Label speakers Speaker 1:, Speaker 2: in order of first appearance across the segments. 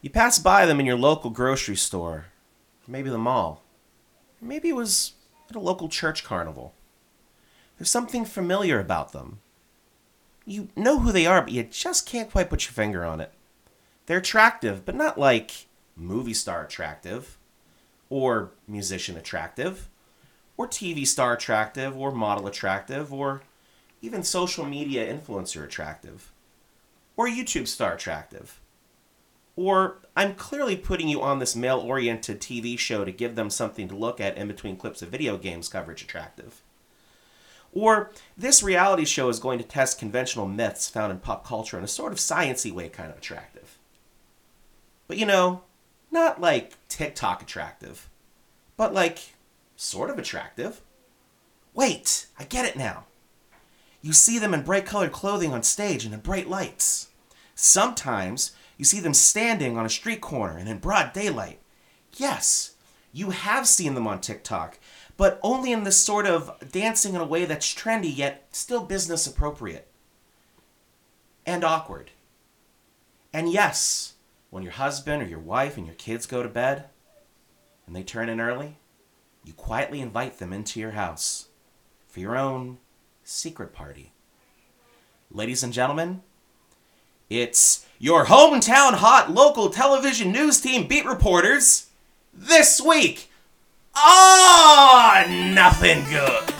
Speaker 1: You pass by them in your local grocery store, maybe the mall, maybe it was at a local church carnival. There's something familiar about them. You know who they are, but you just can't quite put your finger on it. They're attractive, but not like movie star attractive, or musician attractive, or TV star attractive, or model attractive, or even social media influencer attractive, or YouTube star attractive. Or I'm clearly putting you on this male oriented TV show to give them something to look at in between clips of video games coverage attractive. Or this reality show is going to test conventional myths found in pop culture in a sort of sciency way kind of attractive. But you know, not like TikTok attractive, but like sort of attractive. Wait, I get it now. You see them in bright colored clothing on stage and in bright lights. Sometimes you see them standing on a street corner and in broad daylight. Yes, you have seen them on TikTok, but only in this sort of dancing in a way that's trendy yet still business appropriate and awkward. And yes, when your husband or your wife and your kids go to bed and they turn in early, you quietly invite them into your house for your own secret party. Ladies and gentlemen, it's your hometown hot local television news team beat reporters this week on Nothing Good.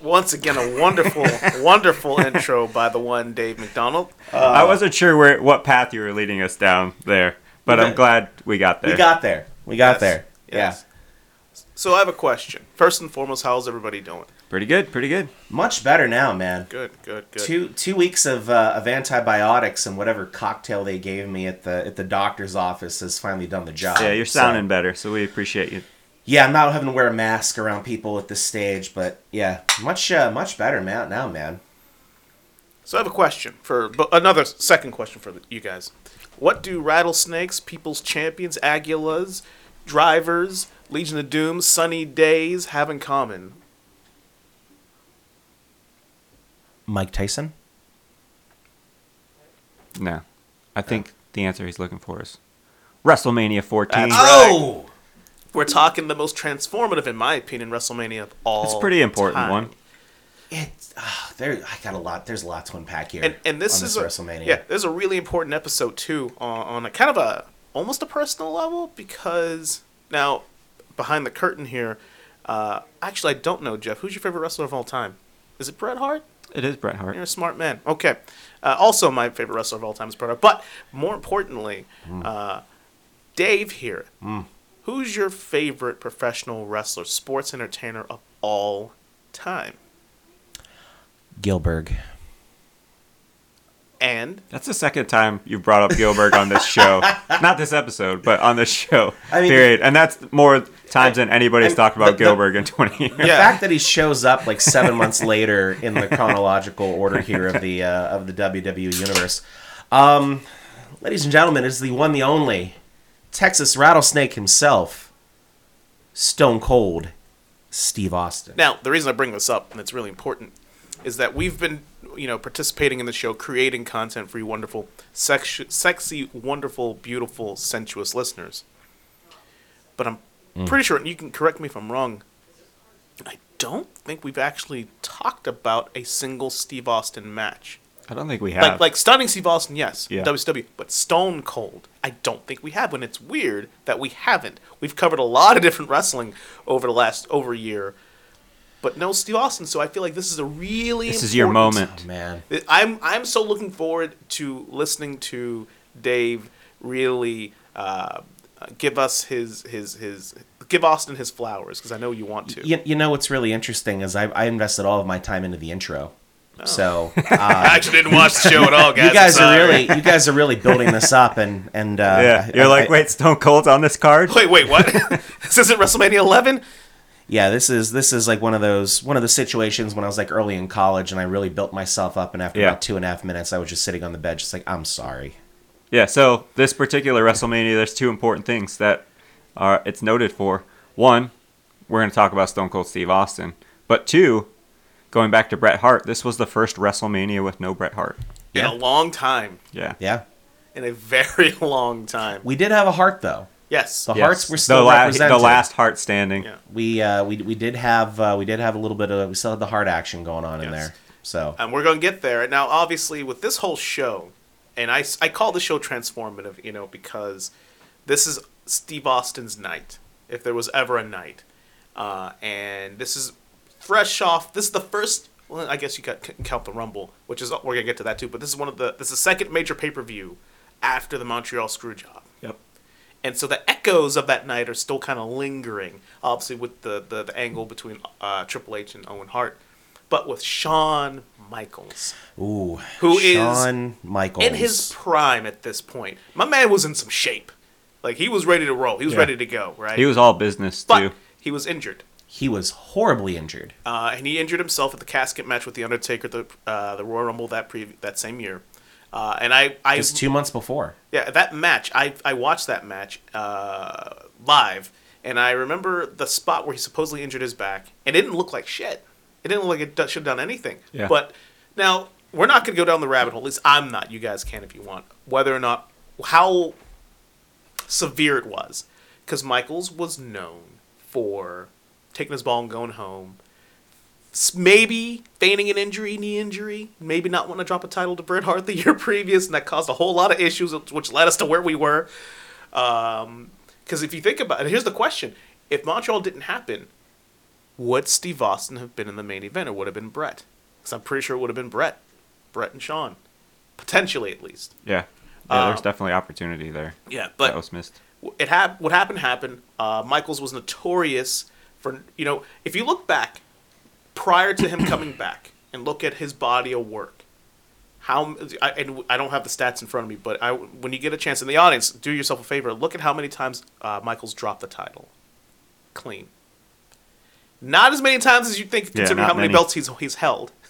Speaker 2: Once again, a wonderful, wonderful intro by the one Dave McDonald.
Speaker 3: I wasn't sure where what path you were leading us down there, but I'm glad we got there.
Speaker 1: We got there. We got
Speaker 2: Eh. Yes,
Speaker 1: there.
Speaker 2: yes. So I have a question. First and foremost, how's everybody doing?
Speaker 3: pretty good, pretty good.
Speaker 1: Yeah. Much better now, man.
Speaker 2: Good, good, good.
Speaker 1: Two two weeks of uh, of antibiotics and whatever cocktail they gave me at the at the doctor's office has finally done the job.
Speaker 3: Yeah, you're sounding better, so we appreciate you.
Speaker 1: yeah, I'm not having to wear a mask around people at this stage, but yeah, much uh, much better man now, man.
Speaker 2: So I have a question for but another second question for you guys. What do rattlesnakes, people's champions, aguilas, drivers, Legion of Doom, sunny days have in common?
Speaker 1: Mike Tyson.
Speaker 3: No, I think the answer he's looking for is WrestleMania 14.
Speaker 2: That's-
Speaker 1: Oh,
Speaker 2: We're talking the most transformative, in my opinion, WrestleMania of all.
Speaker 3: it's a pretty important
Speaker 2: time.
Speaker 3: one.
Speaker 1: it's ah, there. I got a lot. There's a lot to unpack here.
Speaker 2: And and this
Speaker 1: on
Speaker 2: is
Speaker 1: this
Speaker 2: a,
Speaker 1: WrestleMania.
Speaker 2: Yeah, this is a really important episode too, on, on a kind of a almost a personal level because now behind the curtain here, uh, actually I don't know Jeff. Who's your favorite wrestler of all time? Is it Bret Hart?
Speaker 3: It is Bret Hart.
Speaker 2: You're a smart man. Okay. Uh, also, my favorite wrestler of all time is Bret Hart. But more importantly,
Speaker 1: Hmm.
Speaker 2: uh, Dave here. Who's your favorite professional wrestler, sports entertainer of all time?
Speaker 1: Gilberg.
Speaker 2: And
Speaker 3: That's the second time you've brought up Gilbert on this show. Not this episode, but on this show.
Speaker 1: I mean-
Speaker 3: period. And that's more times than anybody's
Speaker 1: I-
Speaker 3: talked about
Speaker 1: the- the-
Speaker 3: Gilbert in 20 years.
Speaker 1: The
Speaker 2: Yeah.
Speaker 1: fact that he shows up like seven months later in the chronological order here of the uh, of the WWE universe, um, ladies and gentlemen, is the one, the only Texas Rattlesnake himself, Stone Cold Steve Austin.
Speaker 2: Now, the reason I bring this up, and it's really important, is that we've been, you know, participating in the show, creating content for you wonderful, sex- sexy, wonderful, beautiful, sensuous listeners. But I'm pretty sure, and you can correct me if I'm wrong, I don't think we've actually talked about a single Steve Austin match.
Speaker 3: I don't think we have.
Speaker 2: Like, like stunning Steve Austin, yes,
Speaker 3: Yeah.
Speaker 2: WCW, but Stone Cold, I don't think we have. And it's weird that we haven't. We've covered a lot of different wrestling over the last over a year, but no Steve Austin. So I feel like this is a really
Speaker 3: this is your
Speaker 2: important-
Speaker 3: moment.
Speaker 1: Oh, man,
Speaker 2: I'm I'm so looking forward to listening to Dave really uh, give us his his his give Austin his flowers because I know you want to.
Speaker 1: you, you know what's really interesting is I, I invested all of my time into the intro,
Speaker 2: Oh.
Speaker 1: so uh,
Speaker 2: I actually didn't watch the show at all, guys.
Speaker 1: you
Speaker 2: I'm
Speaker 1: guys are
Speaker 2: sorry.
Speaker 1: really you guys are really building this up and and uh,
Speaker 3: Yeah.
Speaker 1: I-
Speaker 3: You're
Speaker 1: I-
Speaker 3: like, wait, Stone Cold's on this card?
Speaker 2: Wait, wait, what? this isn't WrestleMania 11?
Speaker 1: yeah, this is this is like one of those one of the situations when I was like early in college and I really built myself up, and after
Speaker 3: Yeah.
Speaker 1: about two and a half minutes, I was just sitting on the bed, just like I'm sorry.
Speaker 3: Yeah, so this particular WrestleMania, there's two important things that are it's noted for. One, we're going to talk about Stone Cold Steve Austin, but two, going back to Bret Hart, this was the first WrestleMania with no Bret Hart.
Speaker 2: in
Speaker 1: Yeah.
Speaker 2: a long time,
Speaker 3: Yeah,
Speaker 1: Yeah,
Speaker 2: in a very long time.
Speaker 1: we did have a heart though.
Speaker 2: Yes,
Speaker 1: The hearts were still
Speaker 3: the, la-
Speaker 1: represented.
Speaker 3: the last heart standing.
Speaker 2: Yeah.
Speaker 1: we uh, we we did have uh, we did have a little bit of we still had the heart action going on in
Speaker 2: Yes. Um,
Speaker 1: there. So
Speaker 2: and we're gonna get there. Now, obviously, with this whole show, and I s- I call the show transformative, you know, because this is Steve Austin's night, if there was ever a night, uh, and this is fresh off. This is the first. Well, I guess you got c- count the Rumble, which is we're gonna get to that too. But this is one of the this is the second major pay per view after the Montreal Screwjob.
Speaker 3: Yep.
Speaker 2: and so the echoes of that night are still kind of lingering, obviously with the, the, the angle between uh, Triple H and Owen Hart, but with Shawn Michaels
Speaker 1: ooh,
Speaker 2: Who is
Speaker 1: Shawn Michaels
Speaker 2: in his prime at this point. My man was in some shape, like he was ready to roll. He was
Speaker 3: Yeah.
Speaker 2: ready to go, right?
Speaker 3: He was all business
Speaker 2: but
Speaker 3: too.
Speaker 2: he was injured,
Speaker 1: he was horribly injured.
Speaker 2: uh, and he injured himself at the casket match with the Undertaker, the uh, the Royal Rumble that pre- that same year. Uh, and I, I
Speaker 1: Just two months before.
Speaker 2: Yeah, that match. I I watched that match uh, live, and I remember the spot where he supposedly injured his back. and It didn't look like shit. It didn't look like it do- should have done anything.
Speaker 3: Yeah.
Speaker 2: But now we're not going to go down the rabbit hole. At least I'm not. You guys can if you want. Whether or not how severe it was, because Michaels was known for taking his ball and going home. s- Maybe feigning an injury, knee injury, maybe not wanting to drop a title to Bret Hart the year previous, and that caused a whole lot of issues, which led us to where we were. Because if you think about it, here's the question: If Montreal didn't happen, would Steve Austin have been in the main event, or would have been Brett? Because I'm pretty sure it would have been Brett, Brett and Sean, potentially at least.
Speaker 3: yeah,
Speaker 1: uh,
Speaker 3: yeah. There's definitely opportunity there.
Speaker 2: Yeah, but
Speaker 3: that was missed.
Speaker 2: it hap- what happened happened. Uh, Michaels was notorious for you know if you look back prior to him coming back and look at his body of work. How I, and I don't have the stats in front of me, but I when you get a chance in the audience, do yourself a favor. Look at how many times uh, Michaels dropped the title, clean. Not as many times as you think, considering
Speaker 3: not
Speaker 2: how many
Speaker 3: many.
Speaker 2: belts he's he's held.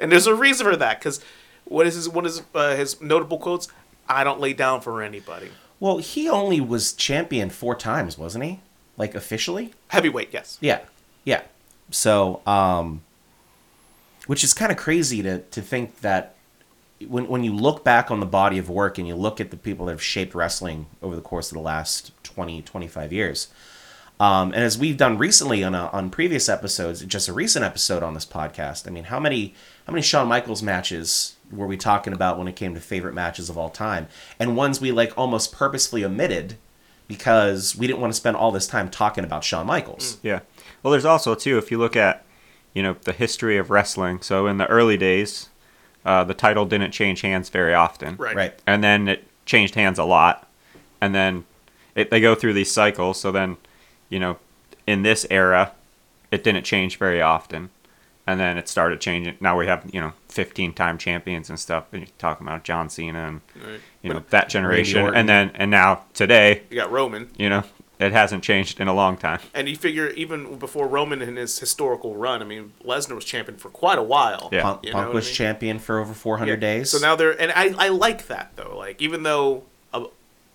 Speaker 2: And there's a reason for that, because what is his what is uh, his notable quotes? I don't lay down for anybody.
Speaker 1: Well, he only was champion four times, wasn't he? Like officially?
Speaker 2: Heavyweight, yes.
Speaker 1: Yeah. Yeah. So, um which is kind of crazy to to think that when when you look back on the body of work and you look at the people that have shaped wrestling over the course of the last 20 25 years. Um, and as we've done recently on a, on previous episodes, just a recent episode on this podcast. I mean, how many how many Shawn Michaels matches were we talking about when it came to favorite matches of all time, and ones we like almost purposefully omitted because we didn't want to spend all this time talking about Shawn Michaels.
Speaker 3: Yeah. Well, there's also too if you look at you know the history of wrestling. So in the early days, uh, the title didn't change hands very often.
Speaker 2: Right.
Speaker 1: Right.
Speaker 3: and then it changed hands a lot and then it, they go through these cycles so then you know in this era it didn't change very often and then it started changing now we have you know 15 time champions and stuff and you're talking about john cena and
Speaker 2: Right.
Speaker 3: you know that generation
Speaker 1: Orton.
Speaker 3: and then and now today
Speaker 2: You got Roman,
Speaker 3: you know it hasn't changed in a long time
Speaker 2: and you figure even before Roman in his historical run, I mean Lesnar was champion for quite a while.
Speaker 3: Yeah.
Speaker 1: Punk,
Speaker 2: You know
Speaker 1: Punk
Speaker 2: what
Speaker 1: was
Speaker 2: I mean?
Speaker 1: champion for over 400
Speaker 2: Yeah.
Speaker 1: days.
Speaker 2: So now they're and I, I like that though. Like even though a,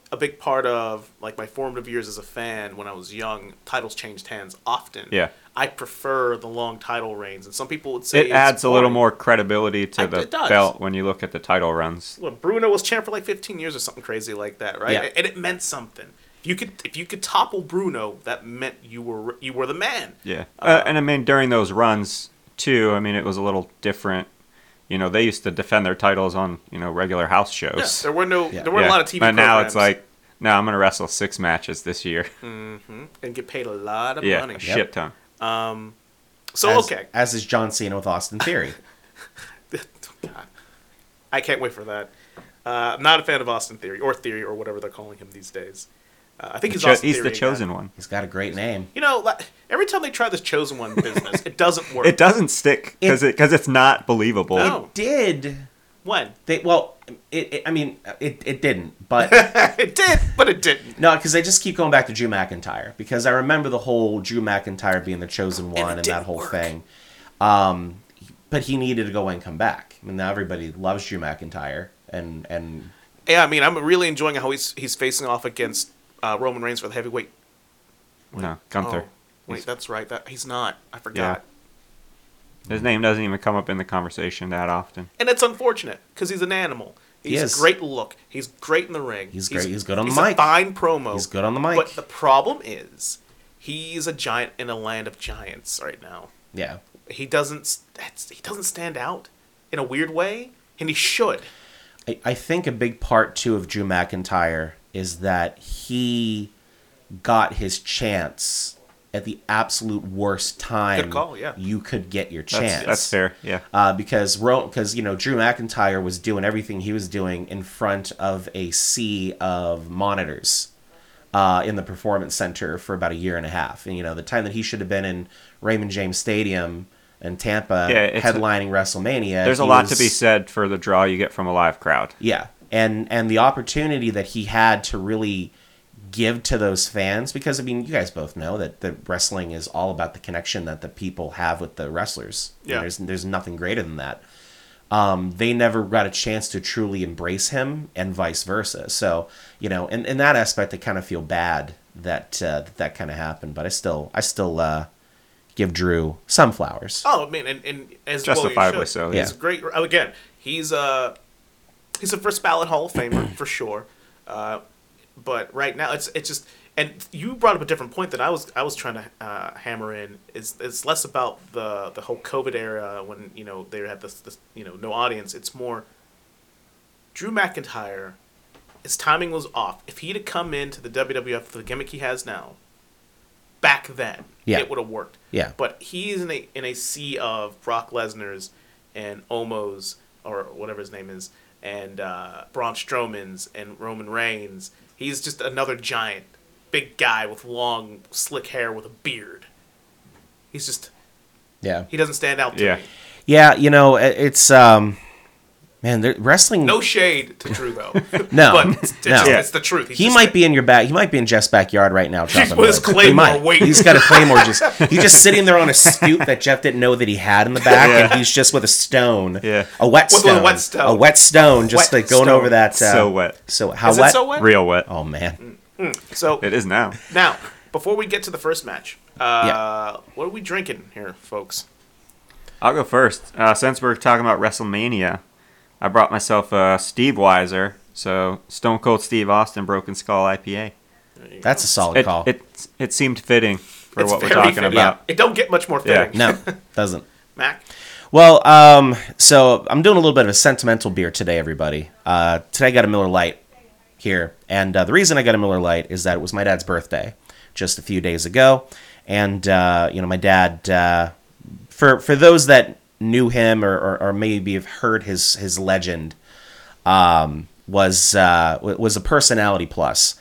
Speaker 2: a big part of like my formative years as a fan when I was young, titles changed hands often.
Speaker 3: Yeah.
Speaker 2: I prefer the long title reigns, and some people would say
Speaker 3: it
Speaker 2: it's
Speaker 3: adds a little
Speaker 2: boring.
Speaker 3: more credibility to
Speaker 2: It-
Speaker 3: the
Speaker 2: it does.
Speaker 3: belt when you look at the title runs
Speaker 2: Well, Bruno was champ for like 15 years or something crazy like that, right?
Speaker 1: Yeah.
Speaker 2: And it meant something. If you could if you could topple Bruno, that meant you were you were the man.
Speaker 3: Yeah. Uh, and I mean, during those runs, too, I mean, it was a little different. You know, they used to defend their titles on, you know, regular house
Speaker 2: Yeah,
Speaker 3: shows.
Speaker 2: there were no
Speaker 1: Yeah.
Speaker 2: there weren't
Speaker 3: Yeah.
Speaker 2: a lot of TV
Speaker 3: But
Speaker 2: programs.
Speaker 3: now it's like, no, I'm going to wrestle six matches this year.
Speaker 2: and get paid a lot of
Speaker 3: yeah.
Speaker 2: money.
Speaker 3: a Shit ton.
Speaker 2: So
Speaker 1: as,
Speaker 2: oh, okay,
Speaker 1: As is John Cena with Austin Theory.
Speaker 2: God. I can't wait for that. Uh, I'm not a fan of Austin Theory or Theory or whatever they're calling him these days. Uh, I think he's
Speaker 3: Cho-
Speaker 2: Austin
Speaker 3: he's
Speaker 2: Theory
Speaker 3: the
Speaker 2: again.
Speaker 3: chosen one.
Speaker 1: He's got a great name.
Speaker 2: You know, like, every time they try this chosen one business, it doesn't work.
Speaker 3: It doesn't stick because
Speaker 1: It-
Speaker 2: oh.
Speaker 3: it, cause it's not believable.
Speaker 2: No.
Speaker 1: Did
Speaker 2: When?
Speaker 1: They well, it, it I mean, it, it didn't, but
Speaker 2: it did, but it didn't.
Speaker 1: no, because they just keep going back to Drew McIntyre because I remember the whole Drew McIntyre being the chosen one and, that
Speaker 2: didn't
Speaker 1: whole
Speaker 2: work.
Speaker 1: thing. Um, but he needed to go and come back. I mean, now everybody loves Drew McIntyre, and and
Speaker 2: Yeah, I mean, I'm really enjoying how he's he's facing off against uh, Roman Reigns for the heavyweight.
Speaker 3: No, Gunther.
Speaker 2: Oh, wait, that's right. That he's not. I forgot.
Speaker 3: His name doesn't even come up in the conversation that often.
Speaker 2: And it's unfortunate because he's an animal. He's
Speaker 1: is.
Speaker 2: a great look. He's great in the ring.
Speaker 1: He's great- he's good on the mic.
Speaker 2: A fine promo.
Speaker 1: He's good on the mic.
Speaker 2: But the problem is, he's a giant in a land of giants right now.
Speaker 1: yeah,
Speaker 2: He doesn't. s- that's- He doesn't stand out in a weird way, and he should.
Speaker 1: I, I think a big part too of Drew McIntyre is that he got his chance at the absolute worst time.
Speaker 2: Good call, yeah.
Speaker 1: you could get your
Speaker 3: That's,
Speaker 1: chance.
Speaker 3: that's fair. Yeah.
Speaker 1: uh, because because you know Drew McIntyre was doing everything he was doing in front of a sea of monitors uh, in the performance center for about a year and a half. And you know the time that he should have been in Raymond James Stadium in Tampa,
Speaker 3: Yeah, it's-
Speaker 1: headlining WrestleMania.
Speaker 3: There's a
Speaker 1: he
Speaker 3: lot to
Speaker 1: was-
Speaker 3: be said for the draw you get from a live crowd.
Speaker 1: Yeah, and and the opportunity that he had to really give to those fans because I mean you guys both know that the wrestling is all about the connection that the people have with the wrestlers. And
Speaker 2: Yeah.
Speaker 1: there's there's nothing greater than that. Um, they never got a chance to truly embrace him and vice versa. So, you know, in, in that aspect, I kind of feel bad that, uh, that that kind of happened, but I still, I still, uh, give Drew some flowers.
Speaker 2: Oh man, and, and as well you
Speaker 3: Justifiably
Speaker 2: should.
Speaker 3: so,
Speaker 2: He's
Speaker 1: yeah.
Speaker 2: great. Again, he's a he's a first ballot Hall of Famer for sure. Uh, but right now, it's it's just and you brought up a different point that I was I was trying to uh, hammer in. Is it's less about the the whole COVID era when you know they had this, this you know no audience. It's more Drew McIntyre. His timing was off. If he'd have come into the WWF for the gimmick he has now, back then,
Speaker 1: Yeah.
Speaker 2: it would have worked.
Speaker 1: Yeah.
Speaker 2: But he's in a in a sea of Brock Lesnar's and Omos or whatever his name is, and uh, Braun Strowman's and Roman Reigns. He's just another giant, big guy with long, slick hair with a beard. He's just
Speaker 1: Yeah.
Speaker 2: he doesn't stand out to
Speaker 3: Yeah.
Speaker 2: me.
Speaker 1: Yeah. You know, it- it's, um, man, there- wrestling.
Speaker 2: No shade to Drew though.
Speaker 1: No,
Speaker 2: but it's, it's
Speaker 1: no.
Speaker 2: just-
Speaker 1: Yeah.
Speaker 2: it's the truth. He's
Speaker 1: He
Speaker 2: just-
Speaker 1: might be in your back. He might be in Jeff's backyard right now. Chopping
Speaker 2: with his
Speaker 1: wood. He
Speaker 2: claymore
Speaker 1: might.
Speaker 2: waiting.
Speaker 1: He's got a claymore. Just he's just sitting there on a stoop that Jeff didn't know that he had in the back, and he's just with a stone.
Speaker 3: Yeah.
Speaker 1: a wet
Speaker 2: With a
Speaker 1: stone.
Speaker 2: wet stone.
Speaker 1: A wet stone. Just
Speaker 2: Wet
Speaker 1: like going
Speaker 2: stone.
Speaker 1: over that. Uh,
Speaker 3: So wet.
Speaker 1: So how
Speaker 2: Is it
Speaker 1: wet?
Speaker 2: so wet?
Speaker 3: Real wet.
Speaker 1: Oh man.
Speaker 2: So
Speaker 3: It is now.
Speaker 2: now before we get to the first match, uh, what are we drinking here, folks?
Speaker 3: I'll go first. Uh, since we're talking about WrestleMania, I brought myself a Steve Weiser, so Stone Cold Steve Austin Broken Skull IPA.
Speaker 1: That's a solid
Speaker 3: It,
Speaker 1: call.
Speaker 3: it, it seemed fitting for
Speaker 2: It's
Speaker 3: what we're
Speaker 2: very
Speaker 3: talking
Speaker 2: fitting.
Speaker 3: about.
Speaker 2: It don't get much more fitting.
Speaker 1: no, doesn't.
Speaker 2: Mac.
Speaker 1: Well, um, so I'm doing a little bit of a sentimental beer today, everybody. Uh, today I got a Miller Lite here, and uh, the reason I got a Miller Lite is that it was my dad's birthday just a few days ago, and uh, you know my dad. Uh, for for those that knew him or, or, or maybe have heard his his legend, um, was uh, w- was a personality plus,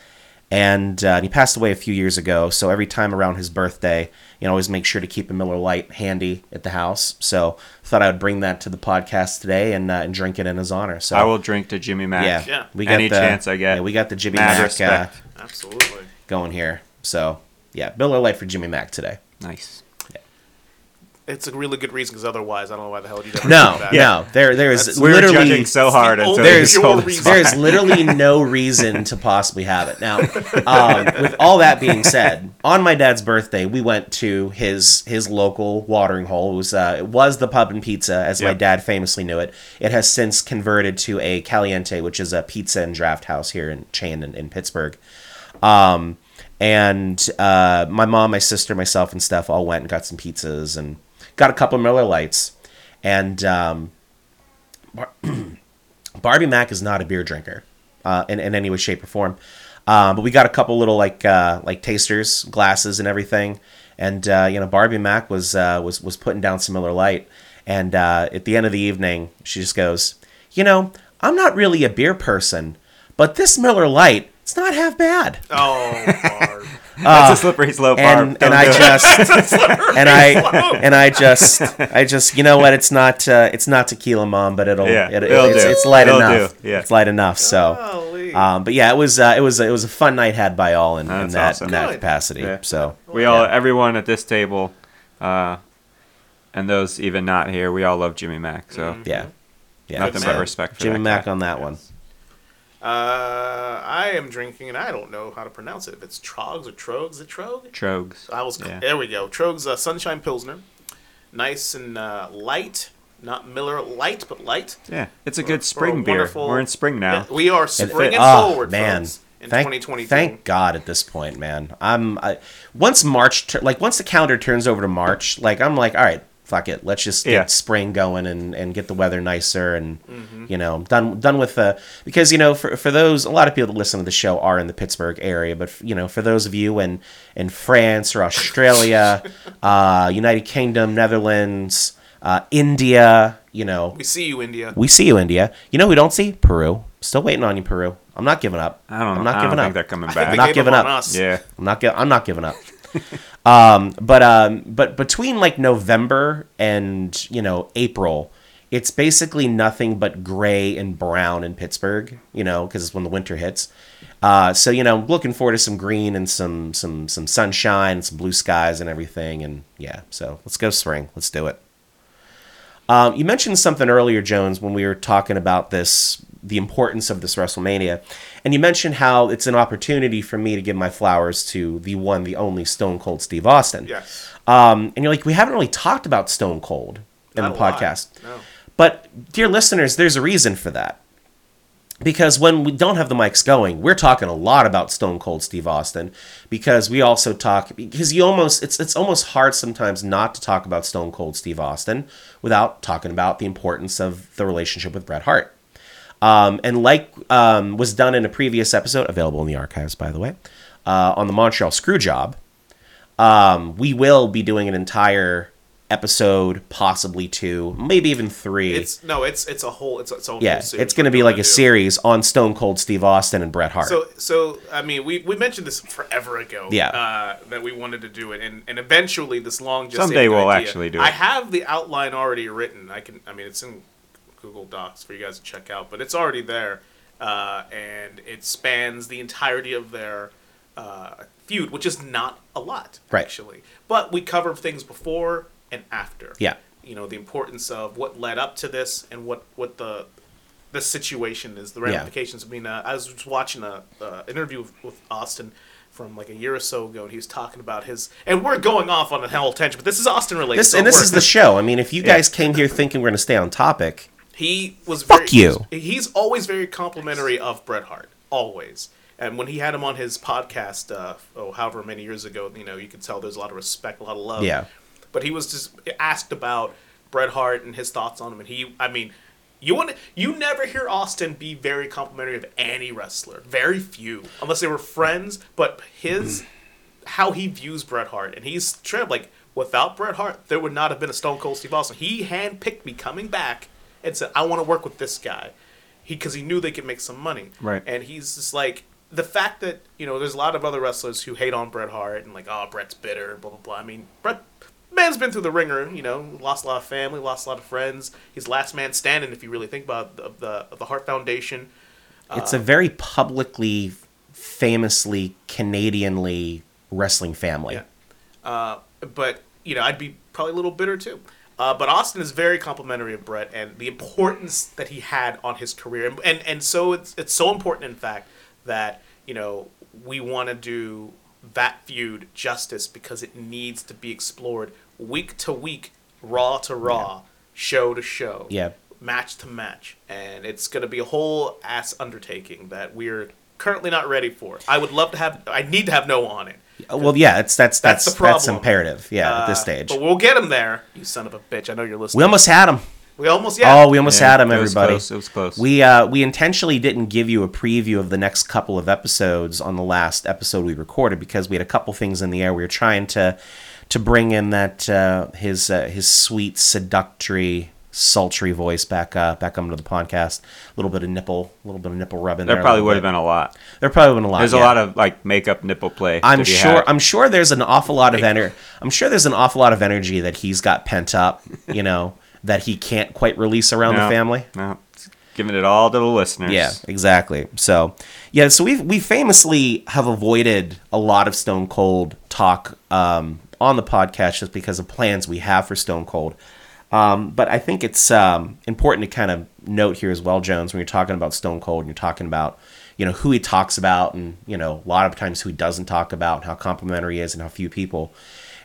Speaker 1: and, uh, he passed away a few years ago. So every time around his birthday, you know, always make sure to keep a Miller Lite handy at the house. So thought I would bring that to the podcast today and uh, and drink it in his honor. So
Speaker 3: I will drink to Jimmy
Speaker 1: yeah,
Speaker 3: Mack.
Speaker 2: Yeah.
Speaker 1: we got
Speaker 3: Any
Speaker 1: the,
Speaker 3: chance I get.
Speaker 1: Yeah, we got the Jimmy
Speaker 3: Mad
Speaker 1: Mac uh,
Speaker 3: respect.
Speaker 2: Absolutely.
Speaker 1: going here. So yeah, Miller Lite for Jimmy Mac today.
Speaker 3: Nice.
Speaker 2: It's a really good reason because otherwise, I don't know why the hell you'd ever do
Speaker 1: No,
Speaker 2: that.
Speaker 1: no, there there is
Speaker 2: That's-
Speaker 3: We were
Speaker 1: literally
Speaker 3: judging so hard
Speaker 2: the
Speaker 3: until
Speaker 2: only-
Speaker 3: you
Speaker 1: there's
Speaker 3: told us
Speaker 2: pure reason.
Speaker 3: why.
Speaker 1: there's literally no reason to possibly have it now um, with all that being said on my dad's birthday we went to his his local watering hole it was, uh, it was the pub and pizza as my
Speaker 3: Yep.
Speaker 1: dad famously knew it it has since converted to a caliente which is a pizza and draft house here in chain in, in pittsburgh um, and uh, my mom, my sister, myself, and Steph all went and got some pizzas and got a couple Miller Lights. And um, Bar- Barbie Mac is not a beer drinker uh, in, in any way, shape, or form. Um, but we got a couple little like uh, like tasters, glasses, and everything. And uh, you know, Barbie Mac was uh, was was putting down some Miller Light. And uh, at the end of the evening, she just goes, "You know, I'm not really a beer person, but this Miller Light It's not half bad.
Speaker 2: Oh, Barb.
Speaker 3: That's a slippery slope.
Speaker 1: Uh, and
Speaker 3: Barb. Don't
Speaker 1: and I
Speaker 3: do it.
Speaker 1: just and I and I just I just you know what it's not uh, it's not tequila mom but it'll
Speaker 3: Yeah,
Speaker 1: it,
Speaker 3: it'll
Speaker 1: it's,
Speaker 3: do.
Speaker 1: it's light
Speaker 3: It'll
Speaker 1: enough
Speaker 3: do, yeah. Oh.
Speaker 1: it's light enough so
Speaker 2: Golly.
Speaker 1: um, but yeah it was uh, it was it was a fun night had by all in, in
Speaker 3: That's
Speaker 1: that
Speaker 3: awesome.
Speaker 1: in that
Speaker 2: Good.
Speaker 1: capacity
Speaker 3: Yeah.
Speaker 1: so
Speaker 3: we all everyone at this table, uh, and those even not here, we all love Jimmy Mack. So
Speaker 2: Mm.
Speaker 1: yeah yeah
Speaker 3: nothing
Speaker 1: so,
Speaker 3: but respect for
Speaker 1: Jimmy
Speaker 3: that
Speaker 1: Mack
Speaker 3: guy.
Speaker 1: on that one
Speaker 2: Uh, I am drinking, and I don't know how to pronounce it. If it's Trogs or Trogs, is it Trog?
Speaker 3: Trogs.
Speaker 2: I was
Speaker 3: Yeah.
Speaker 2: there. We go. Trogs uh, Sunshine Pilsner, nice and uh, light, not Miller Light, but light.
Speaker 3: Yeah, it's a
Speaker 2: For-
Speaker 3: good
Speaker 2: for
Speaker 3: spring beer.
Speaker 2: wonderful-
Speaker 3: We're in spring now.
Speaker 2: We are springing
Speaker 1: Ah,
Speaker 2: forward,
Speaker 1: man.
Speaker 2: folks, in
Speaker 1: thank,
Speaker 2: 2022.
Speaker 1: Thank God at this point, man. I'm I, once March, tur like once the calendar turns over to March, like I'm like, all right, fuck it, let's just get
Speaker 3: Yeah.
Speaker 1: spring going and and get the weather nicer and
Speaker 2: Mm-hmm.
Speaker 1: you know done done with the because you know for for those a lot of people that listen to the show are in the Pittsburgh area, but you know for those of you in in France or Australia, uh, United Kingdom, Netherlands, uh, India, you know.
Speaker 2: We see you, India.
Speaker 1: We see you, India. You know who we don't see? Peru. Still waiting on you, Peru. I'm not giving up.
Speaker 3: I don't.
Speaker 1: I'm
Speaker 3: know.
Speaker 1: not
Speaker 3: I
Speaker 1: giving
Speaker 3: don't
Speaker 1: up.
Speaker 3: think they're coming
Speaker 2: I think
Speaker 3: back.
Speaker 2: they
Speaker 1: not
Speaker 2: gave
Speaker 1: giving
Speaker 2: up on
Speaker 1: up.
Speaker 2: us.
Speaker 3: yeah,
Speaker 1: I'm not. Gi- I'm not giving up. um, but um, but between like November and you know April, it's basically nothing but gray and brown in Pittsburgh. You know, because it's when the winter hits. Uh, so you know, I'm looking forward to some green and some some some sunshine, and some blue skies, and everything. And yeah, so let's go spring. Let's do it. Um, you mentioned something earlier, Jones, when we were talking about this, the importance of this WrestleMania, and you mentioned how it's an opportunity for me to give my flowers to the one, the only Stone Cold Steve Austin.
Speaker 2: Yes.
Speaker 1: Um, and you're like, we haven't really talked about Stone Cold in
Speaker 2: Not
Speaker 1: the
Speaker 2: a lot.
Speaker 1: podcast.
Speaker 2: No.
Speaker 1: But dear listeners, there's a reason for that. Because when we don't have the mics going, we're talking a lot about Stone Cold Steve Austin because we also talk because you almost it's it's almost hard sometimes not to talk about Stone Cold Steve Austin without talking about the importance of the relationship with Bret Hart. Um, and like um, was done in a previous episode, available in the archives, by the way, uh, on the Montreal Screwjob, um, we will be doing an entire episode, possibly two, maybe even three.
Speaker 2: It's no, it's it's a whole, it's it's a whole
Speaker 1: yeah,
Speaker 2: series
Speaker 1: it's going to
Speaker 2: we're
Speaker 1: be like a
Speaker 2: do.
Speaker 1: series on Stone Cold Steve Austin and Bret Hart.
Speaker 2: So, so I mean, we, we mentioned this forever ago.
Speaker 1: Yeah.
Speaker 2: Uh, that we wanted to do it, and, and eventually this long. Just
Speaker 3: Someday
Speaker 2: saved
Speaker 3: we'll
Speaker 2: idea.
Speaker 3: actually do
Speaker 2: I
Speaker 3: it.
Speaker 2: have the outline already written. I can. I mean, it's in Google Docs for you guys to check out, but it's already there, uh, and it spans the entirety of their uh, feud, which is not a lot
Speaker 1: Right.
Speaker 2: actually. But we cover things before and after.
Speaker 1: Yeah.
Speaker 2: You know the importance of what led up to this and what what the the situation is the ramifications. I mean, uh, I was just watching a uh, interview with, with Austin from like a year or so ago, and he was talking about his. And we're going off on a whole tangent, but this is Austin related.
Speaker 1: this
Speaker 2: so
Speaker 1: and this
Speaker 2: we're-
Speaker 1: is the show. I mean, if you guys came here thinking we're going to stay on topic,
Speaker 2: He was
Speaker 1: Fuck
Speaker 2: very,
Speaker 1: you.
Speaker 2: He's, he's always very complimentary of Bret Hart, always. And when he had him on his podcast, uh, oh, however many years ago, you know, you could tell there's a lot of respect, a lot of love.
Speaker 1: Yeah.
Speaker 2: But he was just asked about Bret Hart and his thoughts on him, and he, I mean, you want you never hear Austin be very complimentary of any wrestler, very few, unless they were friends. But his, how he views Bret Hart, and he's straight up like, without Bret Hart, there would not have been a Stone Cold Steve Austin. He handpicked me coming back and said, I want to work with this guy, he because he knew they could make some money.
Speaker 3: Right.
Speaker 2: And he's just like the fact that you know there's a lot of other wrestlers who hate on Bret Hart and like, oh, Bret's bitter, blah blah blah. I mean, Bret. Man's been through the ringer, you know. Lost a lot of family, lost a lot of friends. He's last man standing, if you really think about it, of the of the Hart Foundation.
Speaker 1: it's a
Speaker 2: Uh-huh.
Speaker 1: very publicly, famously Canadianly wrestling family.
Speaker 2: Yeah. Uh, but you know, I'd be probably a little bitter too. Uh, but Austin is very complimentary of Brett and the importance that he had on his career, and and, and so it's it's so important in fact that you know we want to do that feud justice because it needs to be explored week to week, raw to raw, show to show,
Speaker 1: Yeah.
Speaker 2: match to match, and it's going to be a whole ass undertaking that we're currently not ready for. I would love to have, I need to have Noah on it.
Speaker 1: Uh, Well, yeah, it's that's that's
Speaker 2: That's
Speaker 1: that's,
Speaker 2: the problem.
Speaker 1: imperative. Yeah, at this
Speaker 2: Uh,
Speaker 1: stage,
Speaker 2: But we'll get him there, you son of a bitch. I know you're listening.
Speaker 1: we almost had him.
Speaker 2: we almost yeah.
Speaker 1: Oh, we almost
Speaker 3: Yeah,
Speaker 1: had him,
Speaker 3: it was
Speaker 1: everybody.
Speaker 3: close, it was close.
Speaker 1: We uh, we intentionally didn't give you a preview of the next couple of episodes on the last episode we recorded because we had a couple things in the air. We were trying to to bring in that uh, his uh, his sweet seductory sultry voice back uh, back onto the podcast. A little bit of nipple, a little bit of nipple rubbing.
Speaker 3: There
Speaker 1: there a
Speaker 3: probably
Speaker 1: little
Speaker 3: would have
Speaker 1: bit.
Speaker 3: been a lot.
Speaker 1: There probably would have been a lot.
Speaker 3: There's a
Speaker 1: yeah.
Speaker 3: lot of like makeup nipple play.
Speaker 1: I'm
Speaker 3: to be
Speaker 1: sure.
Speaker 3: had.
Speaker 1: I'm sure there's an awful lot of energy. I'm sure there's an awful lot of energy that he's got pent up. You know that he can't quite release around
Speaker 3: No,
Speaker 1: the family.
Speaker 3: No, it's giving it all to the listeners.
Speaker 1: Yeah, exactly. So, yeah, so we we famously have avoided a lot of Stone Cold talk um, on the podcast just because of plans we have for Stone Cold. Um, but I think it's um, important to kind of note here as well, Jones, when you're talking about Stone Cold and you're talking about you know who he talks about and you know a lot of times who he doesn't talk about and how complimentary he is and how few people.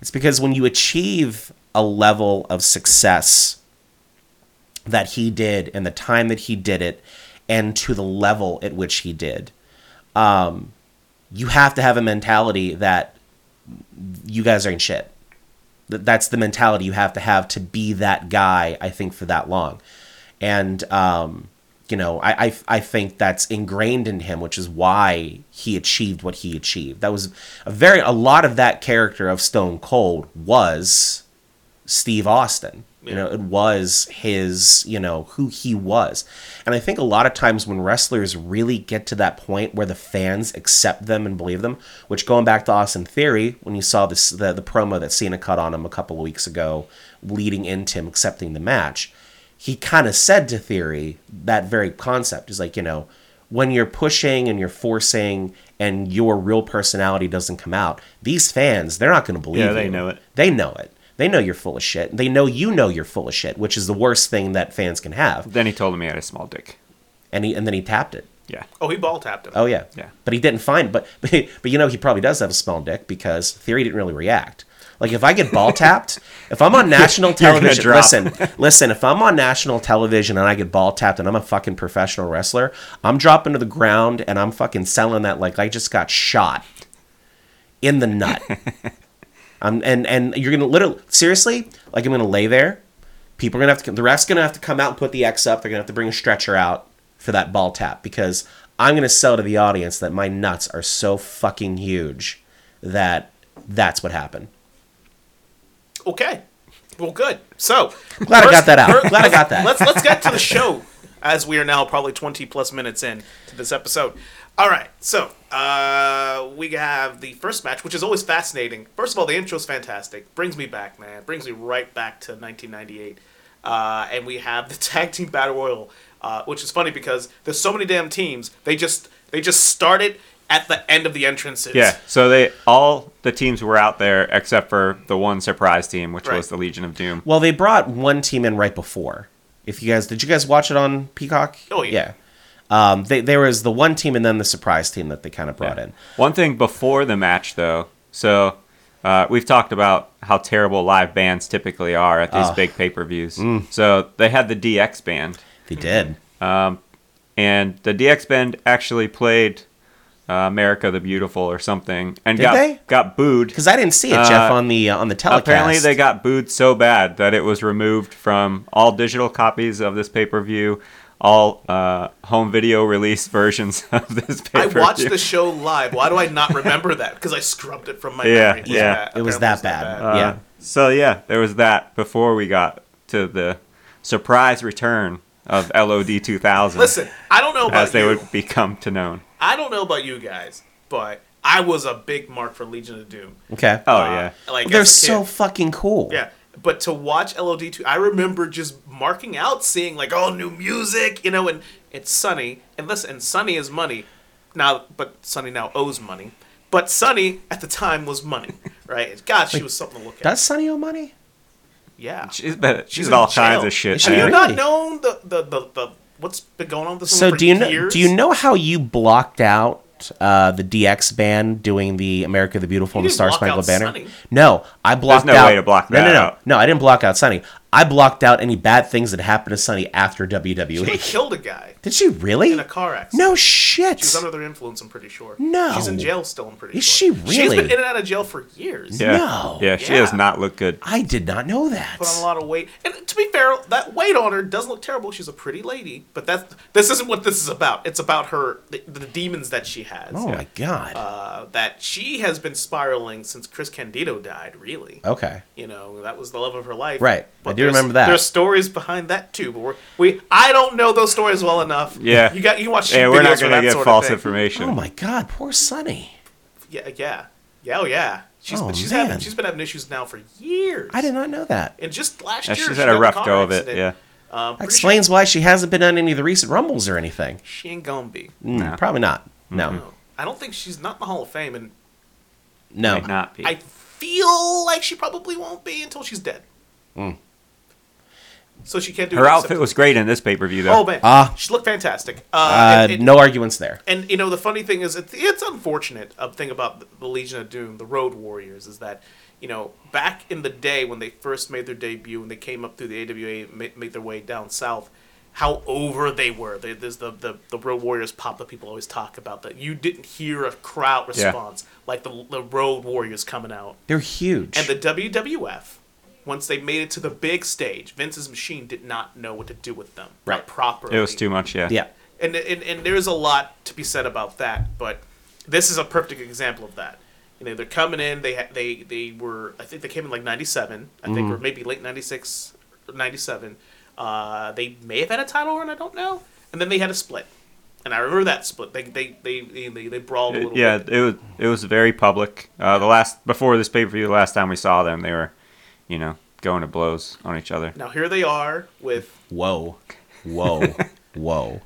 Speaker 1: It's because when you achieve a level of success that he did and the time that he did it and to the level at which he did. Um, you have to have a mentality that you guys are in shit. That That's the mentality you have to have to be that guy, I think, for that long. And, um, you know, I, I, I think that's ingrained in him, which is why he achieved what he achieved. That was a very, a lot of that character of Stone Cold was Steve Austin. You know, it was his, you know, who he was. And I think a lot of times when wrestlers really get to that point where the fans accept them and believe them, which going back to Austin Theory, when you saw this the, the promo that Cena cut on him a couple of weeks ago leading into him accepting the match, he kind of said to Theory that very concept is like, you know, when you're pushing and you're forcing and your real personality doesn't come out, these fans, they're not going to believe
Speaker 3: Yeah, they
Speaker 1: you.
Speaker 3: know it.
Speaker 1: They know it. They know you're full of shit. They know you know you're full of shit, which is the worst thing that fans can have.
Speaker 3: Then he told him he had a small dick.
Speaker 1: And he and then he tapped it.
Speaker 3: Yeah.
Speaker 2: Oh, he ball tapped him.
Speaker 1: Oh yeah.
Speaker 3: Yeah.
Speaker 1: But he didn't find but but, but you know he probably does have a small dick because Theory didn't really react. Like if I get ball tapped, if I'm on national
Speaker 3: You're gonna
Speaker 1: television,
Speaker 3: drop.
Speaker 1: listen, listen, if I'm on national television and I get ball tapped and I'm a fucking professional wrestler, I'm dropping to the ground and I'm fucking selling that like I just got shot in the nut. I'm, and and you're gonna literally seriously like I'm gonna lay there. People are gonna have to come. The ref's gonna have to come out and put the X up. They're gonna have to bring a stretcher out for that ball tap because I'm gonna sell to the audience that my nuts are so fucking huge that that's what happened.
Speaker 2: Okay. Well, good. So
Speaker 1: Glad I
Speaker 2: first-
Speaker 1: got that out.
Speaker 2: first-
Speaker 1: Glad I got that.
Speaker 2: Let's let's get to the show, as we are now probably twenty plus minutes in to this episode. All right. So uh, we have the first match, which is always fascinating. First of all, the intro's fantastic. Brings me back, man. Brings me right back to 1998. Uh, and we have the tag team battle royal, uh, which is funny because there's so many damn teams. They just they just start it at the end of the entrances.
Speaker 3: Yeah. So they all the teams were out there except for the one surprise team, which
Speaker 2: Right.
Speaker 3: was the Legion of Doom.
Speaker 1: Well, they brought one team in right before. If you guys did, you guys watch it on Peacock?
Speaker 2: Oh, yeah.
Speaker 1: Yeah. Um, they, there was the one team and then the surprise team that they kind of brought in.
Speaker 3: One thing before the match, though, so uh, we've talked about how terrible live bands typically are at these big pay per views.
Speaker 1: Mm.
Speaker 3: So they had the DX band,
Speaker 1: They did.
Speaker 3: and the DX band actually played uh, "America the Beautiful" or something, and
Speaker 1: Did
Speaker 3: got
Speaker 1: they?
Speaker 3: got booed.
Speaker 1: Because I didn't see it, Jeff, on the uh, on the telecast.
Speaker 3: Apparently, they got booed so bad that it was removed from all digital copies of this pay per view, all uh, home video release versions of this pay
Speaker 2: I
Speaker 3: per view.
Speaker 2: watched the show live. Why do I not remember that? Because I scrubbed it from my
Speaker 3: Yeah,
Speaker 2: memory.
Speaker 3: yeah.
Speaker 1: It was
Speaker 2: apparently
Speaker 1: that bad.
Speaker 3: Uh,
Speaker 1: yeah.
Speaker 3: So yeah, there was that before we got to the surprise return of LOD 2000,
Speaker 2: Listen, I don't know about
Speaker 3: as they
Speaker 2: you.
Speaker 3: would become to known.
Speaker 2: I don't know about you guys, but I was a big mark for Legion of Doom.
Speaker 1: Okay.
Speaker 3: Oh yeah,
Speaker 2: Uh, Like
Speaker 1: They're
Speaker 2: as a kid.
Speaker 1: so fucking cool.
Speaker 2: yeah. But to watch LOD two, I remember just marking out, seeing like all new music, you know, and it's Sunny, and listen, and Sunny is money now, but Sunny now owes money. But Sunny at the time was money, right? God, she was something to look at.
Speaker 1: Does Sonny owe money?
Speaker 2: yeah.
Speaker 3: she's been, she's,
Speaker 2: She's
Speaker 3: all
Speaker 2: in
Speaker 3: kinds
Speaker 2: jail.
Speaker 3: of shit.
Speaker 1: Is she
Speaker 2: Have
Speaker 3: man.
Speaker 2: you
Speaker 1: Really?
Speaker 2: not known the, the, the, the what's been going on with this
Speaker 1: So
Speaker 2: woman for
Speaker 1: do you know?
Speaker 2: years?
Speaker 1: Do you know how you blocked out uh, the DX band doing the "America the Beautiful" and the
Speaker 2: didn't
Speaker 1: Star
Speaker 2: block
Speaker 1: Spangled
Speaker 2: out
Speaker 1: Banner?
Speaker 2: Sonny.
Speaker 1: No, I blocked
Speaker 3: no
Speaker 1: out.
Speaker 3: way to block
Speaker 1: no,
Speaker 3: that
Speaker 1: no, no,
Speaker 3: out.
Speaker 1: no. I didn't block out Sonny. I blocked out any bad things that happened to Sonny after
Speaker 2: They
Speaker 1: WWE.
Speaker 2: killed a guy
Speaker 1: Did she really?
Speaker 2: in a car accident.
Speaker 1: No shit.
Speaker 2: She's under their influence, I'm pretty sure.
Speaker 1: No.
Speaker 2: She's in jail still, I'm pretty
Speaker 1: Is
Speaker 2: sure.
Speaker 1: she
Speaker 2: She's
Speaker 1: really?
Speaker 2: been in and out of jail for years.
Speaker 3: Yeah.
Speaker 1: No.
Speaker 3: Yeah, she
Speaker 2: Yeah.
Speaker 3: does not look good.
Speaker 1: I did not know that.
Speaker 2: Put on a lot of weight. And to be fair, that weight on her doesn't look terrible. She's a pretty lady. But that's this isn't what this is about. It's about her, the, the demons that she has.
Speaker 1: Oh my god.
Speaker 2: Uh, that she has been spiraling since Chris Candido died, really.
Speaker 1: okay.
Speaker 2: You know, that was the love of her life.
Speaker 1: Right. I
Speaker 2: But
Speaker 1: do you remember that.
Speaker 2: There's stories behind that too, but we're, we I don't know those stories well enough.
Speaker 3: Yeah.
Speaker 2: you got you watch.
Speaker 3: Yeah, we're not
Speaker 2: going
Speaker 3: gonna
Speaker 2: to
Speaker 3: get false
Speaker 2: information.
Speaker 3: information.
Speaker 1: Oh my God, poor Sonny.
Speaker 2: Yeah, yeah, yeah. Oh yeah. She's
Speaker 1: Oh,
Speaker 2: but she's
Speaker 1: man.
Speaker 2: having she's been having issues now for years.
Speaker 1: I did not know that.
Speaker 2: And just last
Speaker 3: Yeah,
Speaker 2: year,
Speaker 3: she's
Speaker 2: she
Speaker 3: had a
Speaker 2: got in
Speaker 3: rough
Speaker 2: car
Speaker 3: go of it.
Speaker 2: accident.
Speaker 3: Yeah.
Speaker 2: Um,
Speaker 1: That
Speaker 2: pretty
Speaker 1: explains why she hasn't been on any of the recent rumbles or anything.
Speaker 2: sure she ain't gonna be.
Speaker 1: Mm,
Speaker 3: No.
Speaker 1: Probably not. No,
Speaker 2: No. I don't think she's not in the Hall of Fame, and
Speaker 1: no.
Speaker 3: Might not be.
Speaker 2: I feel like she probably won't be until she's dead. So she can't do
Speaker 3: Hmm. Her
Speaker 2: it
Speaker 3: outfit
Speaker 2: except-
Speaker 3: was great in this pay per view though.
Speaker 2: Oh man,
Speaker 1: Ah.
Speaker 2: she looked fantastic. Uh,
Speaker 1: Uh,
Speaker 2: and, and-
Speaker 1: no arguments there.
Speaker 2: and, you know the funny thing is, it's, it's unfortunate. A thing about the- the Legion of Doom, the Road Warriors, is that you know back in the day when they first made their debut and they came up through the AWA, ma- made their way down south. How over they were. They, there's the, the the Road Warriors pop that people always talk about. That you didn't hear a crowd
Speaker 3: Yeah.
Speaker 2: response like the the Road Warriors coming out.
Speaker 1: They're huge.
Speaker 2: And the WWF, once they made it to the big stage, Vince's machine did not know what to do with them.
Speaker 1: Right.
Speaker 2: Not properly.
Speaker 3: It was too much. Yeah.
Speaker 1: yeah.
Speaker 2: And, and and there is a lot to be said about that, but this is a perfect example of that. You know, they're coming in. They ha- they they were. I think they came in like '97. I think, or maybe late '96, '97. Uh, they may have had a title run. I don't know. And then they had a split. And I remember that split. They they they they, they, they brawled a
Speaker 3: It-
Speaker 2: little
Speaker 3: Uh, yeah,
Speaker 2: bit.
Speaker 3: it was it was very public. Uh, the last before this pay per view, the last time we saw them, they were, you know, going to blows on each other.
Speaker 2: Now here they are with
Speaker 1: Whoa. Whoa. Whoa.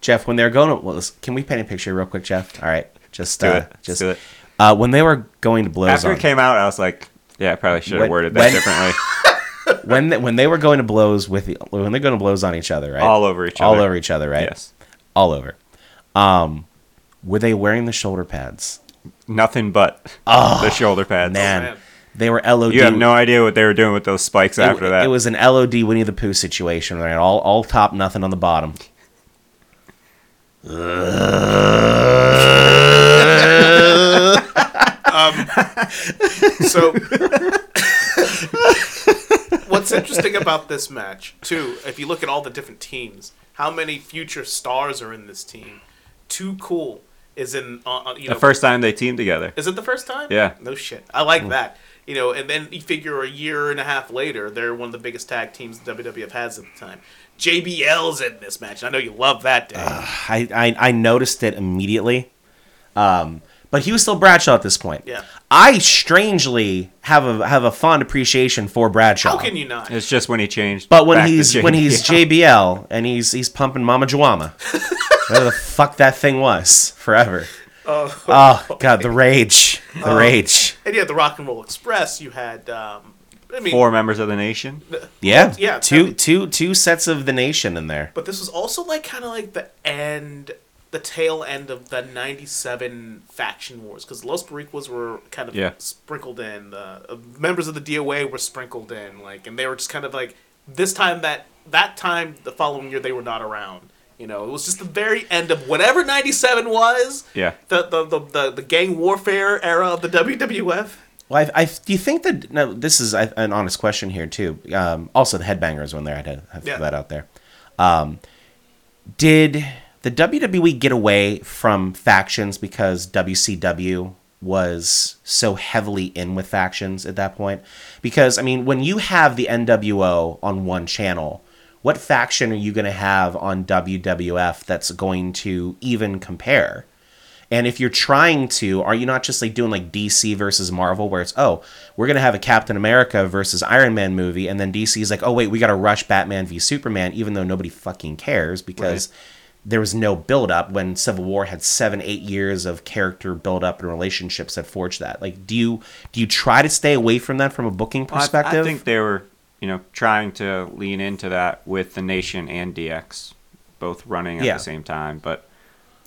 Speaker 1: Jeff, when they're going to, well, let's- can we paint a picture real quick, Jeff? All right. Just,
Speaker 3: Do
Speaker 1: uh,
Speaker 3: it. Let's
Speaker 1: just,
Speaker 3: do it.
Speaker 1: Uh, when they were going to blows
Speaker 3: After
Speaker 1: on,
Speaker 3: it came out, I was like, yeah, I probably should
Speaker 1: When-
Speaker 3: have worded that
Speaker 1: when-
Speaker 3: differently.
Speaker 1: when they, when they were going to blows with the, when they're going to blows on each other, right?
Speaker 3: All over each
Speaker 1: all
Speaker 3: other.
Speaker 1: over each other, right?
Speaker 3: Yes,
Speaker 1: all over. Um, were they wearing the shoulder pads?
Speaker 3: Oh, nothing but the shoulder
Speaker 1: Ah,
Speaker 3: pads.
Speaker 1: Man,
Speaker 2: man.
Speaker 1: they were LOD.
Speaker 3: you have no idea what they were doing with those spikes
Speaker 1: it,
Speaker 3: after that.
Speaker 1: It was an LOD Winnie the Pooh situation, right? All all top, nothing on the bottom.
Speaker 2: So, what's interesting about this match, too, if you look at all the different teams, how many future stars are in this team? Too cool is in. Uh, uh, you know,
Speaker 3: the first time they teamed together.
Speaker 2: Is it the first time?
Speaker 3: Yeah. Mm.
Speaker 2: No shit. I like that. You know, and then you figure a year and a half later, they're one of the biggest tag teams the WWF has at the time. JBL's in this match. I know you love that day.
Speaker 1: I, I I noticed it immediately. Um, but he was still Bradshaw at this point.
Speaker 2: Yeah.
Speaker 1: I strangely have a have a fond appreciation for Bradshaw.
Speaker 2: how can you not?
Speaker 3: It's just when he changed.
Speaker 1: But when
Speaker 3: back to
Speaker 1: he's
Speaker 3: Jake-
Speaker 1: when he's
Speaker 3: Yeah.
Speaker 1: JBL and he's he's pumping Mama Juama, whatever the fuck that thing was forever. Oh, god, the rage, the
Speaker 2: Oh.
Speaker 1: rage.
Speaker 2: And you had the Rock and Roll Express. You had, um, I mean,
Speaker 3: four members of the nation.
Speaker 1: Yeah,
Speaker 2: yeah,
Speaker 1: Two
Speaker 2: totally.
Speaker 1: two two sets of the nation in there.
Speaker 2: But this was also like kind of like the end, the tail end of the '97 faction wars, because Los Boricuas were kind of
Speaker 3: Yeah.
Speaker 2: sprinkled in. The uh, members of the DOA were sprinkled in, like, and they were just kind of like this time that that time the following year they were not around. You know, it was just the very end of whatever '97 was.
Speaker 3: Yeah.
Speaker 2: The the, the the the gang warfare era of the WWF.
Speaker 1: Well, I, I do you think that no? This is I- an honest question here too. Um, also, the headbangers when there, I had to have
Speaker 2: Yeah.
Speaker 1: that out there. Um, did the WWE get away from factions because WCW was so heavily in with factions at that point? Because I mean, when you have the NWO on one channel, what faction are you going to have on WWF that's going to even compare? And if you're trying to, are you not just like doing like DC versus Marvel, where it's oh, we're gonna have a Captain America versus Iron Man movie, and then DC is like, oh wait, we gotta rush Batman v Superman, even though nobody fucking cares because there was no build up when Civil War had seven, eight years of character build up and relationships that forged that. Like, do you do you try to stay away from that from a booking
Speaker 3: I-
Speaker 1: perspective?
Speaker 3: I, think they were, you know, trying to lean into that with the Nation and DX both running at
Speaker 1: Yeah.
Speaker 3: the same time. But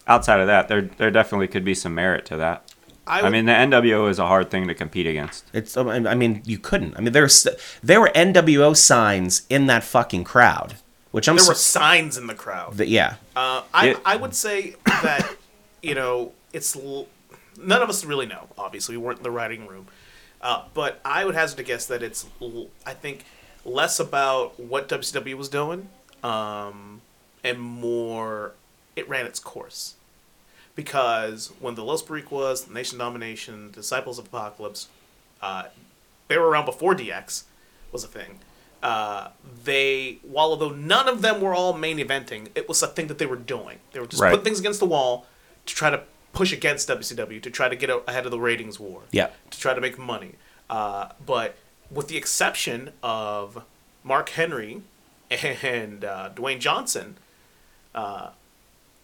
Speaker 3: outside of that, there there definitely could be some merit to that. I,
Speaker 2: would-
Speaker 3: mean, the NWO is a hard thing to compete against.
Speaker 1: It's. I mean- I mean, you couldn't. I mean, there's there were NWO signs in that fucking crowd, which I'm.
Speaker 2: there were
Speaker 1: su-
Speaker 2: signs in the crowd.
Speaker 1: that- yeah.
Speaker 2: Uh, I,
Speaker 3: Yeah.
Speaker 2: I would say that you know it's l- none of us really know. Obviously, we weren't in the writing room, uh, but I would hazard to guess that it's l- I think less about what WCW was doing, um, and more it ran its course because when the Los Boricuas, the Nation Domination, Disciples of Apocalypse, uh, they were around before DX was a thing. uh, they while although none of them were all main eventing, it was a thing that they were doing. They were just
Speaker 3: Right.
Speaker 2: putting things against the wall to try to push against WCW to try to get a- ahead of the ratings war.
Speaker 1: Yeah.
Speaker 2: To try to make money. Uh, but with the exception of Mark Henry and uh, Dwayne Johnson, uh,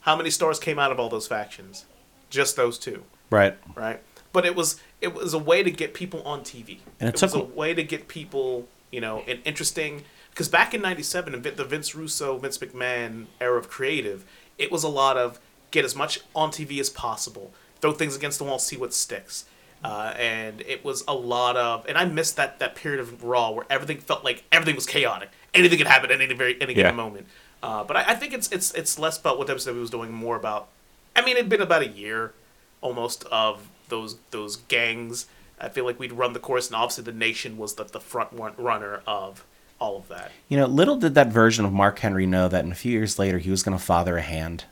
Speaker 2: how many stars came out of all those factions? Just those two
Speaker 1: Right.
Speaker 2: right? But it was it was a way to get people on TV.
Speaker 1: And it
Speaker 2: it
Speaker 1: took-
Speaker 2: was a way to get people, you know, an interesting because back in '97, in Vin- the Vince Russo, Vince McMahon era of creative, it was a lot of get as much on TV as possible, throw things against the wall, see what sticks. Uh, and it was a lot of, and I missed that that period of Raw where everything felt like everything was chaotic. Anything could happen at any very any
Speaker 3: Yeah.
Speaker 2: given moment. Uh, but I, I think it's it's it's less about what WWE was doing, more about. I mean, it'd been about a year almost of those those gangs. I feel like we'd run the course, and obviously the nation was the, the front run, runner of all of that.
Speaker 1: You know, little did that version of Mark Henry know that in a few years later he was going to father a hand.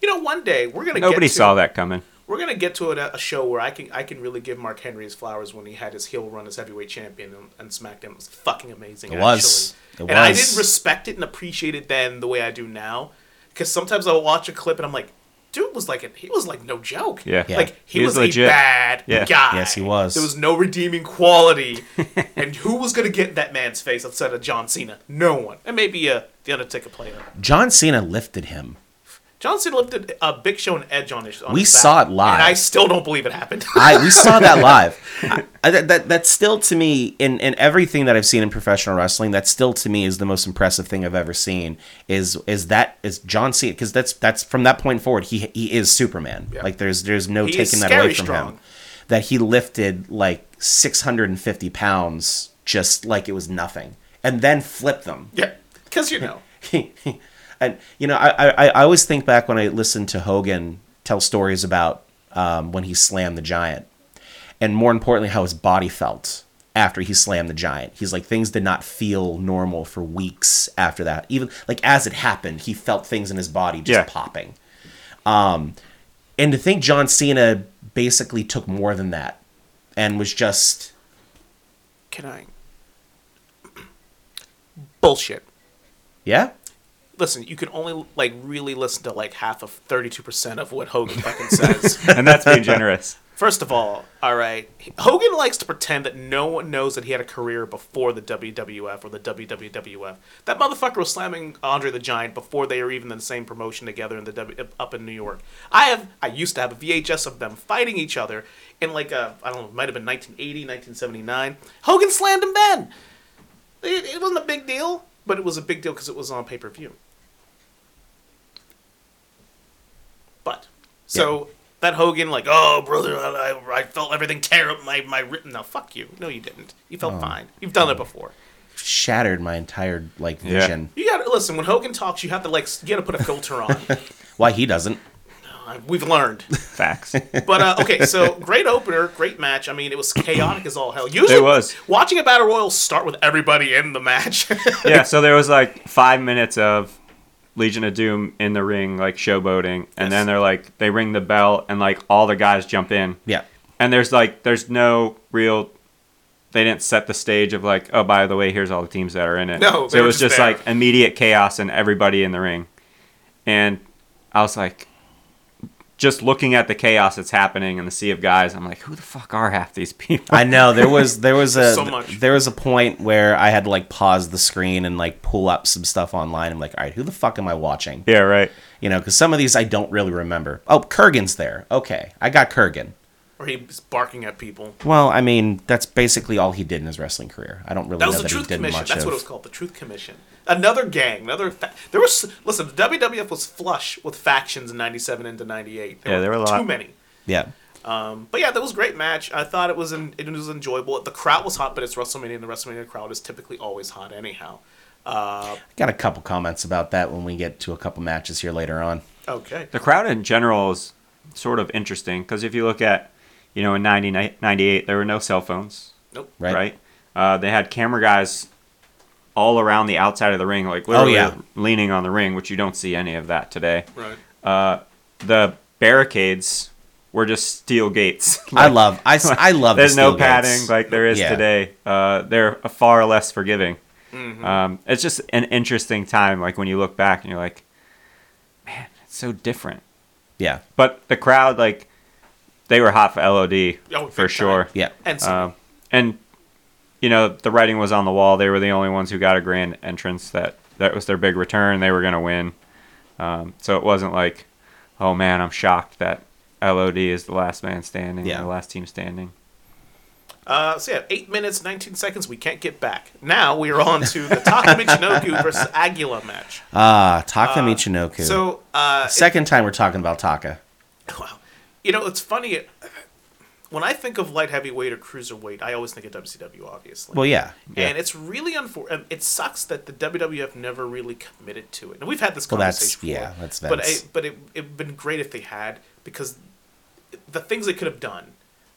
Speaker 2: You know, one day we're gonna
Speaker 3: Nobody
Speaker 2: get to,
Speaker 3: saw that coming.
Speaker 2: We're gonna get to a, a show where I can I can really give Mark Henry his flowers when he had his heel run as heavyweight champion and, and SmackDown It was fucking amazing.
Speaker 1: It was.
Speaker 2: actually.
Speaker 1: It
Speaker 2: and I
Speaker 1: was.
Speaker 2: didn't respect it and appreciate it then the way I do now, because sometimes I'll watch a clip and I'm like, dude was like a, he was like no joke.
Speaker 3: Yeah. Yeah.
Speaker 2: like he,
Speaker 3: He
Speaker 2: was,
Speaker 3: was
Speaker 2: a
Speaker 3: legit.
Speaker 2: bad
Speaker 3: Yeah.
Speaker 2: guy.
Speaker 1: Yes, he was.
Speaker 2: There was no redeeming quality. and who was gonna get that man's face outside of John Cena? No one. And maybe uh, the Undertaker player.
Speaker 1: John Cena lifted him.
Speaker 2: John Cena lifted a Big Show and Edge on his. On
Speaker 1: We
Speaker 2: his back,
Speaker 1: saw it live.
Speaker 2: and I still don't believe it happened.
Speaker 1: I we saw that live. I- I, that, that that's still to me in in everything that I've seen in professional wrestling. That still to me is the most impressive thing I've ever seen. Is is that is John Cena because that's that's from that point forward he he is Superman.
Speaker 2: Yeah.
Speaker 1: Like there's there's no
Speaker 2: He is
Speaker 1: taking that away
Speaker 2: scary
Speaker 1: from
Speaker 2: strong.
Speaker 1: him. That he lifted like 650 pounds just like it was nothing, and then flipped them.
Speaker 2: yeah, because you know.
Speaker 1: and you know, I, I I always think back when I listened to Hogan tell stories about um, when he slammed the giant, and more importantly, how his body felt after he slammed the giant. He's like things did not feel normal for weeks after that. Even like as it happened, he felt things in his body just
Speaker 3: Yeah.
Speaker 1: popping. Um, and to think John Cena basically took more than that, and was just
Speaker 2: Can I? Bullshit.
Speaker 1: yeah.
Speaker 2: Listen, you can only like really listen to like half of thirty-two percent of what Hogan fucking says.
Speaker 3: And that's being generous.
Speaker 2: First of all, all right, Hogan likes to pretend that no one knows that he had a career before the WWF or the WWWF. That motherfucker was slamming Andre the Giant before they were even in the same promotion together in the w- up in New York. I have I used to have a VHS of them fighting each other in like a I don't know, it might have been 1980, 1979. Hogan slammed him then. It, it wasn't a big deal, but it was a big deal because it was on pay per view. But so that Hogan, like, oh brother, I, I- I felt everything tear up my my rib. No, fuck you. No, you didn't. You felt fine. You've done it before.
Speaker 1: Shattered my entire like
Speaker 3: Yeah.
Speaker 1: vision.
Speaker 2: You gotta listen when Hogan talks. You have to like s- you gotta put a filter on.
Speaker 1: Why he doesn't?
Speaker 2: Uh, We've learned.
Speaker 3: Facts.
Speaker 2: But uh, okay, so great opener, great match. I mean, it was chaotic as all hell. Usually,
Speaker 3: was.
Speaker 2: watching a battle royal start with everybody in the match.
Speaker 3: yeah, so there was like five minutes of Legion of Doom in the ring, like showboating,
Speaker 2: Yes.
Speaker 3: and then they're like they ring the bell and like all the guys jump in.
Speaker 1: Yeah.
Speaker 3: And there's like there's no real they didn't set the stage of like, oh by the way, here's all the teams that are in it.
Speaker 2: No, they
Speaker 3: So it
Speaker 2: were
Speaker 3: was
Speaker 2: just
Speaker 3: just,
Speaker 2: there.
Speaker 3: like immediate chaos and everybody in the ring. And I was like just looking at the chaos that's happening and the sea of guys, I'm like, who the fuck are half these people?
Speaker 1: I know there was there was a
Speaker 2: So much.
Speaker 1: there was a point where I had to like pause the screen and like pull up some stuff online. I'm like, all right, who the fuck am I watching?
Speaker 3: yeah, right.
Speaker 1: You know, because some of these I don't really remember. Oh, Kurgan's there. Okay, I got Kurgan.
Speaker 2: or he's barking at people.
Speaker 1: Well, I mean, that's basically all he did in his wrestling career. I don't really
Speaker 2: That
Speaker 1: know
Speaker 2: was the
Speaker 1: that he
Speaker 2: Truth
Speaker 1: did
Speaker 2: Commission.
Speaker 1: much
Speaker 2: That's
Speaker 1: of.
Speaker 2: what it was called, the Truth Commission. Another gang, another. Fa- there was listen. The WWF was flush with factions in '97 into '98.
Speaker 3: Yeah, there were a
Speaker 2: too
Speaker 3: lot.
Speaker 2: many.
Speaker 1: Yeah,
Speaker 2: Um, but yeah, that was a great match. I thought it was an, it was enjoyable. The crowd was hot, but it's WrestleMania, and the WrestleMania crowd is typically always hot anyhow. Uh,
Speaker 1: got a couple comments about that when we get to a couple matches here later on.
Speaker 2: okay,
Speaker 3: the crowd in general is sort of interesting because if you look at you know in 90, 98 there were no cell phones
Speaker 2: nope.
Speaker 1: Right.
Speaker 3: right, Uh, they had camera guys all around the outside of the ring like literally
Speaker 1: Oh, yeah.
Speaker 3: leaning on the ring which you don't see any of that today
Speaker 2: Right.
Speaker 3: Uh, the barricades were just steel gates
Speaker 1: I love, I, s- I love. the
Speaker 3: there's no
Speaker 1: steel gates.
Speaker 3: padding like there is
Speaker 1: Yeah.
Speaker 3: today uh, they're far less forgiving Um, it's just an interesting time. Like when you look back and you're like, man, it's so different.
Speaker 1: Yeah.
Speaker 3: But the crowd, like, they were hot for
Speaker 2: Oh,
Speaker 3: LOD
Speaker 2: big
Speaker 3: for
Speaker 2: time.
Speaker 3: sure.
Speaker 1: Yeah.
Speaker 2: And so,
Speaker 3: Um, and you know the writing was on the wall. They were the only ones who got a grand entrance. That that was their big return. They were going to win. Um, so it wasn't like, oh man, I'm shocked that LOD is the last man standing,
Speaker 1: Yeah.
Speaker 3: the last team standing.
Speaker 2: uh, so yeah, eight minutes, nineteen seconds. We can't get back. Now we are on to the Taka Michinoku versus Aguila match.
Speaker 1: Ah, Taka Michinoku.
Speaker 2: So uh,
Speaker 1: Second time we're talking about Taka.
Speaker 2: Wow. You know, it's funny. When I think of light heavyweight or cruiserweight, I always think of WCW, obviously.
Speaker 1: Well, yeah.
Speaker 2: And it's really unfortunate. It sucks that the WWF never really committed to it. And we've had this
Speaker 1: Well, that's-
Speaker 2: conversation before.
Speaker 1: yeah, that's-
Speaker 2: But, I,
Speaker 1: that's-
Speaker 2: but it it would been great if they had because the things they could have done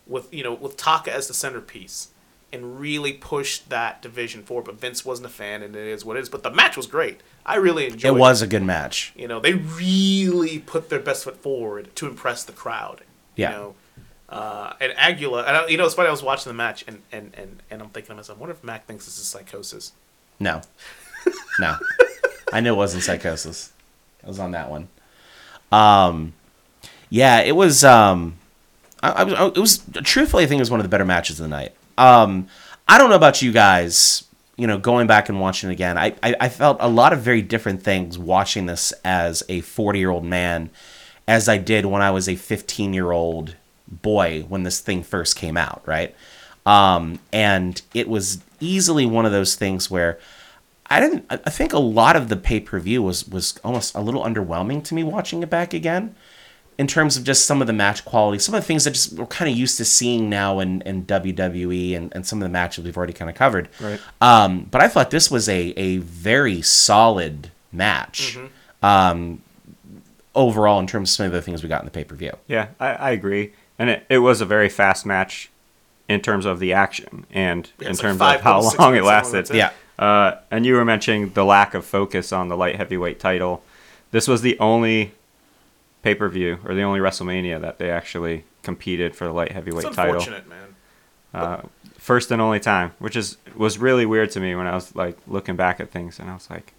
Speaker 2: with, you know, with Taka as the centerpiece and really pushed that division forward. But Vince wasn't a fan, and it is what it is. But the match was great. I really enjoyed
Speaker 1: It was a good match.
Speaker 2: you know, they really put their best foot forward to impress the crowd.
Speaker 1: Yeah.
Speaker 2: You know, uh, and Aguila, and I, you know, it's funny. I was watching the match, and and and, and I'm thinking to myself, I wonder if Mac thinks this is psychosis.
Speaker 1: No. No. I knew it wasn't psychosis. I was on that one. Um yeah, it was um I, I was I, it was truthfully I think it was one of the better matches of the night. Um I don't know about you guys, you know, going back and watching it again. I I, I felt a lot of very different things watching this as a 40-year-old man as I did when I was a 15-year-old boy when this thing first came out, right? um, and it was easily one of those things where I didn't. I I think a lot of the pay per view was was almost a little underwhelming to me watching it back again, in terms of just some of the match quality, some of the things that just we're kind of used to seeing now in, in WWE and, and some of the matches we've already kind of covered.
Speaker 3: Right.
Speaker 1: Um, but I thought this was a a very solid match um, overall in terms of some of the things we got in the pay per view.
Speaker 3: Yeah, I, I agree. And it, it was a very fast match in terms of the action and
Speaker 2: Yeah,
Speaker 3: in
Speaker 2: it's like
Speaker 3: terms
Speaker 2: five
Speaker 3: of how
Speaker 2: minutes, six
Speaker 3: long it
Speaker 2: minutes long,
Speaker 3: lasted.
Speaker 2: that's it.
Speaker 1: Yeah.
Speaker 3: Uh, and you were mentioning the lack of focus on the light heavyweight title. This was the only pay per view or the only WrestleMania that they actually competed for the light
Speaker 2: It's
Speaker 3: heavyweight title.
Speaker 2: unfortunate, man.
Speaker 3: First and only time, which is was really weird to me when I was like looking back at things and I was like,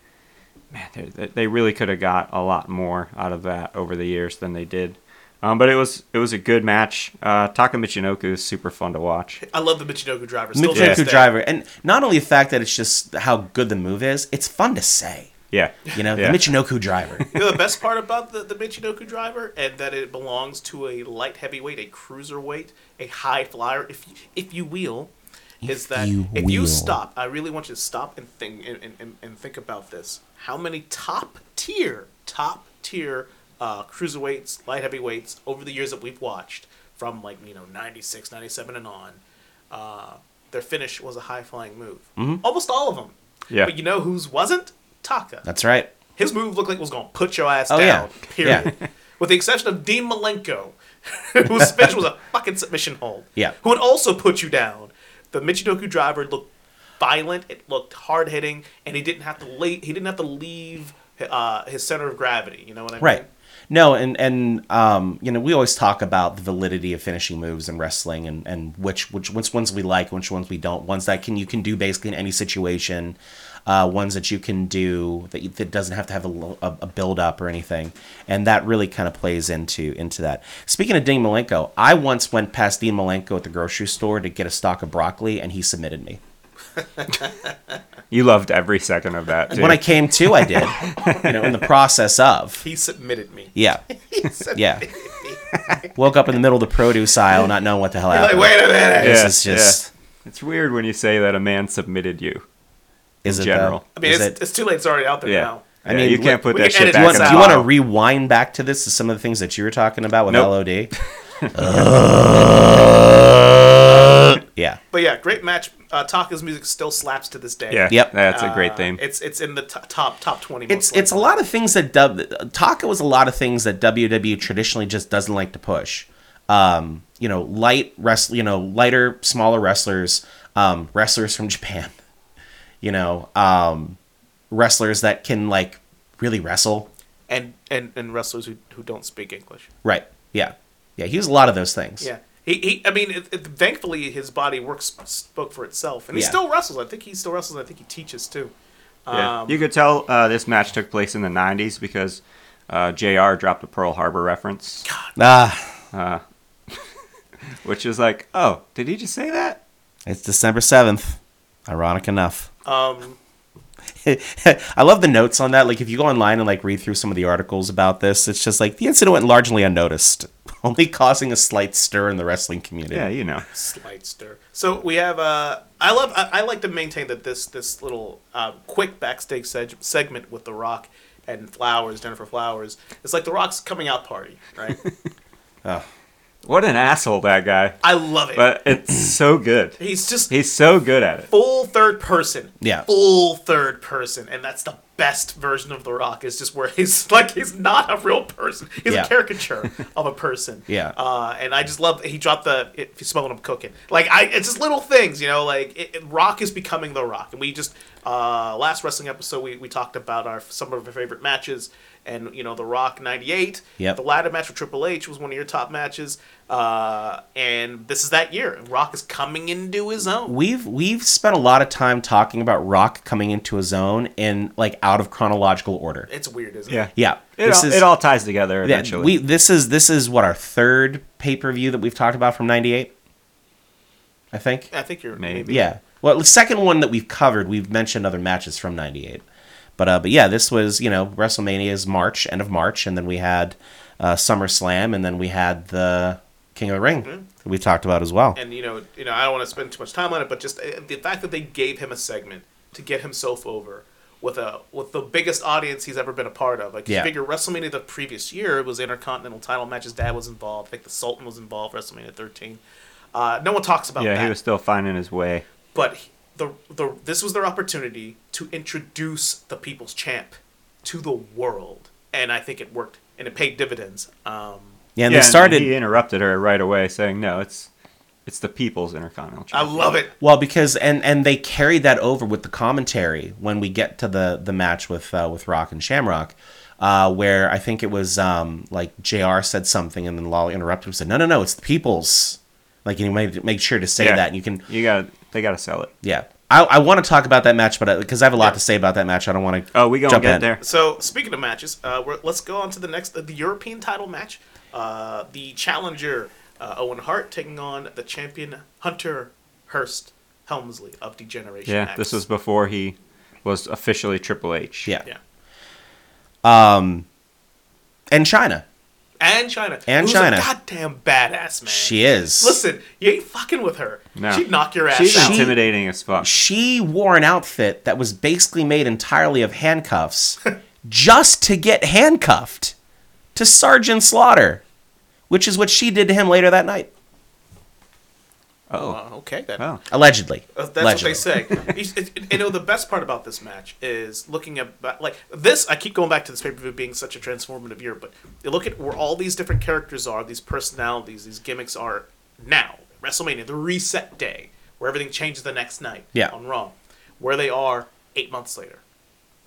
Speaker 3: man, they- they they really could have got a lot more out of that over the years than they did. Um, but it was it was a good match. Uh, Taka Michinoku is super fun to watch.
Speaker 2: I love the Michinoku driver. Still to this
Speaker 1: Michinoku
Speaker 2: day.
Speaker 1: driver, and not only the fact that it's just how good the move is, it's fun to say.
Speaker 3: Yeah,
Speaker 1: You know,
Speaker 3: Yeah.
Speaker 1: the Michinoku driver.
Speaker 2: You know the best part about the, the Michinoku driver and that it belongs to a light heavyweight, a cruiserweight, a high flyer, if if you will, is that
Speaker 1: you
Speaker 2: if you
Speaker 1: will.
Speaker 2: stop, I really want you to stop and think and, and- and, and think about this. How many top tier, top tier uh, cruiserweights, light heavyweights over the years that we've watched from like you know 96, 97 and on, uh, their finish was a high flying move. Almost all of them.
Speaker 3: Yeah.
Speaker 2: But you know whose wasn't? Taka.
Speaker 1: That's right.
Speaker 2: His move looked like it was going to put your ass
Speaker 1: Oh,
Speaker 2: down.
Speaker 1: yeah.
Speaker 2: Period. With the exception of Dean Malenko, whose finish was a fucking submission hold.
Speaker 1: Yeah.
Speaker 2: Who would also put you down. The Michinoku driver looked violent. It looked hard hitting, and he didn't have to lay, He didn't have to leave uh, his center of gravity. You know what I mean?
Speaker 1: Right. No, and and um, you know, we always talk about the validity of finishing moves in wrestling, and and which which which ones we like, which ones we don't, ones that can you can do basically in any situation, uh, ones that you can do that you, that doesn't have to have a, lo- a, a build up or anything, and that really kind of plays into into that. Speaking of Dean Malenko, I once went past Dean Malenko at the grocery store to get a stock of broccoli, and he submitted me.
Speaker 3: you loved every second of that. Too.
Speaker 1: When I came to, I did, you know, in the process of,
Speaker 2: He submitted me.
Speaker 1: yeah.
Speaker 2: He submitted
Speaker 1: Yeah.
Speaker 2: me.
Speaker 1: Woke up in the middle of the produce aisle, not knowing what the hell
Speaker 2: Like,
Speaker 1: happened.
Speaker 2: wait a minute.
Speaker 1: This
Speaker 3: Yeah,
Speaker 1: is just-
Speaker 3: yeah. it's weird when you say that a man submitted you.
Speaker 1: is it
Speaker 3: general.
Speaker 1: though?
Speaker 2: I mean,
Speaker 1: Is
Speaker 2: it's,
Speaker 1: it-
Speaker 2: it's too late. It's already out there
Speaker 3: Yeah,
Speaker 2: now.
Speaker 1: I
Speaker 3: I
Speaker 1: mean,
Speaker 3: mean you
Speaker 1: look-
Speaker 3: can't put
Speaker 2: we can
Speaker 3: that
Speaker 2: edit
Speaker 3: shit back.
Speaker 2: this
Speaker 1: do you
Speaker 3: in
Speaker 1: want,
Speaker 3: the
Speaker 1: do you want to
Speaker 3: bottle.
Speaker 1: rewind back to this to some of the things that you were talking about with
Speaker 3: Nope.
Speaker 1: LOD? yeah.
Speaker 2: But yeah, great match. Uh, Taka's music still slaps to this day.
Speaker 3: Yeah,
Speaker 1: Yep.
Speaker 3: that's a
Speaker 2: Uh,
Speaker 3: great theme.
Speaker 2: It's it's in the t- top top twenty.
Speaker 1: It's
Speaker 2: most
Speaker 1: it's a lot of things that dub Taka was a lot of things that WWE traditionally just doesn't like to push. Um, you know, light wrest you know, lighter, smaller wrestlers, um, wrestlers from Japan. You know, um, wrestlers that can like really wrestle.
Speaker 2: and and and wrestlers who who don't speak English.
Speaker 1: Right. Yeah. Yeah. He was a lot of those things.
Speaker 2: Yeah, He, he I mean, it, it, thankfully his body works spoke for itself, and he
Speaker 1: Yeah.
Speaker 2: still wrestles. I think he still wrestles. I think he teaches too.
Speaker 3: Yeah.
Speaker 2: Um,
Speaker 3: you could tell uh, this match took place in the 90s because uh, JR dropped a Pearl Harbor reference,
Speaker 1: Ah,
Speaker 3: which is like, oh, did he just say that?
Speaker 1: it's December 7th. Ironic enough.
Speaker 2: um,
Speaker 1: I love the notes on that. Like, if you go online and like read through some of the articles about this, it's just like the incident went largely unnoticed, only causing a slight stir in the wrestling community.
Speaker 3: Yeah, you know.
Speaker 2: slight stir. So we have. Uh, I love. I, I like to maintain that this this little uh, quick backstage seg- segment with The Rock and Flowers, Jennifer Flowers. It's like The Rock's coming out party, right?
Speaker 3: What an asshole that guy.
Speaker 2: I love it.
Speaker 3: But it's so good.
Speaker 2: He's just
Speaker 3: He's so good at it.
Speaker 2: full third person.
Speaker 1: Yeah.
Speaker 2: Full third person, and that's the best version of The Rock. Is just where he's like he's not a real person. He's
Speaker 1: Yeah.
Speaker 2: a caricature of a person.
Speaker 1: Yeah.
Speaker 2: Uh, and I just love he dropped the if you smelling him cooking. Like I, it's just little things, you know. Like it, it- Rock is becoming The Rock, and we just uh, last wrestling episode we, we talked about our some of our favorite matches. And you know the Rock '98,
Speaker 1: Yep.
Speaker 2: the ladder match with Triple H was one of your top matches, uh, and this is that year. Rock is coming into his own.
Speaker 1: We've we've spent a lot of time talking about Rock coming into his own in like out of chronological order.
Speaker 2: It's weird, isn't
Speaker 3: Yeah.
Speaker 2: it?
Speaker 1: Yeah,
Speaker 3: It all, it all ties together
Speaker 1: yeah,
Speaker 3: eventually.
Speaker 1: we this is this is what our third pay per view that we've talked about from '98. I think.
Speaker 2: I think you're
Speaker 3: Maybe.
Speaker 2: maybe.
Speaker 1: Yeah. Well, the second one that we've covered, we've mentioned other matches from '98, but uh, but yeah, this was you know WrestleMania's March, end of March, and then we had uh, SummerSlam, and then we had the King of the Ring
Speaker 3: Mm-hmm.
Speaker 1: that we talked about as well.
Speaker 2: And you know, you know, I don't want to spend too much time on it, but just uh, the fact that they gave him a segment to get himself over with a with the biggest audience he's ever been a part of. Like
Speaker 1: Yeah.
Speaker 2: you figure WrestleMania the previous year it was Intercontinental title match. His dad was involved. I think the Sultan was involved. WrestleMania 13. Uh, no one talks about
Speaker 3: yeah,
Speaker 2: that.
Speaker 3: he was still finding his way.
Speaker 2: but he- the the this was their opportunity to introduce the people's champ to the world, and I think it worked and it paid dividends. Um,
Speaker 1: yeah, and they
Speaker 3: yeah,
Speaker 1: started.
Speaker 3: he interrupted her right away saying, "No, it's it's the people's intercontinental."
Speaker 2: I
Speaker 3: Championship."
Speaker 2: love it.
Speaker 1: Well, because and and they carried that over with the commentary when we get to the the match with uh, with Rock and Shamrock, uh, where I think it was um, like Jr. said something and then Lolly interrupted him and said, "No, no, no, it's the people's." Like you made make sure to say
Speaker 3: Yeah.
Speaker 1: that, and you can
Speaker 3: You got they got to sell it.
Speaker 1: yeah. I, I want to talk about that match, but because I have a lot to say about that match, I don't want to.
Speaker 3: Oh, we gonna get there.
Speaker 2: So speaking of matches, uh, we're, let's go on to the next, uh, the European title match. Uh, the challenger uh, Owen Hart taking on the champion Hunter Hurst Helmsley of Degeneration.
Speaker 3: Yeah,
Speaker 2: X.
Speaker 3: this was before he was officially Triple H.
Speaker 1: Yeah.
Speaker 2: yeah,
Speaker 1: And China,
Speaker 2: and China.
Speaker 1: And
Speaker 2: who's
Speaker 1: China.
Speaker 2: a goddamn badass man.
Speaker 1: she is.
Speaker 2: Listen, you ain't fucking with her.
Speaker 3: No.
Speaker 2: She'd knock your ass
Speaker 3: She's
Speaker 2: out.
Speaker 1: She-
Speaker 3: intimidating as fuck.
Speaker 1: she wore an outfit that was basically made entirely of handcuffs just to get handcuffed to Sergeant Slaughter, which is what she did to him later that night.
Speaker 3: Oh,
Speaker 2: Uh, okay, then.
Speaker 3: oh,
Speaker 1: Allegedly.
Speaker 2: Uh, That's
Speaker 1: Allegedly.
Speaker 2: what they say. You- you- you know, the best part about this match is looking at ba- like this. I keep going back to this pay per view being such a transformative year, but you look at where all these different characters are, these personalities, these gimmicks are now. WrestleMania, the reset day, where everything changes the next night
Speaker 1: Yeah.
Speaker 2: on Raw, where they are eight months later.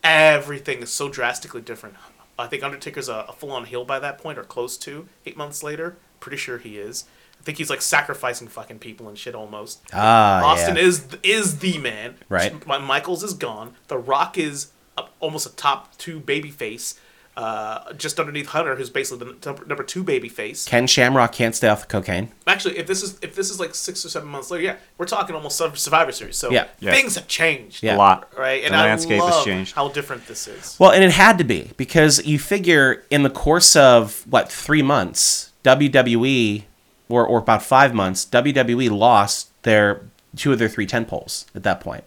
Speaker 2: Everything is so drastically different. I think Undertaker's a, a full on heel by that point, or close to eight months later. Pretty sure he is. I think he's like sacrificing fucking people and shit almost.
Speaker 1: Ah,
Speaker 2: Austin
Speaker 1: yeah.
Speaker 2: is is the man.
Speaker 1: Right.
Speaker 2: My Michaels is gone. The Rock is a, almost a top two baby face, uh, just underneath Hunter, who's basically the number, number two baby face.
Speaker 1: Ken Shamrock can't stay off the cocaine.
Speaker 2: Actually, if this is if this is like six or seven months later, yeah, we're talking almost Sur- Survivor Series. So
Speaker 1: Yeah.
Speaker 3: Yeah.
Speaker 2: things have changed.
Speaker 1: Yeah.
Speaker 3: a lot.
Speaker 2: Right. And
Speaker 3: the
Speaker 2: I
Speaker 3: landscape
Speaker 2: love
Speaker 3: has changed.
Speaker 2: How different this is.
Speaker 1: Well, and it had to be because you figure in the course of what three months, WWE, or or about five months, WWE lost their two of their three ten poles at that point.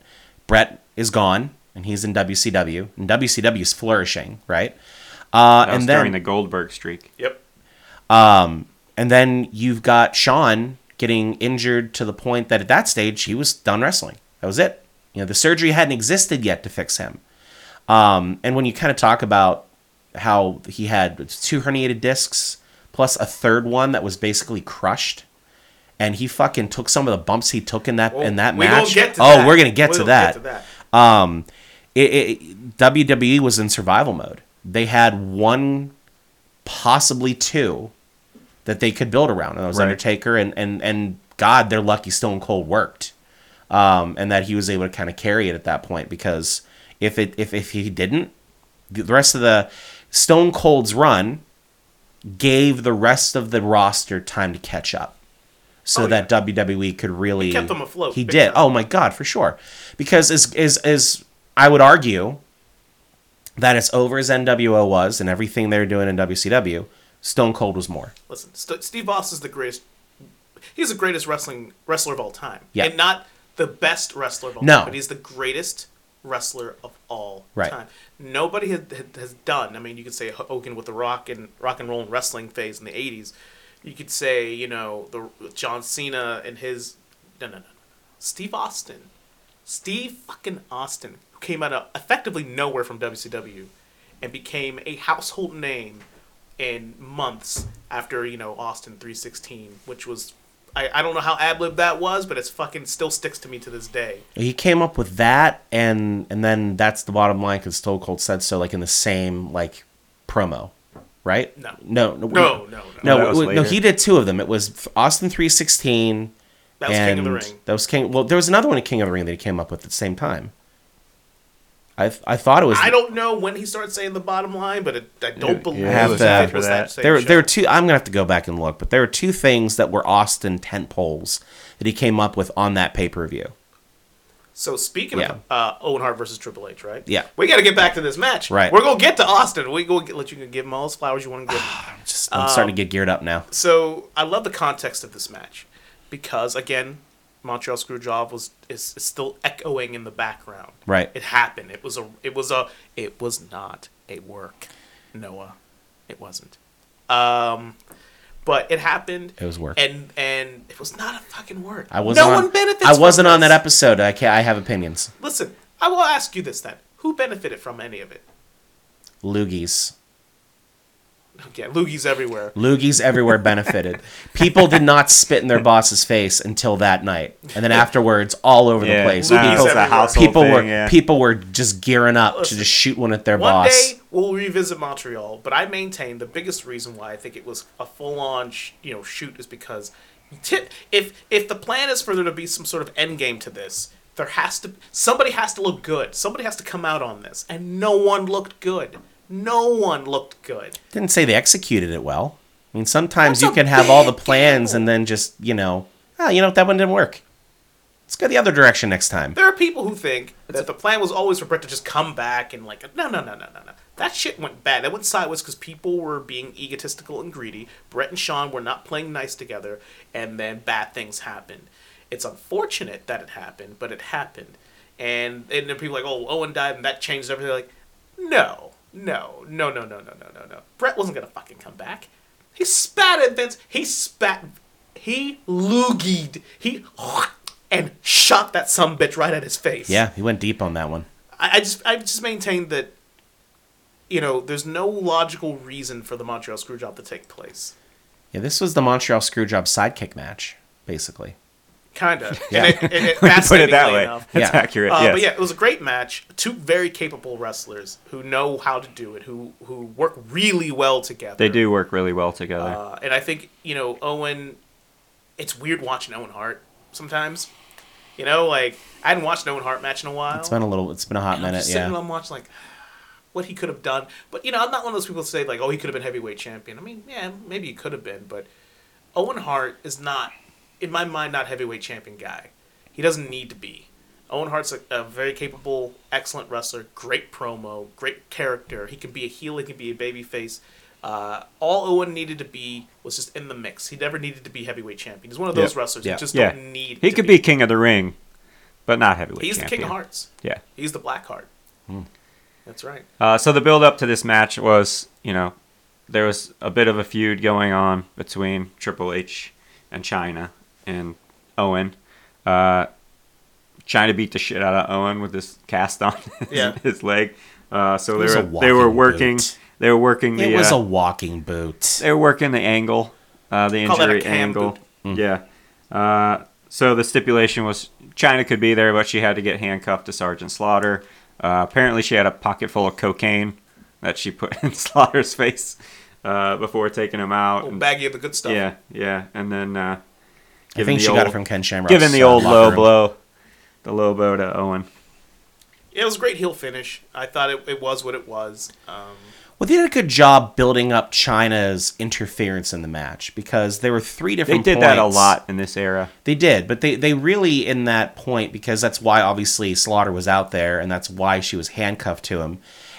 Speaker 1: Brett is gone, and he's in WCW, and WCW is flourishing, right? Uh,
Speaker 3: That was
Speaker 1: and then
Speaker 3: during the Goldberg streak.
Speaker 2: Yep.
Speaker 1: and then you've got Sean getting injured to the point that at that stage he was done wrestling. That was it. You know, the surgery hadn't existed yet to fix him. Um, and when you kind of talk about how he had two herniated discs plus a third one that was basically crushed, and he fucking took some of the bumps he took in that in that
Speaker 2: we
Speaker 1: match.
Speaker 2: Gonna get to
Speaker 1: oh,
Speaker 2: that.
Speaker 1: we're gonna get,
Speaker 2: We'll
Speaker 1: to, that.
Speaker 2: Get to that.
Speaker 1: Um, it, it, E WWE was in survival mode. They had one, possibly two, that they could build around. And it was
Speaker 3: Right.
Speaker 1: Undertaker and, and, and God, they're lucky Stone Cold worked. Um, and that he was able to kind of carry it at that point because if it if, if he didn't, the the rest of the Stone Cold's run gave the rest of the roster time to catch up. So
Speaker 2: Oh,
Speaker 1: that WWE could really
Speaker 2: kept them afloat,
Speaker 1: He
Speaker 2: big
Speaker 1: did.
Speaker 2: time.
Speaker 1: Oh my god, for sure. Because as as as I would argue that it's over as NWO was and everything they were doing in WCW, Stone Cold was more.
Speaker 2: Listen, St- Steve Boss is the greatest. He's the greatest wrestling wrestler of all time.
Speaker 1: Yeah.
Speaker 2: And not the best wrestler of all
Speaker 1: No.
Speaker 2: time, but he's the greatest wrestler of all
Speaker 1: Right.
Speaker 2: time. Nobody has, has done. I mean, you could say Hogan with the rock and rock and roll and wrestling phase in the '80s. You could say, you know, the John Cena and his no, no, no, no. Steve Austin, Steve fucking Austin, who came out of effectively nowhere from WCW, and became a household name in months after you know Austin 316, which was I, I don't know how ad lib that was, but it's fucking still sticks to me to this day.
Speaker 1: He came up with that and and then that's the bottom line cuz Stone Cold said so like in the same like promo, right?
Speaker 2: No.
Speaker 1: No, no.
Speaker 2: No, no, no.
Speaker 1: No,
Speaker 3: That was
Speaker 1: w- no,
Speaker 3: later.
Speaker 1: he did two of them. It was Austin 316
Speaker 2: That was King of the
Speaker 1: and
Speaker 2: Ring.
Speaker 1: That was King. Well, there was another one in King of the Ring that he came up with at the same time. I th- I thought it was
Speaker 2: I don't know when he started saying the bottom line, but it, I don't
Speaker 3: Yeah,
Speaker 2: believe
Speaker 3: yeah,
Speaker 1: it was
Speaker 2: that
Speaker 1: after
Speaker 2: was
Speaker 3: that.
Speaker 2: that. same
Speaker 1: there,
Speaker 2: show.
Speaker 1: there were two. I'm gonna have to go back and look, but there were two things that were Austin tent poles that he came up with on that pay per view.
Speaker 2: So speaking
Speaker 1: Yeah.
Speaker 2: of uh, Owen Hart versus Triple H, right?
Speaker 1: Yeah.
Speaker 2: we got to get back to this match.
Speaker 1: Right.
Speaker 2: we're gonna get to Austin. We go get, let you give him all his flowers you want to give. him.
Speaker 1: Just,
Speaker 2: Oh.
Speaker 1: I'm starting to get geared up now.
Speaker 2: so I love the context of this match because again, Montreal Screwjob was is, is still echoing in the background.
Speaker 1: Right.
Speaker 2: It happened. It was a. It was a. It was not a work, Noah. It wasn't. Um, but it happened.
Speaker 1: It was work.
Speaker 2: And and it was not a fucking work.
Speaker 1: I wasn't.
Speaker 2: No
Speaker 1: on,
Speaker 2: one benefits.
Speaker 1: I
Speaker 2: from
Speaker 1: wasn't on
Speaker 2: this.
Speaker 1: that episode. I can not I have opinions.
Speaker 2: Listen, I will ask you this then: Who benefited from any of it?
Speaker 1: Loogies.
Speaker 2: Yeah, loogies everywhere.
Speaker 1: Loogies everywhere benefited. People did not spit in their boss's face until that night, and then afterwards, all over the
Speaker 3: Yeah,
Speaker 1: place.
Speaker 3: nah,
Speaker 2: Loogies
Speaker 1: people,
Speaker 3: it's a
Speaker 2: everywhere.
Speaker 3: household
Speaker 1: people
Speaker 3: thing,
Speaker 1: were
Speaker 3: yeah.
Speaker 1: people were just gearing up to just shoot one at their
Speaker 2: One
Speaker 1: boss.
Speaker 2: day we'll revisit Montreal, but I maintain the biggest reason why I think it was a full-on, sh- you know, shoot is because ti- if if the plan is for there to be some sort of end game to this, there has to somebody has to look good. Somebody has to come out on this, and no one looked good. No one looked good.
Speaker 1: Didn't say they executed it well. I mean, sometimes
Speaker 2: That's
Speaker 1: you
Speaker 2: a
Speaker 1: can have all the
Speaker 2: big
Speaker 1: plans
Speaker 2: deal.
Speaker 1: and then just you know, ah, you know what, that one didn't work. Let's go the other direction next time.
Speaker 2: There are people who think that the plan was always for Brett to just come back and like no no no no no no. That shit went bad. That went sideways because people were being egotistical and greedy. Brett and Sean were not playing nice together, and then bad things happened. It's unfortunate that it happened, but it happened. And and then people are like, oh, Owen died and that changed everything. Like, no, no, no, no, no, no, no, no, no. Brett wasn't gonna fucking come back. He spat at Vince. He spat. He loogied. He and shot that some bitch right at his face.
Speaker 1: Yeah, he went deep on that one.
Speaker 2: I, I just I just maintain that. You know, there's no logical reason for the Montreal Screwjob to take place.
Speaker 1: Yeah, this was the Montreal Screwjob sidekick match, basically.
Speaker 2: Kinda.
Speaker 1: Yeah.
Speaker 2: And it, and it,
Speaker 3: Put it that
Speaker 2: fascinatingly
Speaker 3: way.
Speaker 2: Enough,
Speaker 3: That's
Speaker 1: Yeah.
Speaker 3: accurate.
Speaker 2: Uh,
Speaker 3: yes.
Speaker 2: But yeah, it was a great match. Two very capable wrestlers who know how to do it, who who work really well together.
Speaker 3: They do work really well together.
Speaker 2: Uh, and I think you know Owen. It's weird watching Owen Hart sometimes. You know, like I hadn't watched an Owen Hart match in a while.
Speaker 1: It's been a little. It's been a hot
Speaker 2: And I'm
Speaker 1: minute.
Speaker 2: just sitting there,
Speaker 1: Yeah.
Speaker 2: I'm watching like what he could have done. But you know, I'm not one of those people who say like, oh, he could have been heavyweight champion. I mean, yeah, maybe he could have been, but Owen Hart is not, in my mind, not heavyweight champion guy. He doesn't need to be. Owen Hart's a, a very capable, excellent wrestler, great promo, great character. He can be a heel, he can be a babyface. Uh, all Owen needed to be was just in the mix. He never needed to be heavyweight champion. He's one of those
Speaker 3: Yeah.
Speaker 2: wrestlers
Speaker 1: Yeah.
Speaker 2: who just
Speaker 3: yeah.
Speaker 2: don't need.
Speaker 3: He
Speaker 2: to
Speaker 3: could be king of the ring, but not heavyweight
Speaker 2: He's the
Speaker 3: champion. Hmm.
Speaker 2: king of hearts.
Speaker 3: Yeah.
Speaker 2: He's the black heart. That's right.
Speaker 3: Uh, so the build up to this match was, you know, there was a bit of a feud going on between Triple H and China and Owen. Uh, China beat the shit out of Owen with his cast on his,
Speaker 2: Yeah.
Speaker 3: his leg. Uh, so
Speaker 1: was
Speaker 3: they
Speaker 1: a
Speaker 3: were they were
Speaker 1: walking
Speaker 3: working
Speaker 1: boot.
Speaker 3: they were working the
Speaker 1: It was
Speaker 3: uh,
Speaker 1: a walking boot.
Speaker 3: they were working the angle, uh, the
Speaker 2: Call that a
Speaker 3: injury
Speaker 2: cam
Speaker 3: angle.
Speaker 1: Mm.
Speaker 3: Yeah. Uh, so the stipulation was China could be there, but she had to get handcuffed to Sergeant Slaughter. Uh, apparently, she had a pocket full of cocaine that she put in Slaughter's face. uh, before taking him out.
Speaker 2: Little
Speaker 3: and-
Speaker 2: baggie of the good Oh, stuff.
Speaker 3: yeah, yeah, and then uh,
Speaker 1: I think she got it from Ken uh, Shamrock.
Speaker 3: giving the old low blow, the low blow to Owen.
Speaker 2: It was a great heel finish. I thought it, it was what it was. Um,
Speaker 1: Well, they did a good job building up China's interference in the match because there were three
Speaker 3: They
Speaker 1: different.
Speaker 3: did that a
Speaker 1: points.
Speaker 3: lot in this era.
Speaker 1: They did, but they they really in that point because that's why obviously Slaughter was out there and that's why she was handcuffed to him.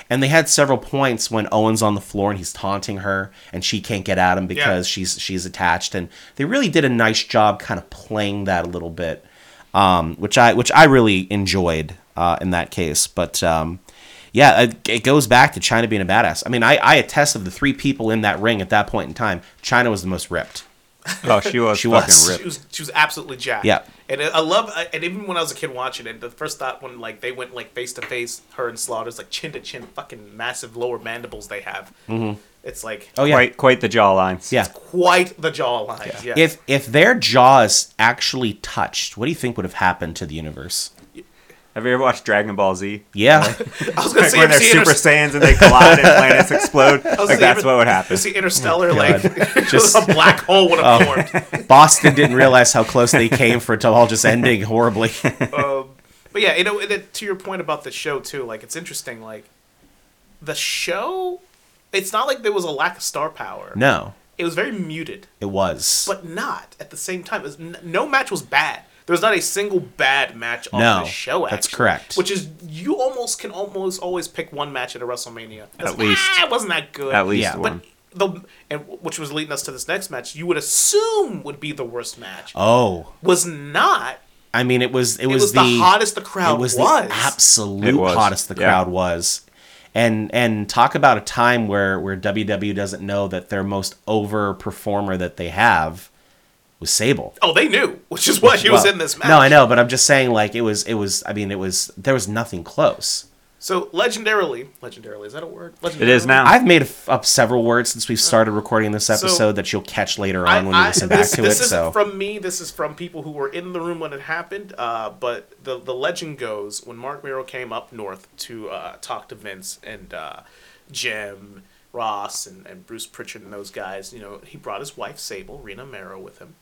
Speaker 1: And they had several points when Owen's on the floor and he's taunting her and she can't get at him because she's she's attached and they really did a nice job kind of playing that a little bit. Um, which I which I really enjoyed uh, in that case, but um, yeah, it, it goes back to China being a badass. I mean, I, I attest of the three people in that ring at that point in time, China was the most ripped.
Speaker 3: Oh, she was
Speaker 1: She
Speaker 3: fucking
Speaker 1: was.
Speaker 3: ripped.
Speaker 2: She was she was absolutely jacked.
Speaker 1: Yeah.
Speaker 2: And I I love I- and even when I was a kid watching it, the first thought when like they went like face to face, her and Slaughter's like chin to chin, fucking massive lower mandibles they have. Mm-hmm. It's like
Speaker 1: Oh yeah,
Speaker 3: Quite, quite the jawline.
Speaker 1: yeah.
Speaker 2: quite the jawline. Yeah.
Speaker 1: If if their jaws actually touched, what do you think would have happened to the universe?
Speaker 3: Have you ever watched Dragon Ball Z?
Speaker 1: Yeah,
Speaker 2: I was gonna
Speaker 3: Like
Speaker 2: say
Speaker 3: when they're
Speaker 2: if
Speaker 3: Super
Speaker 2: Inter-
Speaker 3: Saiyans and they collide and planets
Speaker 2: I was
Speaker 3: explode. Like
Speaker 2: gonna say,
Speaker 3: that's
Speaker 2: if-
Speaker 3: what would
Speaker 2: if
Speaker 3: happen.
Speaker 2: See Interstellar, like just a black hole would have formed.
Speaker 1: Boston didn't realize how close they came for it to all just ending horribly.
Speaker 2: But yeah, you know, and it, to your point about the show too, like it's interesting. Like the show, it's not like there was a lack of star power.
Speaker 1: No,
Speaker 2: it was very muted.
Speaker 1: it was.
Speaker 2: but not at the same time. It was n- no match was bad. There was not a single bad match on
Speaker 1: No,
Speaker 2: the show.
Speaker 1: that's
Speaker 2: actually.
Speaker 1: correct.
Speaker 2: Which is you almost can almost always pick one match at a WrestleMania. It's like,
Speaker 3: least.
Speaker 2: ah, it wasn't that good.
Speaker 3: At least
Speaker 1: Yeah.
Speaker 3: one.
Speaker 2: but the and which was leading us to this next match. You would assume would be the worst match.
Speaker 1: oh,
Speaker 2: was not.
Speaker 1: I mean, it was it,
Speaker 2: It
Speaker 1: was,
Speaker 2: was, the, hottest the crowd
Speaker 1: it was,
Speaker 2: was.
Speaker 1: the absolute
Speaker 3: It was,
Speaker 1: hottest the
Speaker 3: yeah.
Speaker 1: crowd was. And and talk about a time where where WW doesn't know that their most over performer that they have was Sable.
Speaker 2: oh, they knew, which is why she was
Speaker 1: Well,
Speaker 2: in this match.
Speaker 1: No, I know, but I'm just saying like it was it was I mean it was there was nothing close.
Speaker 2: So legendarily, legendarily is that a word? Legendarily,
Speaker 3: it is now.
Speaker 1: I've made f- up several words since we started recording this episode that you'll catch later on when you listen back
Speaker 2: this,
Speaker 1: to
Speaker 2: this
Speaker 1: it.
Speaker 2: isn't
Speaker 1: So
Speaker 2: from me. This is from people who were in the room when it happened. Uh, but the the legend goes when Mark Miro came up north to uh, talk to Vince and uh, Jim Ross and, and Bruce Pritchard and those guys. You know, he brought his wife Sable Rena Mero with him.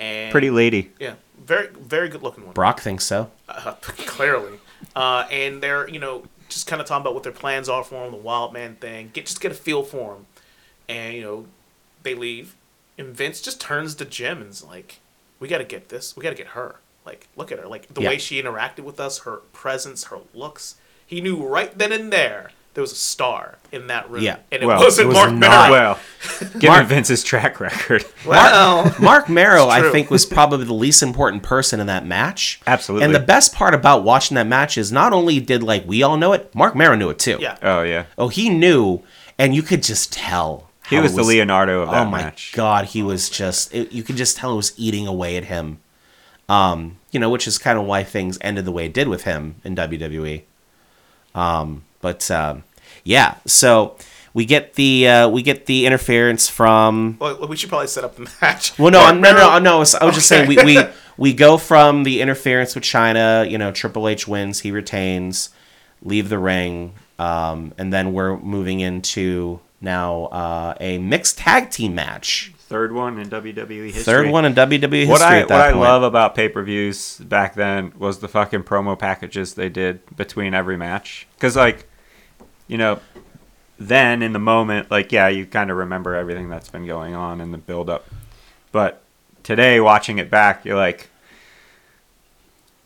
Speaker 2: And
Speaker 3: Pretty lady.
Speaker 2: Yeah, very very good looking one
Speaker 1: Brock thinks so.
Speaker 2: uh, clearly. Uh, and they're you know just kind of talking about what their plans are for him, the wild man thing. Get just get a feel for him, and you know they leave, and Vince just turns to Jim and's like, "We got to get this. We got to get her. Like, look at her. Like the
Speaker 1: Yeah.
Speaker 2: way she interacted with us, her presence, her looks. He knew right then and there." There was a star in that room,
Speaker 1: Yeah.
Speaker 2: and it
Speaker 3: Well,
Speaker 2: wasn't
Speaker 1: it was
Speaker 2: Mark
Speaker 1: not-
Speaker 2: Merrill.
Speaker 3: Well, given
Speaker 1: Mark-
Speaker 3: Vince's track record,
Speaker 2: Well,
Speaker 1: Mark Merrow,
Speaker 2: It's
Speaker 1: I
Speaker 2: true.
Speaker 1: think, was probably the least important person in that match.
Speaker 3: Absolutely.
Speaker 1: And the best part about watching that match is not only did like we all know it, Mark Merrow knew it too.
Speaker 2: yeah,
Speaker 3: oh yeah,
Speaker 1: Oh, he knew, and you could just tell.
Speaker 3: he
Speaker 1: how it
Speaker 3: was the Leonardo of
Speaker 1: oh
Speaker 3: that
Speaker 1: my
Speaker 3: match.
Speaker 1: god he was just it, you could just tell it was eating away at him um you know which is kind of why things ended the way it did with him in wwe um but um yeah so we get the uh we get the interference from
Speaker 2: well, we should probably set up the match.
Speaker 1: well no
Speaker 2: Mark
Speaker 1: I'm, no no
Speaker 2: Merrill-
Speaker 1: no, no I was just saying we we we go from the interference with china you know triple h wins he retains leave the ring um and then we're moving into now uh a mixed tag team match
Speaker 3: Third one in WWE history.
Speaker 1: Third one in WWE history.
Speaker 3: What
Speaker 1: at
Speaker 3: I what
Speaker 1: that
Speaker 3: I
Speaker 1: point.
Speaker 3: love about pay per views back then was the fucking promo packages they did between every match. Because like, you know, then in the moment, like yeah, you kind of remember everything that's been going on in the build up. But today, watching it back, you're like,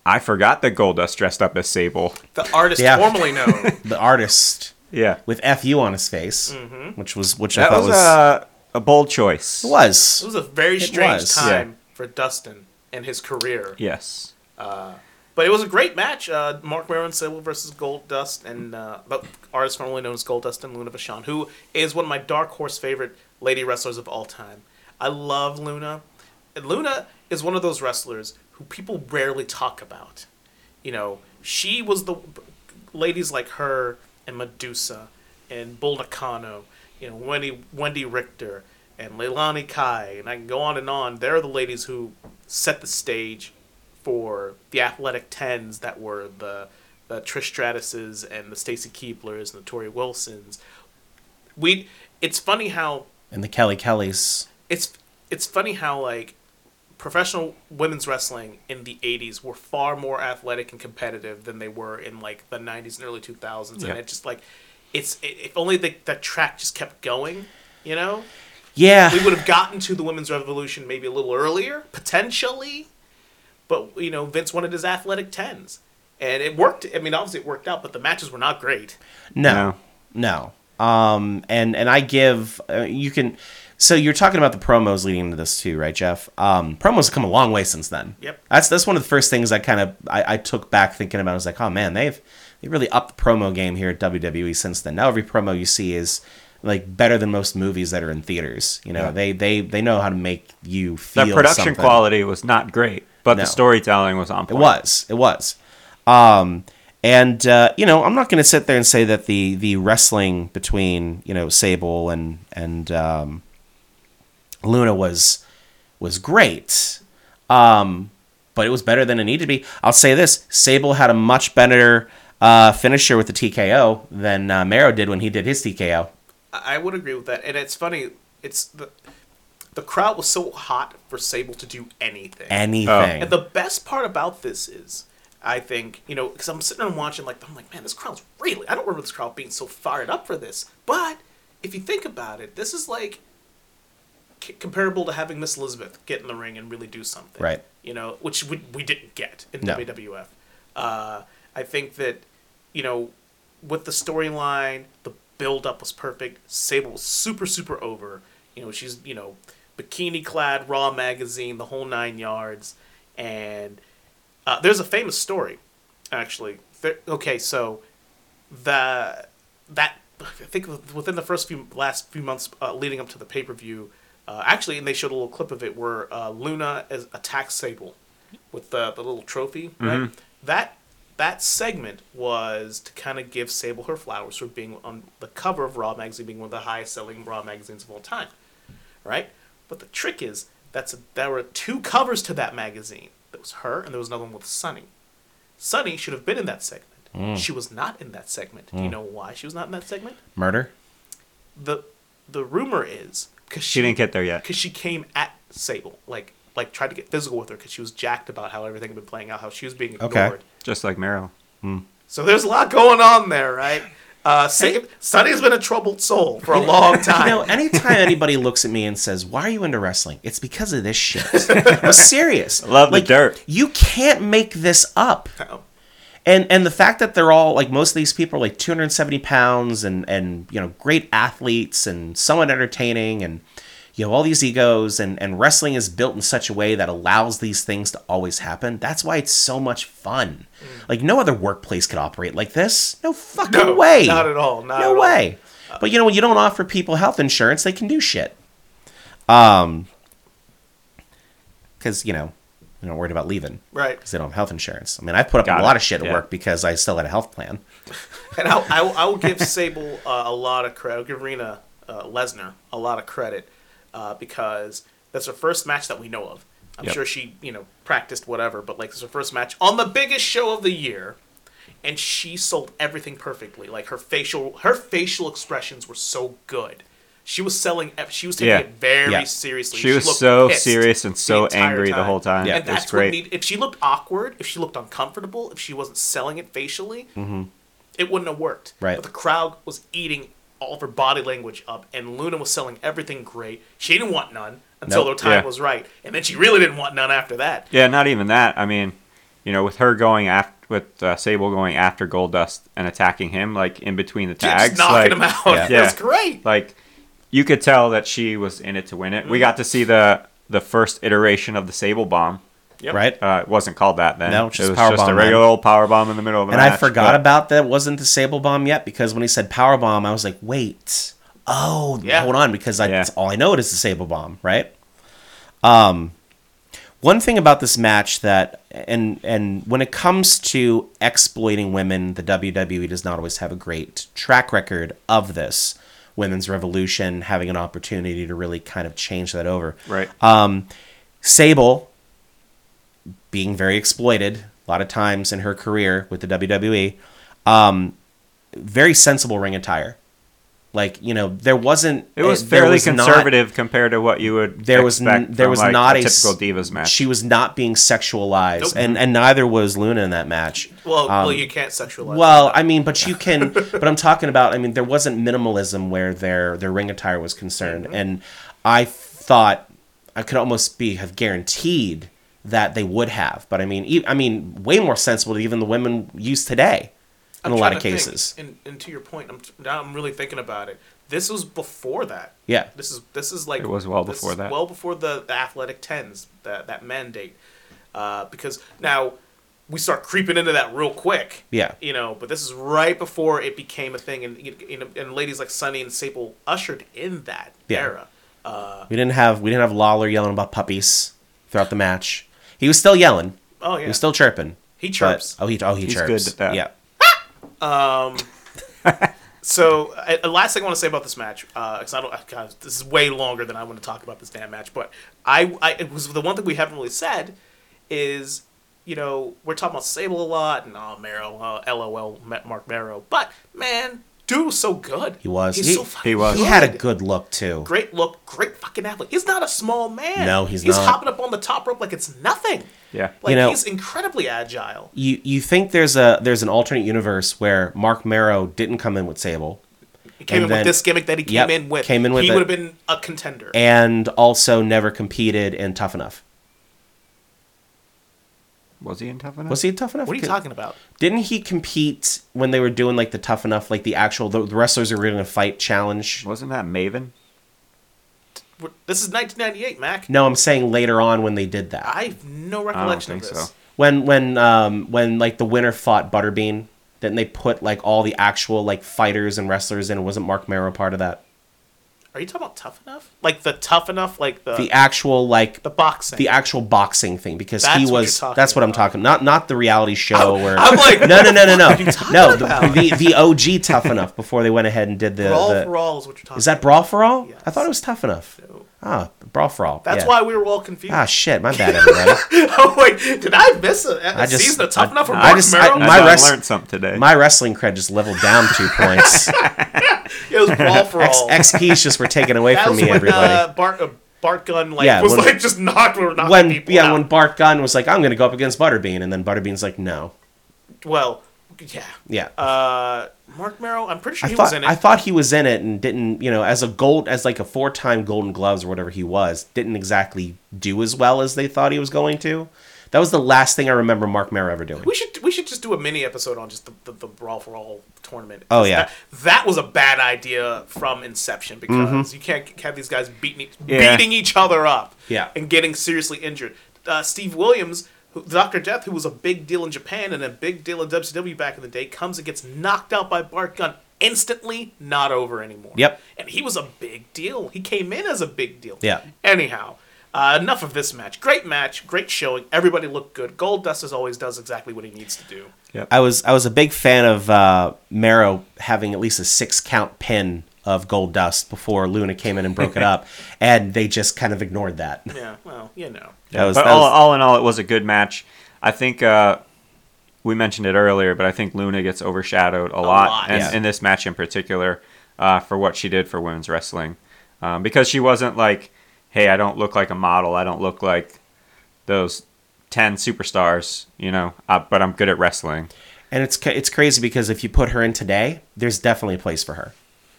Speaker 3: I forgot that Goldust dressed up as Sable.
Speaker 2: the artist
Speaker 1: Yeah.
Speaker 2: formerly known.
Speaker 1: the artist
Speaker 3: Yeah,
Speaker 1: with "fu" on his face, which was which I
Speaker 3: Mm-hmm. that
Speaker 1: thought
Speaker 3: was, uh,
Speaker 1: was,
Speaker 3: a, a bold choice.
Speaker 1: it was.
Speaker 2: It was a very strange
Speaker 1: was.
Speaker 2: time for Dustin and his career.
Speaker 3: Yes.
Speaker 2: But it was a great match. Uh, Mark Maron Sable versus Gold Dust and uh, the artist formerly known as Gold Dust and Luna Vachon, who is one of my dark horse favorite lady wrestlers of all time. I love Luna. And Luna is one of those wrestlers who people rarely talk about. You know, she was the ladies like her and Medusa and Bull Nakano, you know, Wendy Wendy Richter and Leilani Kai, and I can go on and on. They're the ladies who set the stage for the athletic tens that were the the Trish Stratuses and the Stacy Keeblers and the Tori Wilsons. We it's funny how
Speaker 1: and the Kelly Kellys.
Speaker 2: it's it's funny how like professional women's wrestling in the 80s were far more athletic and competitive than they were in like the 90s and early 2000s
Speaker 3: Yeah.
Speaker 2: and it just like it's i if only the, that track just kept going you know
Speaker 1: Yeah.
Speaker 2: we would have gotten to the women's revolution maybe a little earlier potentially but you know vince wanted his athletic 10s and it worked i mean obviously it worked out but the matches were not great
Speaker 1: No, no. Um, and and I give uh, you can. So you're talking about the promos leading to this too, right, Jeff? Um, promos have come a long way since then.
Speaker 2: Yep.
Speaker 1: That's that's one of the first things I kind of I, I took back thinking about. I was like, oh man, they've they really upped the promo game here at WWE since then. Now every promo you see is like better than most movies that are in theaters. You know,
Speaker 3: Yeah.
Speaker 1: they they they know how to make you feel.
Speaker 3: Their production
Speaker 1: something.
Speaker 3: quality was not great, but
Speaker 1: No.
Speaker 3: the storytelling was on point.
Speaker 1: It was. It was. Um, and uh, you know, I'm not going to sit there and say that the the wrestling between you know Sable and and um, Luna was was great, um, but it was better than it needed to be. I'll say this: Sable had a much better uh, finisher with the TKO than uh, Mero did when he did his TKO.
Speaker 2: I I would agree with that, and it's funny. It's the the crowd was so hot for Sable to do anything.
Speaker 1: Anything.
Speaker 2: And the best part about this is, I think you know, because I'm sitting and watching, like I'm like, man, this crowd's really. I don't remember this crowd being so fired up for this. But if you think about it, this is like c- comparable to having Miss Elizabeth get in the ring and really do something.
Speaker 1: Right.
Speaker 2: You know, which we, we didn't get in
Speaker 1: No.
Speaker 2: WWF. Uh, I think that, you know, with the storyline, the build up was perfect. Sable was super, super over. You know, she's, you know, bikini clad, Raw magazine, the whole nine yards. And uh, there's a famous story, actually. There, okay, so the that I think within the first few last few months uh, leading up to the pay per view, uh, actually, and they showed a little clip of it where uh, Luna is, attacks Sable with the, the little trophy. Right, that that segment was to kind of give Sable her flowers for being on the cover of Raw magazine, being one of the highest selling Raw magazines of all time. Right, but the trick is that's there were two covers to that magazine. There was her, and there was another one with Sunny. Sunny should have been in that segment.
Speaker 1: Mm.
Speaker 2: She was not in that segment. Do you know why she was not in that segment?
Speaker 1: Murder.
Speaker 2: The the rumor is because
Speaker 3: She didn't get there yet.
Speaker 2: because she came at Sable like like tried to get physical with her because she was jacked about how everything had been playing out, how she was being ignored.
Speaker 1: Okay.
Speaker 3: Just like Meryl.
Speaker 2: So there's a lot going on there, right? Uh, Sab- Sunny's been a troubled soul for a long time.
Speaker 1: You know, anytime anybody looks at me and says, "Why are you into wrestling?" It's because of this shit. I'm serious.
Speaker 3: Love the dirt.
Speaker 1: You can't make this up.
Speaker 2: No.
Speaker 1: And and the fact that they're all like most of these people are like 270 pounds and and you know great athletes and somewhat entertaining and you know all these egos and and wrestling is built in such a way that allows these things to always happen. That's why it's so much fun. Like no other workplace could operate like this. No fucking
Speaker 2: Mm. No,
Speaker 1: way.
Speaker 2: not at all, not
Speaker 1: no
Speaker 2: at all.
Speaker 1: way. But you know when you don't offer people health insurance, they can do shit. Um, because you know they're not worried about leaving
Speaker 2: Right.
Speaker 1: because they don't have health insurance. I mean, I've put up
Speaker 3: Got
Speaker 1: a lot
Speaker 3: it.
Speaker 1: of shit at
Speaker 3: Yeah.
Speaker 1: work because I still had a health plan.
Speaker 2: And I, I, I will give Sable uh, a lot of credit. I'll give Rena uh, Lesnar a lot of credit uh, because that's her first match that we know of. I'm
Speaker 3: Yep.
Speaker 2: sure she, you know, practiced whatever, but like it's her first match on the biggest show of the year, and she sold everything perfectly. Like her facial, her facial expressions were so good. She was selling. ev- She was taking
Speaker 3: Yeah.
Speaker 2: it very
Speaker 1: Yeah.
Speaker 2: seriously.
Speaker 3: She was
Speaker 2: looked
Speaker 3: so
Speaker 2: pissed
Speaker 3: serious and
Speaker 2: the
Speaker 3: so
Speaker 2: entire
Speaker 3: angry the whole time.
Speaker 1: Yeah.
Speaker 2: and
Speaker 3: It was
Speaker 2: that's what
Speaker 3: great.
Speaker 2: need. If she looked awkward, if she looked uncomfortable, if she wasn't selling it facially, it wouldn't have worked.
Speaker 1: Right.
Speaker 2: But the crowd was eating all of her body language up, and Luna was selling everything great. She didn't want none until
Speaker 1: Nope.
Speaker 2: the time
Speaker 3: Yeah.
Speaker 2: was right, and then she really didn't want none after that.
Speaker 3: Yeah, not even that. I mean, you know, with her going after, with uh, Sable going after Goldust and attacking him, like in between the tags,
Speaker 2: Just knocking
Speaker 3: like,
Speaker 2: him out.
Speaker 1: Yeah.
Speaker 2: That's
Speaker 3: Yeah.
Speaker 2: great.
Speaker 3: like you could tell that she was in it to win it. We got to see the the first iteration of the Sable Bomb.
Speaker 2: Yep.
Speaker 1: Right?
Speaker 3: Uh, it wasn't called that then.
Speaker 1: No, just
Speaker 3: it was
Speaker 1: power
Speaker 3: just a
Speaker 1: bomb
Speaker 3: regular
Speaker 1: then.
Speaker 3: old power bomb in the middle of the
Speaker 1: and
Speaker 3: match.
Speaker 1: I forgot
Speaker 3: but-
Speaker 1: about that wasn't the Sable Bomb yet because when he said Power Bomb, I was like, wait, oh,
Speaker 2: Yeah.
Speaker 1: hold on, because I,
Speaker 3: Yeah.
Speaker 1: all I know it is the Sable Bomb, right? Um, one thing about this match that, and and when it comes to exploiting women, the WWE does not always have a great track record of this. Women's Revolution having an opportunity to really kind of change that over.
Speaker 3: right.
Speaker 1: uh, Sable being very exploited a lot of times in her E, career with the WWE. Um, very sensible ring attire. Like you know, there wasn't.
Speaker 3: It was
Speaker 1: there
Speaker 3: fairly
Speaker 1: not-
Speaker 3: conservative compared to what you would
Speaker 1: there was n-
Speaker 3: expect
Speaker 1: there
Speaker 3: from,
Speaker 1: was
Speaker 3: like,
Speaker 1: not
Speaker 3: a
Speaker 1: a s-
Speaker 3: typical divas match.
Speaker 1: She was not being sexualized,
Speaker 2: Nope.
Speaker 1: and and neither was Luna in that match.
Speaker 2: Well, well,
Speaker 1: Um,
Speaker 2: you can't sexualize.
Speaker 1: Well, I mean, but you can. but I'm talking about. I mean, there wasn't minimalism where their their ring attire was concerned,
Speaker 2: Mm-hmm.
Speaker 1: and I thought I could almost be have guaranteed that they would have. But I mean, e- I mean, way more sensible to even the women use today in
Speaker 2: I'm
Speaker 1: a lot
Speaker 2: trying
Speaker 1: of
Speaker 2: to think,
Speaker 1: cases.
Speaker 2: And, and to your point, I'm now I'm really thinking about it. This was before that.
Speaker 1: Yeah.
Speaker 2: This is this is like
Speaker 3: It was well
Speaker 2: this
Speaker 3: before
Speaker 2: is
Speaker 3: that.
Speaker 2: Well before the, the athletic tens that that mandate, uh, because now we start creeping into that real quick.
Speaker 1: Yeah.
Speaker 2: You know, but this is right before it became a thing, and you- you know, and ladies like Sunny and Sable ushered in that
Speaker 1: Yeah.
Speaker 2: era. Uh,
Speaker 1: We didn't have we didn't have Lawler yelling about puppies throughout the match. He was still yelling.
Speaker 2: oh
Speaker 1: He
Speaker 2: yeah.
Speaker 1: was still chirping.
Speaker 2: he
Speaker 1: But-
Speaker 2: chirps.
Speaker 1: oh, he oh he
Speaker 3: He's
Speaker 1: chirps.
Speaker 3: good at that.
Speaker 1: Yeah.
Speaker 2: So, I, the last thing I want to say about this match, because I don't, uh, God, this is way longer than I want to talk about this damn match. But I, I, it was the one thing we haven't really said is, you know, we're talking about Sable a lot and oh, Marrow, uh, LOL, Ma- Mark Marrow. But man, dude was so good.
Speaker 1: He was.
Speaker 2: He's
Speaker 1: He-
Speaker 2: so fucking
Speaker 3: he was.
Speaker 1: He had a good look too.
Speaker 2: great look, great fucking athlete. He's not a small man.
Speaker 1: No, he's
Speaker 2: He's
Speaker 1: not.
Speaker 2: hopping up on the top rope like it's nothing.
Speaker 3: yeah.
Speaker 2: Like
Speaker 1: know-
Speaker 2: he's incredibly agile.
Speaker 1: you you think there's a there's an alternate universe where Mark Marrow didn't come in with Sable,
Speaker 2: He came
Speaker 1: And
Speaker 2: in
Speaker 1: then-
Speaker 2: with this gimmick that he came
Speaker 1: Yep,
Speaker 2: in with.
Speaker 1: came in with
Speaker 2: He
Speaker 1: it.
Speaker 2: would have been a contender.
Speaker 1: and also never competed in Tough Enough.
Speaker 3: Was he in tough enough?
Speaker 1: Was he in Tough Enough?
Speaker 2: what are you talking about?
Speaker 1: Didn't he compete when they were doing like the Tough Enough, like the actual the, the wrestlers who were going to fight challenge?
Speaker 3: Wasn't that Maven?
Speaker 2: We're- This is 1998, Mac.
Speaker 1: No, I'm saying later on when they did that,
Speaker 2: I have no recollection
Speaker 3: think
Speaker 2: of this.
Speaker 3: so.
Speaker 1: when when um when like the winner fought Butterbean, then they put like all the actual like fighters and wrestlers in. Wasn't Mark Marrow part of that?
Speaker 2: Are you talking about tough enough? Like the tough enough, like the
Speaker 1: The
Speaker 2: the,
Speaker 1: actual like
Speaker 2: boxing.
Speaker 1: the actual boxing thing because
Speaker 2: That's
Speaker 1: he
Speaker 2: what
Speaker 1: was
Speaker 2: you're talking
Speaker 1: that's what I'm
Speaker 2: about. Oh,
Speaker 1: talking not not the reality show where
Speaker 2: I'm like,
Speaker 1: no no no no no no the, the the OG tough enough before they went ahead and did the,
Speaker 2: brawl
Speaker 1: the-
Speaker 2: for all is what you're talking.
Speaker 1: is that
Speaker 2: about.
Speaker 1: brawl for all I
Speaker 2: Yes.
Speaker 1: thought it was tough enough ah brawl for all
Speaker 2: That's
Speaker 1: yeah.
Speaker 2: why we were all confused.
Speaker 1: ah shit my bad everybody
Speaker 2: oh wait, did I miss a, a
Speaker 1: just-
Speaker 2: season of tough
Speaker 1: I-
Speaker 2: enough or
Speaker 1: I
Speaker 2: Mark
Speaker 1: just-
Speaker 2: Merrill?
Speaker 1: I-
Speaker 3: I
Speaker 1: My
Speaker 3: know, I
Speaker 1: rest-
Speaker 3: learned something today.
Speaker 1: my wrestling cred just leveled down two points
Speaker 2: it was brawl for
Speaker 1: X,
Speaker 2: all.
Speaker 1: XP's just were taken away
Speaker 2: that
Speaker 1: from
Speaker 2: was
Speaker 1: me
Speaker 2: when
Speaker 1: everybody.
Speaker 2: uh, Bart uh, Bart Gun like
Speaker 1: Yeah,
Speaker 2: was
Speaker 1: when-
Speaker 2: like just knocked or knocked
Speaker 1: when
Speaker 2: people
Speaker 1: yeah,
Speaker 2: out.
Speaker 1: when Bart Gunn was like, "I'm going to go up against Butterbean," and then Butterbean's like, "No,
Speaker 2: well, yeah.
Speaker 1: yeah."
Speaker 2: Uh, Mark Merrill, I'm pretty sure
Speaker 1: I
Speaker 2: he
Speaker 1: thought
Speaker 2: was in it.
Speaker 1: I thought he was in it and didn't, you know, as a gold as like a four time Golden Gloves or whatever he was, didn't exactly do as well as they thought he was going to. That was the last thing I remember Mark Mero ever doing.
Speaker 2: We should we should just do a mini episode on just the, the, the brawl for all tournament.
Speaker 1: Oh, yeah.
Speaker 2: that, that was a bad idea from inception because
Speaker 1: Mm-hmm.
Speaker 2: you can't have these guys beating each-
Speaker 3: Yeah.
Speaker 2: beating each other up,
Speaker 1: Yeah.
Speaker 2: and getting seriously injured. Uh, Steve Williams, who, Doctor Death, who was a big deal in Japan and a big deal in WCW back in the day, comes and gets knocked out by Bart Gunn instantly, not over anymore.
Speaker 1: Yep.
Speaker 2: and he was a big deal. He came in as a big deal.
Speaker 1: Yeah.
Speaker 2: Anyhow, uh, enough of this match. Great match, great showing. Everybody looked good. Gold Dust as always does exactly what he needs to do.
Speaker 3: Yep.
Speaker 1: I was I was a big fan of uh, Mero having at least a six count pin of gold dust before Luna came in and broke it up, and they just kind of ignored that.
Speaker 2: Yeah, well, you know.
Speaker 1: That was,
Speaker 3: but
Speaker 1: that
Speaker 3: all,
Speaker 1: was-
Speaker 3: all in all, it was a good match. I think uh, we mentioned it earlier, but I think Luna gets overshadowed a, lot,
Speaker 2: lot,
Speaker 3: and
Speaker 1: yeah.
Speaker 3: in this match in particular, uh, for what she did for women's wrestling, um, because she wasn't like, "Hey, I don't look like a model. I don't look like those ten superstars," you know. Uh, but I'm good at wrestling.
Speaker 1: and it's ca- it's crazy because if you put her in today, there's definitely a place for her.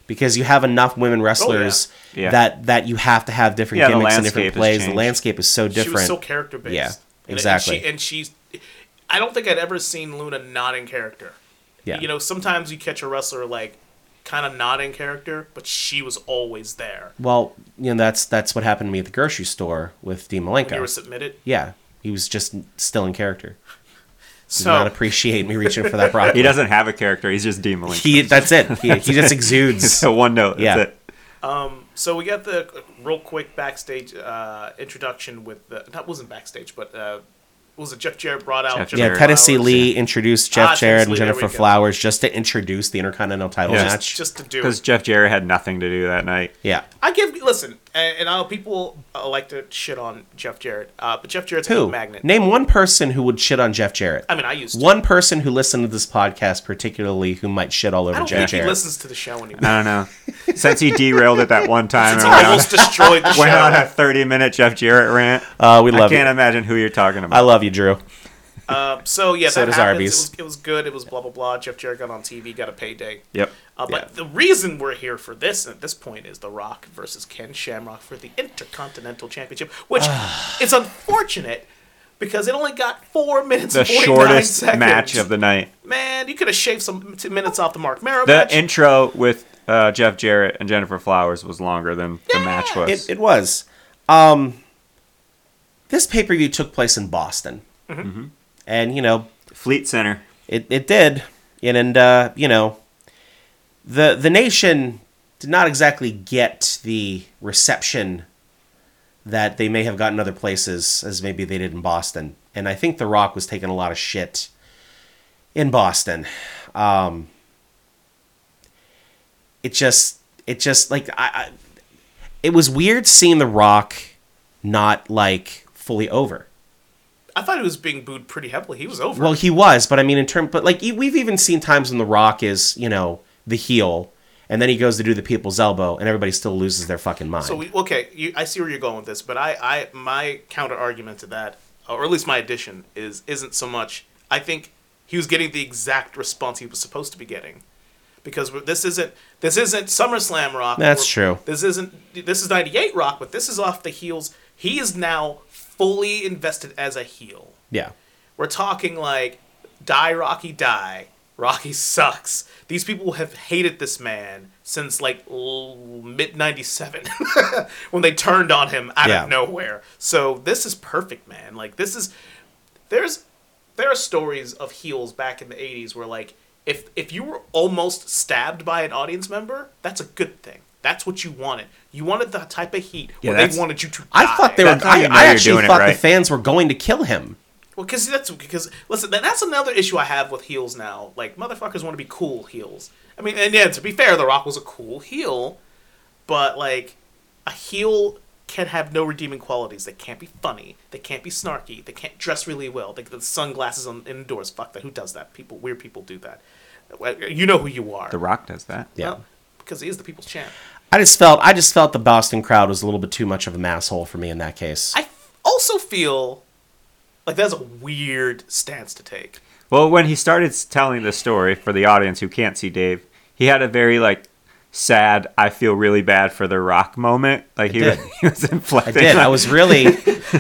Speaker 1: Because you have enough
Speaker 2: Oh,
Speaker 1: women wrestlers
Speaker 3: Yeah.
Speaker 1: that that you have to have different
Speaker 3: Yeah, the
Speaker 1: gimmicks and
Speaker 3: landscape
Speaker 1: different
Speaker 3: has
Speaker 1: plays. The
Speaker 3: changed.
Speaker 1: landscape is so
Speaker 2: She
Speaker 1: different.
Speaker 2: was so character based.
Speaker 1: Yeah,
Speaker 2: And,
Speaker 1: exactly.
Speaker 2: she, and she's. I don't think I'd ever seen Luna not in character.
Speaker 1: Yeah.
Speaker 2: You know, sometimes you catch a wrestler like kind of not in character, but she was always there.
Speaker 1: Well, you know that's that's what happened to me at the grocery store with Dean Malenko.
Speaker 2: You were submitted.
Speaker 1: yeah, he was just still in character. Did
Speaker 2: So
Speaker 1: not appreciate me reaching for that broccoli.
Speaker 3: He doesn't have a character. He's just demoling.
Speaker 1: He that's it. He, he just exudes.
Speaker 3: so one note.
Speaker 1: Yeah.
Speaker 3: That's it.
Speaker 2: So we got the real quick backstage uh, introduction with the that wasn't backstage, but uh, was it Jeff Jarrett brought out?
Speaker 3: Jeff
Speaker 2: Jeff
Speaker 1: yeah,
Speaker 3: Jarrett.
Speaker 1: Tennessee
Speaker 2: Flowers?
Speaker 1: Lee introduced Jeff
Speaker 2: Oh, Ah,
Speaker 1: Jarrett and
Speaker 2: Tennessee Lee, there we
Speaker 1: Jennifer
Speaker 2: go.
Speaker 1: Flowers just to introduce the Intercontinental Title
Speaker 3: Yeah.
Speaker 1: match.
Speaker 2: just to do.
Speaker 3: Because
Speaker 2: it.
Speaker 3: Jeff Jarrett had nothing to do that night.
Speaker 1: yeah,
Speaker 2: I give listen, and, and I'll, people uh, like to shit on Jeff Jarrett, uh, but Jeff Jarrett's a
Speaker 1: who?
Speaker 2: magnet.
Speaker 1: Name one person who would shit on Jeff Jarrett.
Speaker 2: I mean, I used to.
Speaker 1: one person who listened to this podcast particularly who might shit all
Speaker 2: I
Speaker 1: over
Speaker 2: don't
Speaker 1: Jeff
Speaker 2: think he
Speaker 1: Jarrett.
Speaker 2: listens to the show anymore.
Speaker 3: I don't know. since he derailed it that one time
Speaker 2: It's
Speaker 3: and went on,
Speaker 2: almost destroyed the
Speaker 3: went on
Speaker 2: show.
Speaker 3: a 30 minute Jeff Jarrett rant.
Speaker 1: Uh, we
Speaker 3: I
Speaker 1: love
Speaker 3: can't
Speaker 1: you.
Speaker 3: imagine who you're talking
Speaker 1: I
Speaker 3: about.
Speaker 1: love you, Drew.
Speaker 2: Uh, so yeah,
Speaker 1: So
Speaker 2: that
Speaker 1: does
Speaker 2: happens.
Speaker 1: Arby's.
Speaker 2: It was, it was good. It was blah blah blah. Jeff Jarrett got on TV, got a payday.
Speaker 3: yep.
Speaker 2: Uh, but
Speaker 1: Yeah.
Speaker 2: the reason we're here for this at this point is The Rock versus Ken Shamrock for the Intercontinental Championship, which is unfortunate because it only got four minutes.
Speaker 3: The
Speaker 2: and 49
Speaker 3: shortest
Speaker 2: seconds.
Speaker 3: match of the night.
Speaker 2: man. You could have shaved some two minutes off the Mark Mero
Speaker 3: The
Speaker 2: match.
Speaker 3: intro with uh, Jeff Jarrett and Jennifer Flowers was longer than the match was.
Speaker 1: It, it was. Um, this pay per view took place in Boston, and you know
Speaker 3: Fleet Center.
Speaker 1: it, it did, and and uh, you know the the nation did not exactly get the reception that they may have gotten other places as maybe they did in Boston, and I think The Rock was taking a lot of shit in Boston. Um, it just it just like I, I it was weird seeing The Rock not like fully over.
Speaker 2: I thought he was being booed pretty heavily. He was over.
Speaker 1: Well, he was, but I mean, in terms, but like e- we've even seen times when The Rock is, you know, the heel, and then he goes to do the people's elbow, and everybody still loses their fucking mind.
Speaker 2: so we, okay, you, I see where you're going with this, but I, I my counter argument to that, or at least my addition, is isn't so much. I think he was getting the exact response he was supposed to be getting, because we're- this isn't this isn't SummerSlam Rock.
Speaker 1: That's
Speaker 2: or-
Speaker 1: true.
Speaker 2: This isn't this is '98 Rock, but this is off the heels. He is now fully invested as a heel.
Speaker 1: yeah,
Speaker 2: We're talking like die Rocky die. Rocky sucks. These people have hated this man since like l- mid 97 when they turned on him out
Speaker 1: Yeah.
Speaker 2: of nowhere. So this is perfect, man. Like this is there's there are stories of heels back in the 80s where like if if you were almost stabbed by an audience member, that's a good thing. That's what you wanted. You wanted the type of heat
Speaker 3: Yeah,
Speaker 2: where
Speaker 3: that's-
Speaker 2: they wanted you to.
Speaker 1: I
Speaker 2: die.
Speaker 1: thought they were.
Speaker 3: That's how
Speaker 1: I,
Speaker 3: you know
Speaker 1: I
Speaker 3: you're
Speaker 1: actually
Speaker 3: doing it
Speaker 1: thought
Speaker 3: right.
Speaker 1: the fans were going to kill him.
Speaker 2: Well, because that's because listen, that, that's another issue I have with heels now. Like motherfuckers want to be cool heels. I mean, and yeah, to be fair, The Rock was a cool heel, but like a heel can have no redeeming qualities. They can't be funny. They can't be snarky. They can't dress really well. They the sunglasses on indoors. Fuck that. Who does that? People, weird people do that. Well, You know who you are.
Speaker 3: The Rock does that.
Speaker 1: Yeah.
Speaker 2: because he is the people's champ.
Speaker 1: I just felt. I just felt the Boston crowd was a little bit too much of a asshole for me in that case.
Speaker 2: I also feel like that's a weird stance to take.
Speaker 3: Well, when he started s- telling the story for the audience who can't see Dave, he had a very like sad, I feel really bad for the Rock moment. Like he,
Speaker 1: did.
Speaker 3: was, he was
Speaker 1: I
Speaker 3: inflecting.
Speaker 1: did. I
Speaker 3: on-
Speaker 1: was really.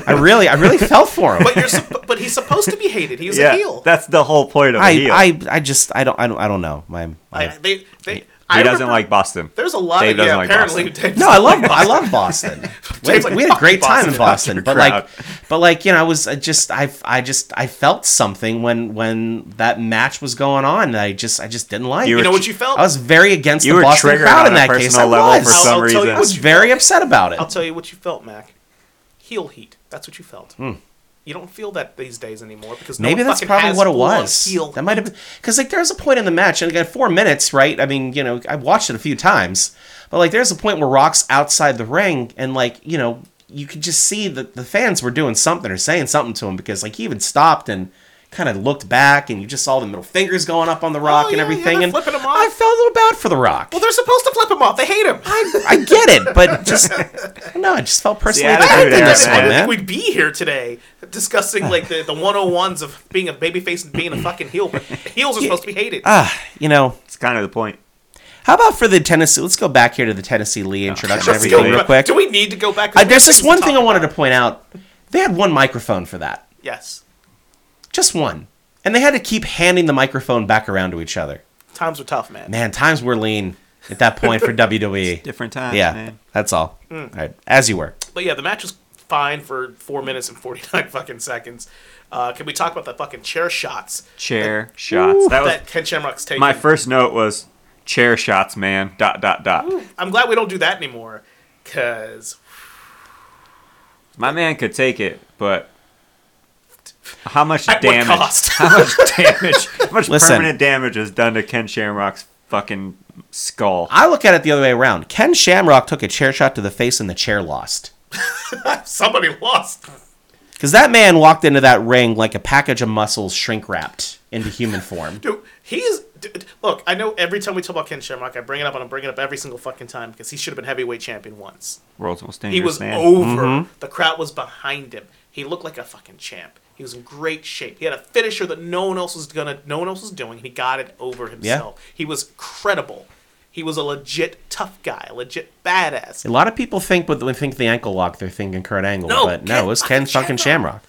Speaker 1: I really. I really felt for him.
Speaker 2: But you're, supp- but he's supposed to be hated. He was
Speaker 3: yeah,
Speaker 2: a heel.
Speaker 3: That's the whole point of a
Speaker 1: I,
Speaker 3: heel.
Speaker 1: I. I just. I don't. I don't. I don't know. My.
Speaker 2: I,
Speaker 1: my
Speaker 2: they, they, he
Speaker 3: he doesn't like Boston.
Speaker 2: There's a lot
Speaker 3: Dave
Speaker 2: of
Speaker 3: doesn't
Speaker 2: yeah.
Speaker 3: like
Speaker 2: apparently,
Speaker 3: Boston.
Speaker 2: Dave's
Speaker 1: No, I love
Speaker 2: like
Speaker 1: I love Boston. we,
Speaker 2: Dave's
Speaker 1: had,
Speaker 2: like,
Speaker 1: we had a
Speaker 2: "Fuck
Speaker 1: great time in Boston,
Speaker 2: Boston."
Speaker 1: but
Speaker 3: Crowd.
Speaker 1: like, but like you know, I was I just I I just I felt something when when that match was going on. that I just I just didn't like.
Speaker 3: You
Speaker 2: You
Speaker 3: were
Speaker 2: know what you felt?
Speaker 1: I was very against
Speaker 3: You
Speaker 1: the
Speaker 3: were
Speaker 1: Boston
Speaker 3: triggered
Speaker 1: crowd
Speaker 3: on
Speaker 1: in
Speaker 3: a
Speaker 1: that
Speaker 3: personal
Speaker 1: case. I
Speaker 3: level
Speaker 1: was.
Speaker 3: for
Speaker 2: I'll-
Speaker 3: some
Speaker 2: I'll tell you
Speaker 3: reason.
Speaker 1: I was very upset about it.
Speaker 2: I'll tell you what you felt, Mac. Heel heat. That's what you felt. You don't feel that these days anymore because no
Speaker 1: Hmm. Maybe
Speaker 2: one
Speaker 1: that's
Speaker 2: fucking
Speaker 1: probably
Speaker 2: has
Speaker 1: what it
Speaker 2: full-on
Speaker 1: was.
Speaker 2: Heel
Speaker 1: That might have been because like there's a point in the match, and again, four minutes, right? I mean, you know, I watched it a few times, but like there's a point where Rock's outside the ring, and like you know, you could just see that the fans were doing something or saying something to him because like he even stopped and kind of looked back, and you just saw the middle fingers going up on the Rock
Speaker 2: Oh,
Speaker 1: and
Speaker 2: yeah, yeah,
Speaker 1: everything,
Speaker 2: they're
Speaker 1: and
Speaker 2: flipping him off.
Speaker 1: I felt a little bad for the Rock.
Speaker 2: Well, they're supposed to flip him off. They hate him. I,
Speaker 1: I get it, but just no, I just felt personally attacked in
Speaker 3: attitude era,
Speaker 1: this
Speaker 3: man.
Speaker 1: one,
Speaker 2: didn't
Speaker 1: man.
Speaker 2: think we'd be here today discussing like the, the 101s of being a babyface and being a fucking heel. But heels are supposed to be hated.
Speaker 1: Ah, you know.
Speaker 3: It's kind of the point.
Speaker 1: How about for the Tennessee? Let's go back here to the Tennessee Lee introduction,
Speaker 2: Let's
Speaker 1: everything
Speaker 2: go-
Speaker 1: real quick.
Speaker 2: Do we need to go back?
Speaker 1: Uh, there's this
Speaker 2: things to
Speaker 1: one
Speaker 2: talk
Speaker 1: thing I wanted
Speaker 2: about.
Speaker 1: to point out. They had one microphone for that,
Speaker 2: Yes.
Speaker 1: just one, and they had to keep handing the microphone back around to each other.
Speaker 2: Times were tough, man.
Speaker 1: Man, times were lean at that point for WWE.
Speaker 3: Different times,
Speaker 1: Yeah,
Speaker 3: man.
Speaker 1: that's all. All right, as you were.
Speaker 2: But yeah, the match was fine for four minutes and forty nine fucking seconds. Uh, can we talk about the fucking chair shots
Speaker 3: Chair shots. that was
Speaker 2: that Ken Shamrock's taking?
Speaker 3: my first note was chair shots, man. Dot dot dot.
Speaker 2: I'm glad we don't do that anymore, cause
Speaker 3: My man could take it, but how much
Speaker 2: At what
Speaker 3: damage?
Speaker 2: cost?
Speaker 3: How much damage? How much
Speaker 1: Listen.
Speaker 3: permanent damage is done to Ken Shamrock's fucking skull?
Speaker 1: I look at it the other way around. Ken Shamrock took a chair shot to the face, and the chair lost.
Speaker 2: somebody lost.
Speaker 1: Because that man walked into that ring like a package of muscles shrink wrapped into human form.
Speaker 2: Dude, he's Dude, look, I know every time we talk about Ken Shamrock, I bring it up and I bring it up every single fucking time because he should have been heavyweight champion once.
Speaker 3: World's most
Speaker 2: He
Speaker 3: dangerous
Speaker 2: was
Speaker 3: man.
Speaker 2: over.
Speaker 1: Mm-hmm.
Speaker 2: The crowd was behind him. He looked like a fucking champ. He was in great shape. He had a finisher that no one else was gonna, no one else was doing. He got it over himself. He was credible. He was a legit tough guy, a legit badass.
Speaker 1: A lot of people think, but when they think the ankle lock, they're thinking Kurt Angle.
Speaker 2: No,
Speaker 1: but no,
Speaker 2: Ken
Speaker 1: it was Ken
Speaker 2: fucking
Speaker 1: fucking Shamrock.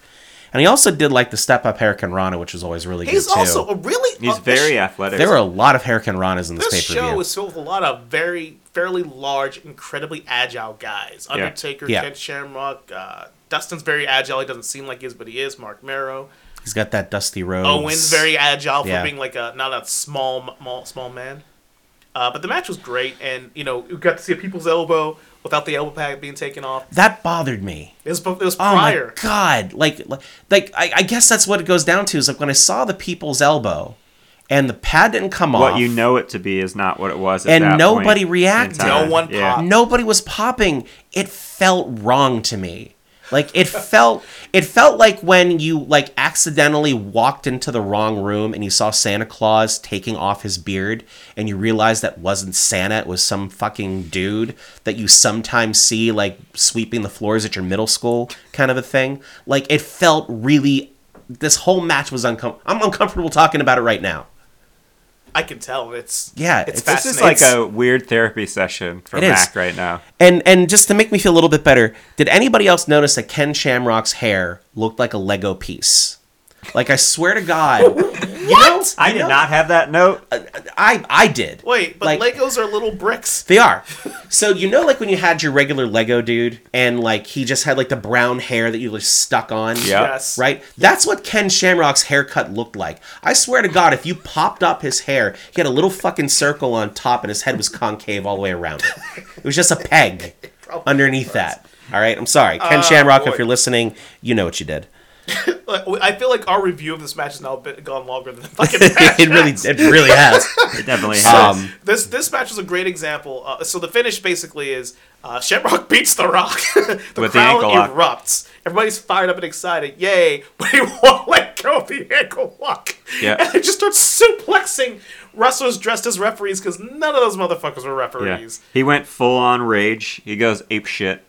Speaker 1: And he also did like the step up Hurricane Rana, which was always really
Speaker 2: He's
Speaker 1: good too.
Speaker 2: also a really.
Speaker 3: He's
Speaker 2: uh, this-
Speaker 3: very athletic.
Speaker 1: there were a lot of Hurricane Ranas in this,
Speaker 2: This
Speaker 1: pay per
Speaker 2: show
Speaker 1: view.
Speaker 2: is filled with a lot of very, fairly large, incredibly agile guys. Undertaker,
Speaker 1: Yeah.
Speaker 2: Ken Shamrock, uh, Dustin's very agile. He doesn't seem like he is, but he is. Mark Merrow,
Speaker 1: He's got that Dusty Rhodes.
Speaker 2: Owen's Oh, very agile for
Speaker 1: Yeah.
Speaker 2: being like a not a small, small, small man. Uh, but the match was great, and you know we got to see a people's elbow without the elbow pad being taken off.
Speaker 1: That bothered me.
Speaker 2: It was, it was
Speaker 1: Oh
Speaker 2: prior.
Speaker 1: my god! Like, like, like I, I guess that's what it goes down to. Is like when I saw the people's elbow, and the pad didn't come off.
Speaker 3: what you know it to be is not what it was. At
Speaker 1: And
Speaker 3: that
Speaker 1: nobody
Speaker 3: point in
Speaker 1: reacted.
Speaker 3: time.
Speaker 2: No one popped.
Speaker 1: nobody was popping it felt wrong to me like it felt it felt like when you like accidentally walked into the wrong room and you saw santa claus taking off his beard and you realized that wasn't santa it was some fucking dude that you sometimes see like sweeping the floors at your middle school kind of a thing like it felt really this whole match was uncomfortable i'm uncomfortable talking about it right now
Speaker 2: I can tell it's
Speaker 1: Yeah,
Speaker 2: it's,
Speaker 1: it's-
Speaker 3: This
Speaker 2: fascinating.
Speaker 3: is like a weird therapy session for
Speaker 1: It is.
Speaker 3: Mac right now.
Speaker 1: And and just to make me feel a little bit better, did anybody else notice that Ken Shamrock's hair looked like a Lego piece? Like I swear to God, you know, Uh,
Speaker 3: I did not have that note.
Speaker 1: I I did.
Speaker 2: wait, but
Speaker 1: like,
Speaker 2: Legos are little bricks.
Speaker 1: They are. So you know, like when you had your regular Lego dude, and like he just had like the brown hair that you just stuck on.
Speaker 3: Yeah.
Speaker 2: Yes,
Speaker 1: Right? That's what Ken Shamrock's haircut looked like. I swear to God, if you popped up his hair, he had a little fucking circle on top and his head was concave all the way around it. It was just a peg underneath that. All right? I'm sorry. Ken Shamrock,
Speaker 2: Oh, boy.
Speaker 1: if you're listening, you know what you did.
Speaker 2: Like, I feel like our review of this match has now been, gone longer than the fucking match.
Speaker 1: It really it really has.
Speaker 3: It definitely has.
Speaker 1: Um,
Speaker 2: this this match was a great example. Uh, so the finish basically is uh, Shamrock beats the Rock. the
Speaker 3: With the
Speaker 2: crowd
Speaker 3: ankle lock.
Speaker 2: erupts. Everybody's fired up and excited. Yay! We won't let go of the ankle lock.
Speaker 3: Yeah.
Speaker 2: And they just start suplexing wrestlers dressed as referees because none of those motherfuckers were
Speaker 3: yeah.
Speaker 2: referees.
Speaker 3: He went full on rage. He goes ape shit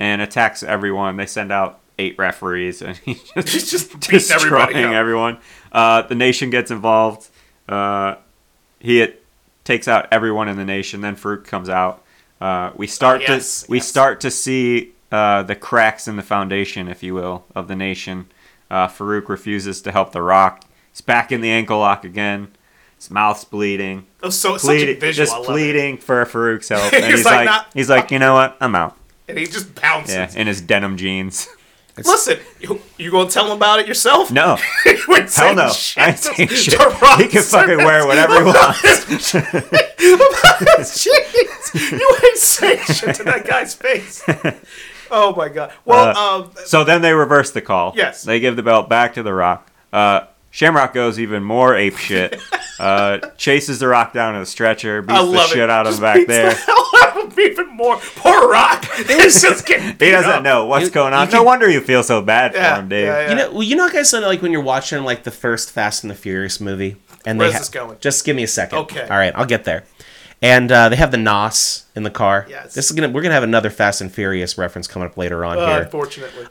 Speaker 3: and attacks everyone. They send out eight referees and he just
Speaker 2: He's just beating
Speaker 3: destroying
Speaker 2: everybody. up.
Speaker 3: everyone. Uh, the nation gets involved. Uh, he hit- takes out everyone in the nation. Then Farouk comes out. Uh, we start
Speaker 2: Oh, yes,
Speaker 3: to we
Speaker 2: yes.
Speaker 3: start to see uh, the cracks in the foundation, if you will, of the nation. Uh, Farouk refuses to help The Rock. He's back in the ankle lock again. His mouth's bleeding,
Speaker 2: It was so such a
Speaker 3: pleading,
Speaker 2: visual. I
Speaker 3: just
Speaker 2: love it.
Speaker 3: pleading for Farouk's help, and
Speaker 2: He's
Speaker 3: he's
Speaker 2: like,
Speaker 3: like,
Speaker 2: "Not-
Speaker 3: he's like, you know what? I'm out.
Speaker 2: and he just bounces.
Speaker 3: Yeah, in his denim jeans.
Speaker 2: Listen, you, you gonna tell him about it yourself?
Speaker 3: No,
Speaker 2: You ain't
Speaker 3: Hell
Speaker 2: saying
Speaker 3: no.
Speaker 2: shit.
Speaker 3: I ain't saying shit.
Speaker 2: The Rock's
Speaker 3: He can fucking wear whatever he wants.
Speaker 2: Jeez, you ain't saying shit to that guy's face. Oh my god. Well,
Speaker 3: Uh,
Speaker 2: um,
Speaker 3: so then they reverse the call.
Speaker 2: Yes.
Speaker 3: They give the belt back to The Rock. Uh, Shamrock goes even more ape shit. Uh, chases The Rock down to the stretcher, beats
Speaker 2: I
Speaker 3: the
Speaker 2: love
Speaker 3: shit
Speaker 2: it.
Speaker 3: out of
Speaker 2: Just
Speaker 3: him back
Speaker 2: beats
Speaker 3: there.
Speaker 2: The hell out of him even more. Poor Rock. He's just getting.
Speaker 3: He
Speaker 2: beat
Speaker 3: doesn't
Speaker 2: up.
Speaker 3: know what's
Speaker 1: You-
Speaker 3: going on.
Speaker 1: you
Speaker 3: no
Speaker 1: can-
Speaker 3: wonder you feel so bad
Speaker 2: Yeah,
Speaker 3: for him, Dave.
Speaker 2: yeah, yeah.
Speaker 1: You know, well, you know, like I said, like when you're watching like the first Fast and the Furious movie, and
Speaker 2: Where's
Speaker 1: they ha-
Speaker 2: this going?
Speaker 1: just give me a second.
Speaker 2: Okay.
Speaker 1: all right, I'll get there. And uh, they have the Nos in the car.
Speaker 2: Yes.
Speaker 1: this is gonna we're gonna have another Fast and Furious reference coming up later on
Speaker 2: Uh,
Speaker 1: here.
Speaker 2: Unfortunately,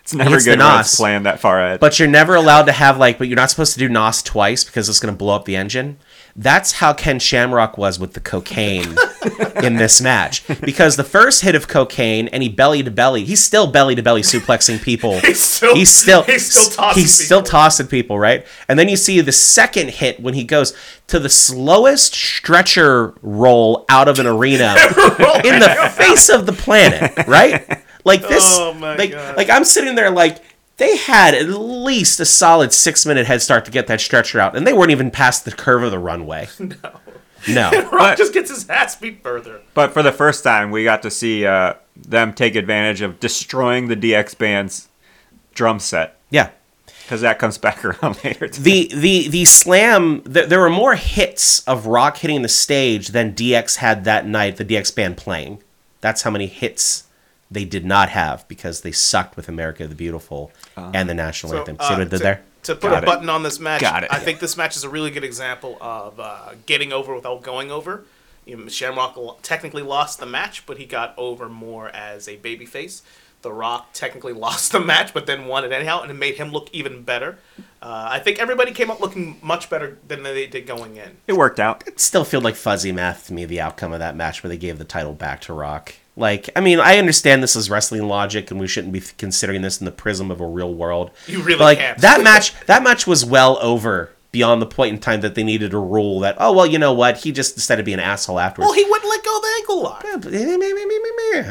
Speaker 3: It's never
Speaker 1: It's the
Speaker 3: good when
Speaker 1: Nos.
Speaker 3: it's planned that far ahead.
Speaker 1: But you're never allowed to have like, but you're not supposed to do Nos twice because it's gonna blow up the engine. That's how Ken Shamrock was with the cocaine in this match because the first hit of cocaine and he belly to belly, he's still belly to belly suplexing people.
Speaker 2: he's still
Speaker 1: he's still
Speaker 2: he's still tossing.
Speaker 1: he's still
Speaker 2: people.
Speaker 1: tossing people, right? And then you see the second hit when he goes to the slowest stretcher roll out of an arena
Speaker 2: Oh
Speaker 1: in the face of the planet, right? Like this,
Speaker 2: Oh my
Speaker 1: like
Speaker 2: God.
Speaker 1: like I'm sitting there like they had at least a solid six minute head start to get that stretcher out, and they weren't even past the curve of the runway. No, no,
Speaker 2: Rock just gets his ass beat further.
Speaker 3: But for the first time, we got to see uh, them take advantage of destroying the DX band's drum set
Speaker 1: yeah.
Speaker 3: because that comes back around later. too.
Speaker 1: the the the slam th- there were more hits of rock hitting the stage than dx had that night the dx band playing that's how many hits they did not have because they sucked with america the beautiful and the national
Speaker 2: So,
Speaker 1: anthem see
Speaker 2: uh,
Speaker 1: what i did
Speaker 2: to,
Speaker 1: there
Speaker 2: to put
Speaker 3: Got
Speaker 2: a
Speaker 3: it.
Speaker 2: button on this match,
Speaker 3: Got it.
Speaker 2: I think this match is a really good example of uh, getting over without going over. You know, Shamrock lo- technically lost the match, but he got over more as a babyface. The Rock technically lost the match, but then won it anyhow, and it made him look even better. Uh, I think everybody came out looking much better than they did going in.
Speaker 3: It worked out.
Speaker 1: It still feel like fuzzy math to me the outcome of that match where they gave the title back to Rock. Like, I mean, I understand this is wrestling logic, and we shouldn't be considering this in the prism of a real world.
Speaker 2: You really
Speaker 1: but, like
Speaker 2: can't.
Speaker 1: that match. That match was well over beyond the point in time that they needed a rule that. Oh well, you know what? He just decided to be an asshole afterwards.
Speaker 2: Well, he wouldn't let go of the ankle lock,
Speaker 1: and then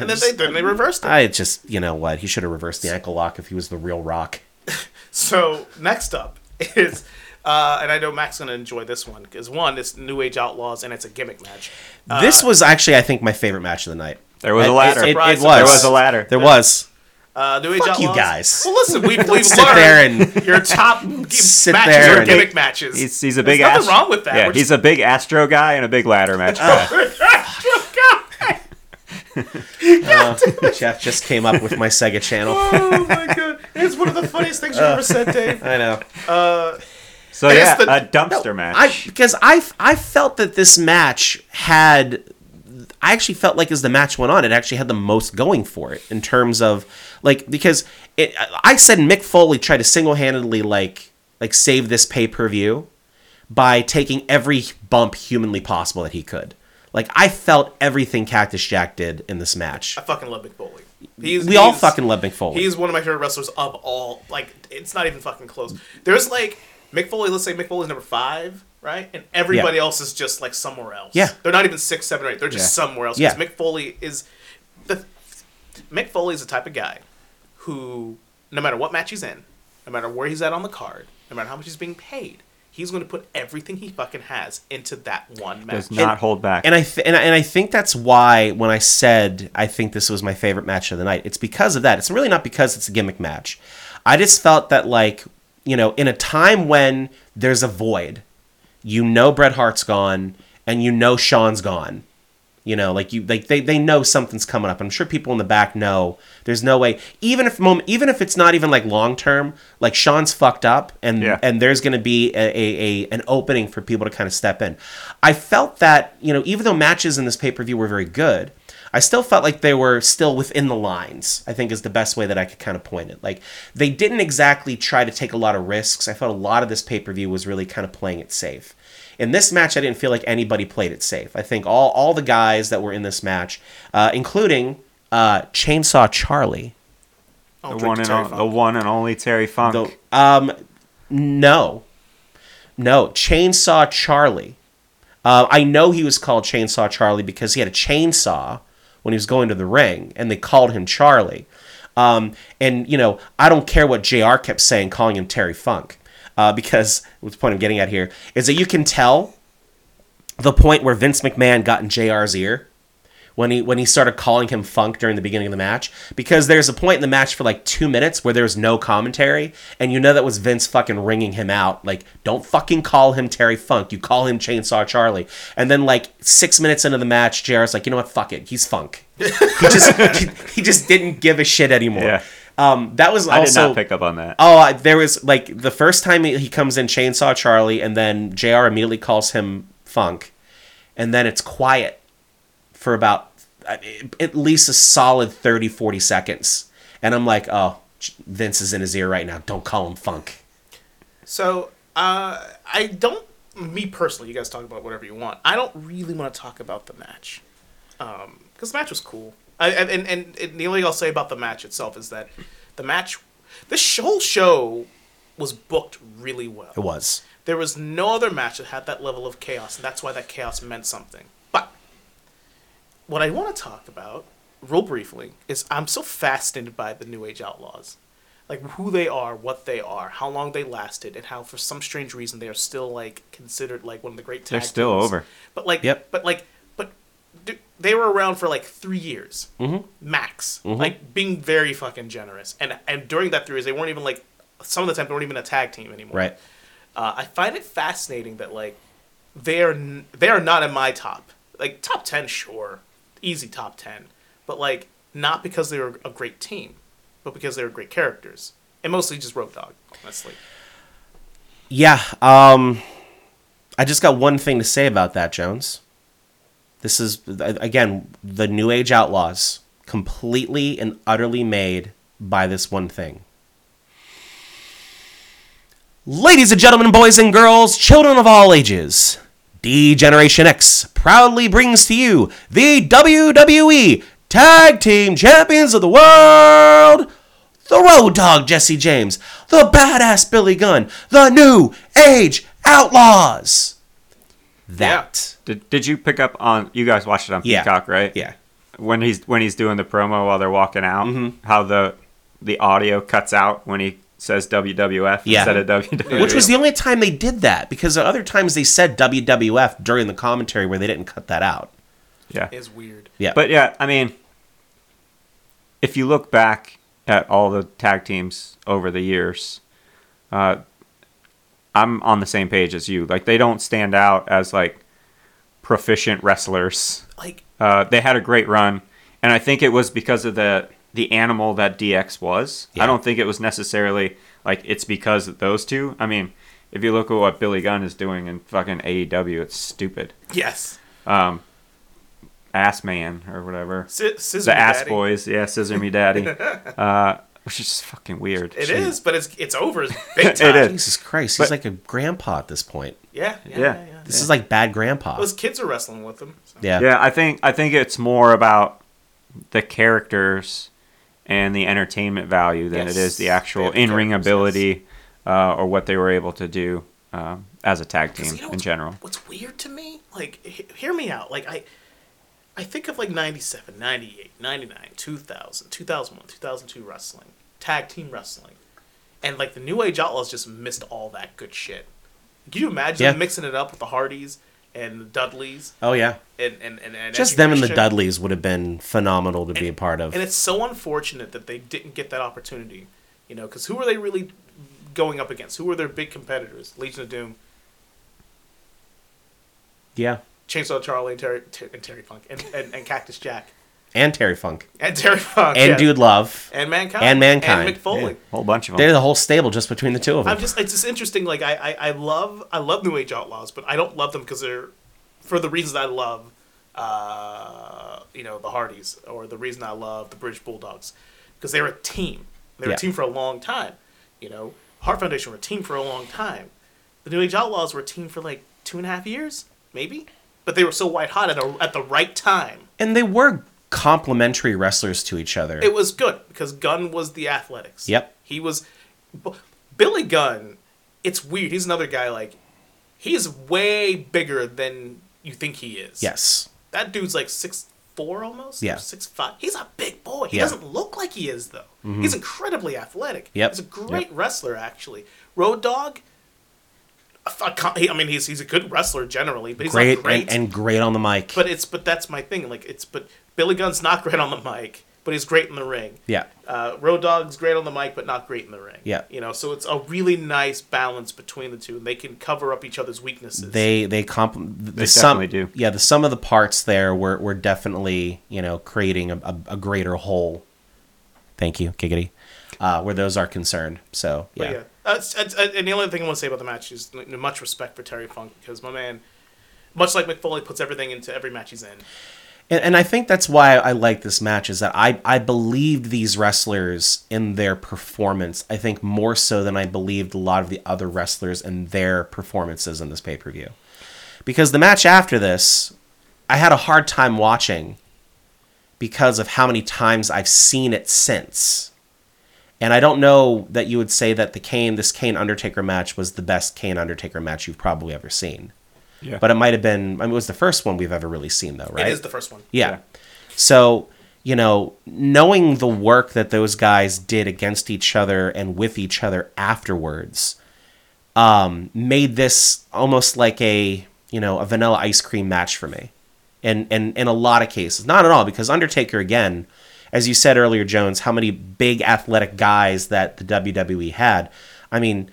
Speaker 2: and then they then they reversed it.
Speaker 1: I just, you know what? He should have reversed the ankle lock if he was the real Rock.
Speaker 2: So next up is, uh, and I know Mac's gonna enjoy this one because one, it's New Age Outlaws and it's a gimmick match.
Speaker 1: this was actually, I think, my favorite match of the night.
Speaker 3: There was
Speaker 1: It-
Speaker 3: a ladder.
Speaker 1: It, it was.
Speaker 2: Surprise.
Speaker 3: There was a ladder.
Speaker 1: There was.
Speaker 2: Uh, New Age
Speaker 1: Fuck
Speaker 2: Outlaws.
Speaker 1: you guys.
Speaker 2: Well, listen, we've, we've
Speaker 1: sit
Speaker 2: learned
Speaker 1: there and-
Speaker 2: your top gi-
Speaker 1: Sit
Speaker 2: matches
Speaker 1: there
Speaker 2: are
Speaker 1: and-
Speaker 2: gimmick matches.
Speaker 3: He's, he's a big
Speaker 2: There's
Speaker 3: astro.
Speaker 2: nothing wrong with that.
Speaker 3: Yeah,
Speaker 2: We're
Speaker 3: he's
Speaker 2: just-
Speaker 3: a big astro guy and a big ladder match. guy.
Speaker 1: Jeff just came up with my Sega channel.
Speaker 2: oh my god, it's one of the funniest things you have ever said, Dave.
Speaker 1: I know.
Speaker 3: So yeah,
Speaker 2: the-
Speaker 3: a dumpster
Speaker 1: I
Speaker 3: match.
Speaker 1: because I I felt that this match had I actually felt like as the match went on, it actually had the most going for it in terms of like because it I said Mick Foley tried to single handedly like like save this pay per view by taking every bump humanly possible that he could. Like I felt everything Cactus Jack did in this match.
Speaker 2: I fucking love Mick Foley. He's,
Speaker 1: We all
Speaker 2: he's-
Speaker 1: fucking love Mick Foley.
Speaker 2: He's one of my favorite wrestlers of all. Like, it's not even fucking close. There's like Mick Foley. Let's say Mick Foley's number five, right? And everybody
Speaker 1: Yeah.
Speaker 2: else is just like somewhere else.
Speaker 1: Yeah.
Speaker 2: they're not even six, seven, or eight. They're just
Speaker 3: Yeah.
Speaker 2: somewhere else.
Speaker 1: Yeah.
Speaker 2: Mick Foley is the Mick Foley is the type of guy who, no matter what match he's in, no matter where he's at on the card, no matter how much he's being paid, he's going to put everything he fucking has into that one match.
Speaker 3: Does not
Speaker 1: And-
Speaker 3: hold back.
Speaker 1: And I th- and I, and I think that's why when I said I think this was my favorite match of the night, it's because of that. It's really not because it's a gimmick match. I just felt that like you know, in a time when there's a void, you know Bret Hart's gone and you know Sean's gone. You know, like you like they, they know something's coming up. I'm sure people in the back know there's no way even if mom, even if it's not even like long term, like Sean's fucked up and
Speaker 3: Yeah.
Speaker 1: and there's gonna be a, a, a an opening for people to kind of step in. I felt that, you know, even though matches in this pay-per-view were very good, I still felt like they were still within the lines, I think is the best way that I could kind of point it. Like they didn't exactly try to take a lot of risks. I felt a lot of this pay-per-view was really kind of playing it safe. In this match, I didn't feel like anybody played it safe. I think all all the guys that were in this match, uh, including uh, Chainsaw Charlie,
Speaker 2: I'll
Speaker 3: the
Speaker 2: drink
Speaker 3: one
Speaker 2: to
Speaker 3: and
Speaker 2: Terry
Speaker 3: on-
Speaker 2: Funk.
Speaker 3: the one and only Terry Funk.
Speaker 1: though, um, no, no, Chainsaw Charlie. Uh, I know he was called Chainsaw Charlie because he had a chainsaw when he was going to the ring, and they called him Charlie. Um, and you know, I don't care what Jr. kept saying, calling him Terry Funk, uh, because what's the point I'm getting at here is that you can tell the point where Vince McMahon got in JR's ear when he when he started calling him funk during the beginning of the match because there's a point in the match for like 2 minutes where there's no commentary and you know that was Vince fucking ringing him out like don't fucking call him Terry Funk you call him Chainsaw Charlie and then like 6 minutes into the match JR's like you know what fuck it he's funk he just he, he just didn't give a shit anymore
Speaker 3: Yeah.
Speaker 1: um that was
Speaker 3: I did
Speaker 1: also
Speaker 3: not pick up on that.
Speaker 1: Oh, I- there was like the first time he he comes in Chainsaw Charlie, and then JR immediately calls him Funk, and then it's quiet for about uh, at least a solid 30, 40 seconds. And I'm like, oh, Vince is in his ear right now. Don't call him Funk.
Speaker 2: So uh, I don't. Me personally, you guys talk about whatever you want. I don't really want to talk about the match because the match was cool. I, and, and and and the only thing I'll say about the match itself is that the match, this whole show, was booked really well.
Speaker 1: It was.
Speaker 2: There was no other match that had that level of chaos, and that's why that chaos meant something. But what I want to talk about, real briefly, is I'm so fascinated by the New Age Outlaws. Like who they are, what they are, how long they lasted, and how for some strange reason they are still like considered like one of the great tag
Speaker 3: They're still
Speaker 2: teams.
Speaker 3: over.
Speaker 2: But like,
Speaker 1: Yep.
Speaker 2: but like, but dude, they were around for like three years
Speaker 3: Mm-hmm.
Speaker 2: max. Like being very fucking generous, and and during that three years they weren't even like some of the time they weren't even a tag team anymore.
Speaker 1: Right.
Speaker 2: Uh, I find it fascinating that like they are n- they are not in my top like top ten sure easy top ten, but like not because they were a great team, but because they were great characters and mostly just Road Dog honestly.
Speaker 1: Yeah, um, I just got one thing to say about that, Jones. This is a- again the New Age Outlaws, completely and utterly made by this one thing. Ladies and gentlemen, boys and girls, children of all ages, D Generation X proudly brings to you the WWE Tag Team Champions of the World, the Road Dog Jesse James, the Badass Billy Gunn, the New Age Outlaws. That.
Speaker 3: Did, did you pick up on you guys watched it on
Speaker 1: Yeah.
Speaker 3: Peacock, right?
Speaker 1: Yeah.
Speaker 3: When he's when he's doing the promo while they're walking out, how the the audio cuts out when he says WWF
Speaker 1: Yeah.
Speaker 3: instead of WWF.
Speaker 1: Which was the only time they did that because at other times they said WWF during the commentary where they didn't cut that out.
Speaker 3: yeah.
Speaker 2: Is weird.
Speaker 1: Yeah.
Speaker 3: But yeah, I mean, if you look back at all the tag teams over the years, uh, I'm on the same page as you. Like they don't stand out as like proficient wrestlers.
Speaker 2: Like
Speaker 3: Uh, they had a great run, and I think it was because of the the animal that DX was.
Speaker 1: Yeah.
Speaker 3: I don't think it was necessarily like it's because of those two. I mean, if you look at what Billy Gunn is doing in fucking AEW, it's stupid.
Speaker 2: yes,
Speaker 3: Ass man or whatever
Speaker 2: Si- Scissor
Speaker 3: the ass
Speaker 2: Daddy.
Speaker 3: boys yeah scissor me daddy uh which is fucking weird
Speaker 2: It is,
Speaker 3: Jeez.
Speaker 2: but it's it's over. It's Big time.
Speaker 3: It is.
Speaker 1: Ah, Jesus Christ, he's
Speaker 3: But-
Speaker 1: like a grandpa at this point.
Speaker 2: Yeah, yeah,
Speaker 3: yeah
Speaker 2: yeah. yeah.
Speaker 1: This is like bad grandpa.
Speaker 2: Those kids are wrestling with them. so.
Speaker 1: yeah.
Speaker 3: yeah i think i think it's more about the characters and the entertainment value than it
Speaker 2: Yes.
Speaker 3: is the actual
Speaker 2: They have the
Speaker 3: in-ring
Speaker 2: characters,
Speaker 3: ability uh, or what they were able to do um, as a tag
Speaker 2: 'Cause
Speaker 3: team
Speaker 2: you know
Speaker 3: in
Speaker 2: what's-
Speaker 3: general
Speaker 2: What's weird to me, like, he- hear me out. Like, I, I think of like 97, 98, 99, 2000, 2001, 2002 wrestling, tag team wrestling. And like the New Age Outlaws just missed all that good shit. Can you imagine
Speaker 1: Yeah.
Speaker 2: mixing it up with the Hardys and the Dudleys
Speaker 1: Oh yeah.
Speaker 2: and, and, and, and
Speaker 1: Just them and the
Speaker 2: Education?
Speaker 1: Dudleys would have been phenomenal to be a part of.
Speaker 2: And it's so unfortunate that they didn't get that opportunity, you know, because who are they really going up against? Who were their big competitors? Legion of Doom,
Speaker 1: Yeah.
Speaker 2: Chainsaw Charlie, and Terry, Ter- and Terry Funk, and, and, and Cactus Jack,
Speaker 1: And Terry Funk.
Speaker 2: and Terry Funk,
Speaker 1: And
Speaker 2: yeah.
Speaker 1: Dude Love.
Speaker 2: and mankind,
Speaker 1: and Mankind.
Speaker 2: and Mick Foley.
Speaker 3: a whole bunch of
Speaker 1: They're
Speaker 3: them
Speaker 1: the whole stable just between the two of them.
Speaker 2: I'm just, it's just interesting. Like I, I, I love, I love New Age Outlaws, but I don't love them because they're, for the reasons I love, uh, you know, the Hardys, or the reason I love the British Bulldogs, because they were a team. They were
Speaker 1: Yeah.
Speaker 2: a team for a long time. You know, Heart Foundation were a team for a long time. The New Age Outlaws were a team for like two and a half years, maybe. But they were so white hot at, a, at the right time.
Speaker 1: and they were complementary wrestlers to each other.
Speaker 2: It was good because Gunn was the athletics.
Speaker 1: Yep.
Speaker 2: He was B- Billy Gunn. It's weird. He's another guy like he's way bigger than you think he is.
Speaker 1: yes.
Speaker 2: That dude's like six four almost.
Speaker 1: Yeah.
Speaker 2: Six five. He's a big boy. He
Speaker 1: Yeah. Mm-hmm.
Speaker 2: doesn't look like he is though. He's incredibly athletic.
Speaker 1: Yep.
Speaker 2: He's a great wrestler actually. Road Dog. a fu- I mean, he's he's a good wrestler generally, but he's
Speaker 1: Great,
Speaker 2: not great.
Speaker 1: And, and great on the mic.
Speaker 2: but it's but that's my thing. Like it's but Billy Gunn's not great on the mic, but he's great in the ring
Speaker 1: yeah.
Speaker 2: uh, Road Dogg's great on the mic, but not great in the ring.
Speaker 1: Yeah.
Speaker 2: You know, so it's a really nice balance between the two, and they can cover up each other's weaknesses.
Speaker 1: They they complement the, the sum.
Speaker 3: definitely do.
Speaker 1: Yeah, the sum of the parts there were were definitely you know creating a, a, a greater whole. Thank you, Giggity. Uh, where those are concerned. So
Speaker 2: But yeah.
Speaker 1: yeah,
Speaker 2: Uh, it's- it's- uh, and the only thing I want to say about the match is like, much respect for Terry Funk because my man, much like McFoley, puts everything into every match he's in.
Speaker 1: And, and I think that's why I like this match is that I, I believed these wrestlers in their performance. I think more so than I believed a lot of the other wrestlers and their performances in this pay per view. Because the match after this, I had a hard time watching because of how many times I've seen it since. And I don't know that you would say that the Kane, this Kane Undertaker match was the best Kane Undertaker match you've probably ever seen.
Speaker 3: yeah
Speaker 1: But um, it might have been, I mean, it was the first one we've ever really seen, though, right?
Speaker 2: It is the first one.
Speaker 1: Yeah.
Speaker 3: Yeah.
Speaker 1: So, you know, knowing the work that those guys did against each other and with each other afterwards um, made this almost like a, you know, a vanilla ice cream match for me. And and in a lot of cases, not at all because Undertaker again, as you said earlier Jones, how many big athletic guys that the WWE had. I mean,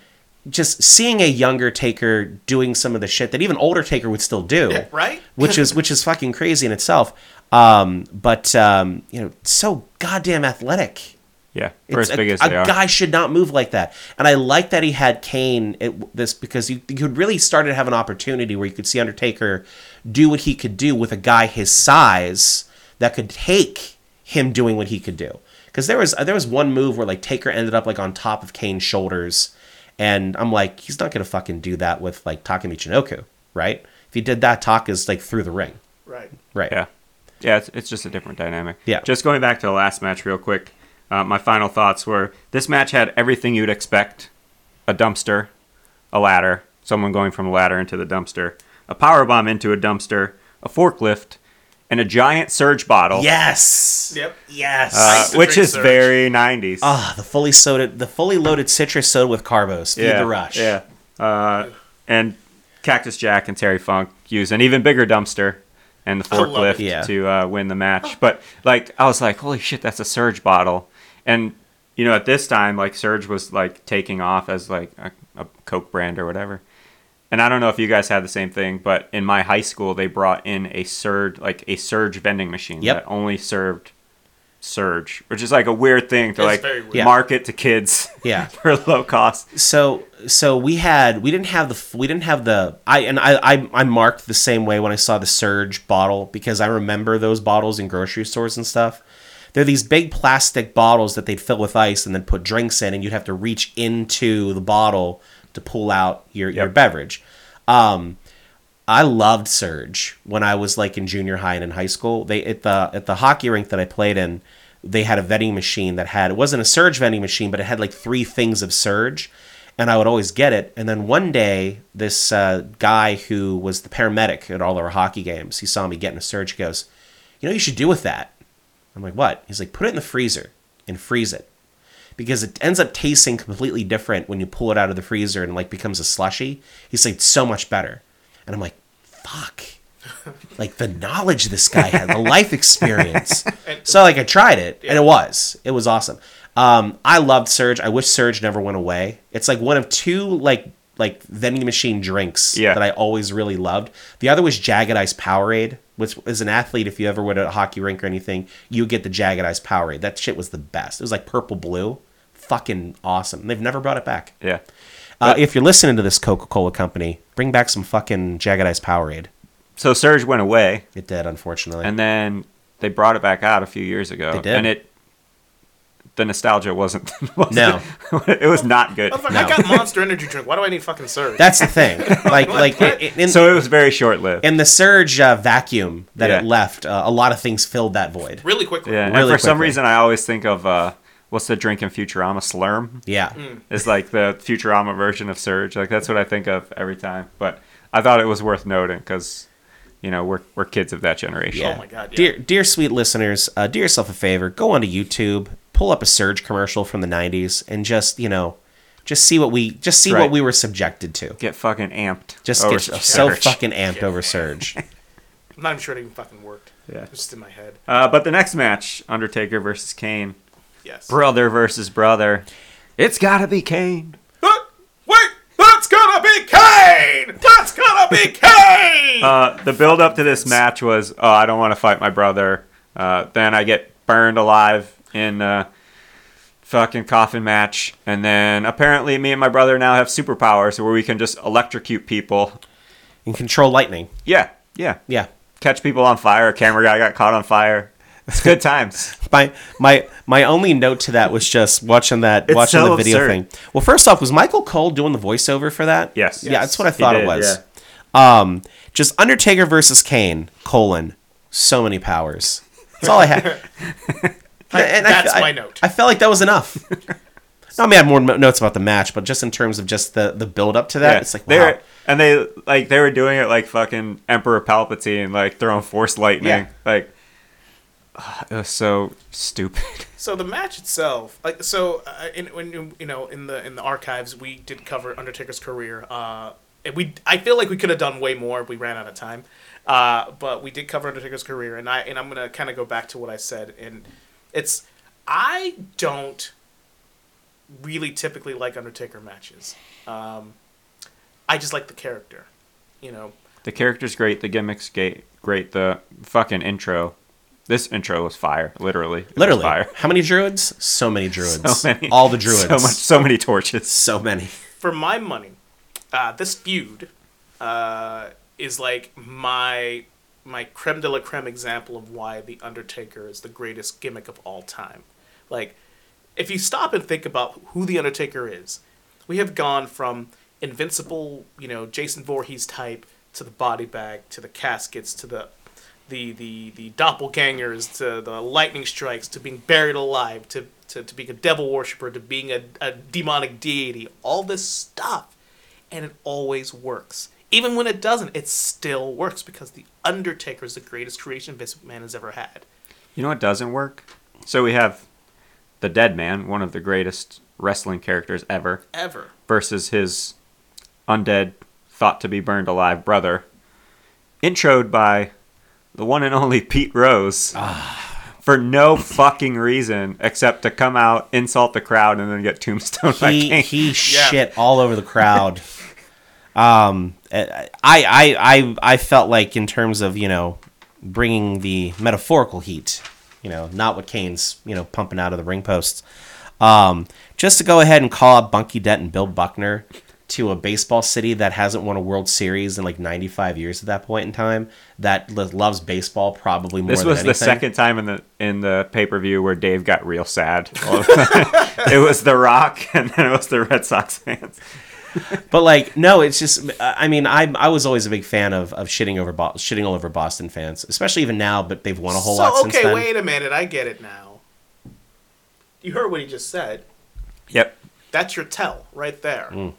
Speaker 1: just seeing a younger Taker doing some of the shit that even older Taker would still do
Speaker 2: Yeah, right?
Speaker 1: which is which is fucking crazy in itself. Um, but um, you know, so goddamn athletic.
Speaker 3: Yeah, for
Speaker 1: It's
Speaker 3: as big
Speaker 1: a,
Speaker 3: as
Speaker 1: a
Speaker 3: they are.
Speaker 1: guy should not move like that. And I like that he had Kane at this because you, you could really start to have an opportunity where you could see Undertaker do what he could do with a guy his size that could take him doing what he could do. Because there was there was one move where like Taker ended up like on top of Kane's shoulders, and I'm like, he's not gonna fucking do that with like Takumi Chinoku, right? If he did that, Taka is like through the ring,
Speaker 2: Right.
Speaker 1: right?
Speaker 3: Yeah. Yeah, it's, it's just a different dynamic.
Speaker 1: Yeah.
Speaker 3: Just going back to the last match real quick, uh, my final thoughts were this match had everything you'd expect a dumpster, a ladder, someone going from the ladder into the dumpster, a power bomb into a dumpster, a forklift, and a giant surge bottle.
Speaker 1: Yes.
Speaker 2: Yep.
Speaker 1: Yes.
Speaker 3: uh,
Speaker 2: Nice to
Speaker 3: which
Speaker 2: drink
Speaker 3: is
Speaker 2: Surge.
Speaker 3: very 90s.
Speaker 1: Ah, the fully soda, the fully loaded citrus soda with carbos. Feed
Speaker 3: yeah,
Speaker 1: the rush.
Speaker 3: Yeah. Uh, and Cactus Jack and Terry Funk use an even bigger dumpster and the
Speaker 2: I love
Speaker 3: forklift
Speaker 1: it. Yeah.
Speaker 3: to uh, win the match. But like, I was like, holy shit, that's a Surge bottle. And you know, at this time, like Surge was like taking off as like a, a Coke brand or whatever. And I don't know if you guys had the same thing, but in my high school, they brought in a Surge, like a Surge vending machine
Speaker 1: Yep.
Speaker 3: that only served Surge, which is like a weird thing to
Speaker 2: It's
Speaker 3: like
Speaker 2: very weird.
Speaker 1: Yeah.
Speaker 3: market to kids
Speaker 1: Yeah.
Speaker 3: for low cost.
Speaker 1: So, so we had we didn't have the f- we didn't have the I and I, I I marked the same way when I saw the Surge bottle because I remember those bottles in grocery stores and stuff. They're these big plastic bottles that they'd fill with ice and then put drinks in, and you'd have to reach into the bottle to pull out your your
Speaker 3: Yep.
Speaker 1: beverage. Um, I loved Surge when I was like in junior high and in high school. They at the at the hockey rink that I played in, they had a vending machine that had it wasn't a Surge vending machine, but it had like three things of Surge, and I would always get it. And then one day, this uh, guy who was the paramedic at all our hockey games, he saw me getting a Surge. He goes, "You know, what you should do with that." I'm like, "What?" He's like, "Put it in the freezer and freeze it." because it ends up tasting completely different when you pull it out of the freezer and like becomes a slushy. He's like, "It's so much better. And I'm like, fuck. like the knowledge this guy had, the life experience. so like I tried it and it was. It was awesome. Um, I loved Surge. I wish Surge never went away. It's like one of two like like vending machine drinks
Speaker 3: Yeah.
Speaker 1: that I always really loved. The other was Jagged Ice Powerade, which as an athlete, if you ever went to a hockey rink or anything, you would get the Jagged Ice Powerade. That shit was the best. It was like purple blue. Fucking awesome. And They've never brought it back.
Speaker 3: Yeah.
Speaker 1: Uh, if you're listening to this Coca Cola company, bring back some fucking Jagged Ice Powerade.
Speaker 3: So Surge went away,
Speaker 1: It did, unfortunately.
Speaker 3: and then they brought it back out a few years ago.
Speaker 1: They did.
Speaker 3: And it, the nostalgia wasn't. wasn't
Speaker 1: No.
Speaker 3: it was not good.
Speaker 2: Motherfucker,
Speaker 1: No.
Speaker 2: I got Monster Energy drink. Why do I need fucking Surge?
Speaker 1: That's the thing. Like, like in, in-
Speaker 3: So it was very short lived.
Speaker 1: in the surge uh, vacuum that it
Speaker 3: Yeah.
Speaker 1: left, uh, a lot of things filled that void.
Speaker 2: really quickly.
Speaker 3: Yeah. and for
Speaker 1: really
Speaker 3: some
Speaker 1: quickly.
Speaker 3: reason, I always think of uh, what's the drink in Futurama? Slurm
Speaker 1: Yeah.
Speaker 2: mm,
Speaker 3: is like the Futurama version of Surge. Like that's what I think of every time. But I thought it was worth noting because, you know, we're we're kids of that generation.
Speaker 1: Yeah.
Speaker 2: Oh my God, yeah.
Speaker 1: Dear, dear sweet listeners, uh, do yourself a favor. Go onto YouTube, pull up a surge commercial from the '90s, and just you know, just see what we just see what
Speaker 3: Right.
Speaker 1: we were subjected to.
Speaker 3: Get fucking amped. Oh,
Speaker 1: Just
Speaker 3: over
Speaker 1: get so
Speaker 3: Surge.
Speaker 1: fucking amped over surge.
Speaker 2: I'm not even sure it even fucking worked.
Speaker 3: Yeah.
Speaker 2: It was just in my head.
Speaker 3: Uh, but the next match, Undertaker versus Kane.
Speaker 2: Yes.
Speaker 3: brother versus brother. It's gotta be Kane.
Speaker 2: Huh? Wait! That's gonna be Kane! That's gonna be Kane!
Speaker 3: Uh, the build up to this match was, oh, I don't want to fight my brother. Uh, then I get burned alive in uh, fucking coffin match, and then apparently me and my brother now have superpowers where we can just electrocute people.
Speaker 1: and control lightning.
Speaker 3: Yeah, yeah,
Speaker 1: Yeah.
Speaker 3: catch people on fire. A camera guy got caught on fire. It's good times.
Speaker 1: my my my only note to that was just watching that
Speaker 3: It's
Speaker 1: watching
Speaker 3: so
Speaker 1: the video
Speaker 3: absurd.
Speaker 1: thing. Well, first off, was Michael Cole doing the voiceover for that?
Speaker 3: Yes.
Speaker 1: Yeah, that's what I thought it
Speaker 3: did,
Speaker 1: was. Um, just Undertaker versus Kane colon so many powers. That's all I had. I- and I-
Speaker 2: That's
Speaker 1: I-
Speaker 2: my note.
Speaker 1: I felt like that was enough. Not me. I had more mo- notes about the match, but just in terms of just the the build up to that,
Speaker 3: Yeah,
Speaker 1: it's like
Speaker 3: they
Speaker 1: wow.
Speaker 3: were, and they like they were doing it like fucking Emperor Palpatine, like throwing force lightning,
Speaker 1: Yeah.
Speaker 3: like it was so stupid.
Speaker 2: So the match itself, like so, uh, in, when you know in the in the archives, we did cover Undertaker's career. Uh, and we I feel like we could have done way more if we ran out of time, uh, but we did cover Undertaker's career, and I and I'm gonna kind of go back to what I said, and it's I don't really typically like Undertaker matches. Um, I just like the character, you know.
Speaker 3: The character's great, the gimmicks great, great, the fucking intro This intro was fire, literally. It was
Speaker 1: Literally.
Speaker 3: fire.
Speaker 1: How many druids? So many druids.
Speaker 3: So many-
Speaker 1: All the druids.
Speaker 3: So much, so many torches.
Speaker 1: So many.
Speaker 2: for my money, uh, this feud uh, is like my my creme de la creme example of why the Undertaker is the greatest gimmick of all time. Like, if you stop and think about who the Undertaker is, we have gone from invincible, you know, Jason Voorhees type to the body bag to the caskets to the the the the doppelgangers to the lightning strikes to being buried alive to to, to being a devil worshiper to being a, a demonic deity all this stuff and it always works even when it doesn't it still works because the undertaker is the greatest creation this man has ever had
Speaker 3: You know what doesn't work? So we have the Dead Man, one of the greatest wrestling characters ever,
Speaker 2: ever
Speaker 3: versus his undead, thought to be burned alive brother, introed by the one and only Pete Rose.
Speaker 1: Ah.
Speaker 3: For no fucking reason except to come out, insult the crowd, and then get tombstone by
Speaker 1: he
Speaker 3: Kane.
Speaker 1: he shit all over the crowd. um, I, I I I felt like in terms of you know bringing the metaphorical heat, you know, not what Kane's you know pumping out of the ring posts. Um, just to go ahead and call up Bunky Dent and Bill Buckner to a baseball city that hasn't won a World Series in like 95 years at that point in time that lo- loves baseball probably more.
Speaker 3: This
Speaker 1: than
Speaker 3: was the
Speaker 1: anything.
Speaker 3: second time in the in the pay per view where Dave got real sad. it was The Rock, and then it was the Red Sox fans.
Speaker 1: But like, no, it's just. I mean, I I was always a big fan of of shitting over Bo- shitting all over Boston fans, especially even now. But they've won a whole lot
Speaker 2: so
Speaker 1: since
Speaker 2: okay
Speaker 1: then.
Speaker 2: wait a minute i get it now you heard what he just said
Speaker 3: Yep,
Speaker 2: That's your tell right there.
Speaker 1: Mm.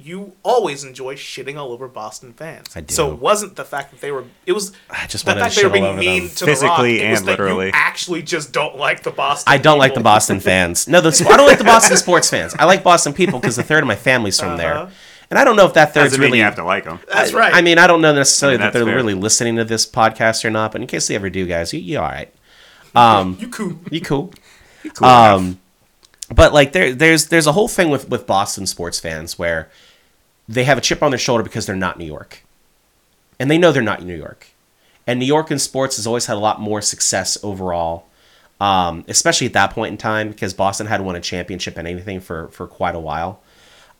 Speaker 2: You always enjoy shitting all over Boston fans.
Speaker 1: I do.
Speaker 2: So it wasn't the fact that they were. It was
Speaker 1: I just
Speaker 2: the
Speaker 1: wanted
Speaker 2: fact
Speaker 1: to
Speaker 2: they were
Speaker 1: shit all
Speaker 2: being
Speaker 1: over
Speaker 2: mean
Speaker 1: them.
Speaker 2: to the Rock.
Speaker 3: Physically
Speaker 2: It was
Speaker 3: and
Speaker 2: that you
Speaker 3: literally.
Speaker 2: actually just don't like the Boston.
Speaker 1: I don't like the
Speaker 2: people.
Speaker 1: Boston fans. No, the, I don't like the Boston sports fans. I like Boston people because a third of my family's from
Speaker 2: Uh-huh.
Speaker 1: there, and I don't know if that third's
Speaker 3: doesn't mean
Speaker 1: really.
Speaker 3: you have to like them.
Speaker 2: That's right.
Speaker 1: I mean, I don't know necessarily
Speaker 3: I mean,
Speaker 1: that they're
Speaker 3: that's fair.
Speaker 1: really listening to this podcast or not. But in case they ever do, guys, you, you all right?
Speaker 2: you cool.
Speaker 1: You cool? Um, but like there, there's there's a whole thing with with Boston sports fans where they have a chip on their shoulder because they're not New York, and they know they're not New York, and New York in sports has always had a lot more success overall, um, especially at that point in time because Boston had won a championship and anything for for quite a while.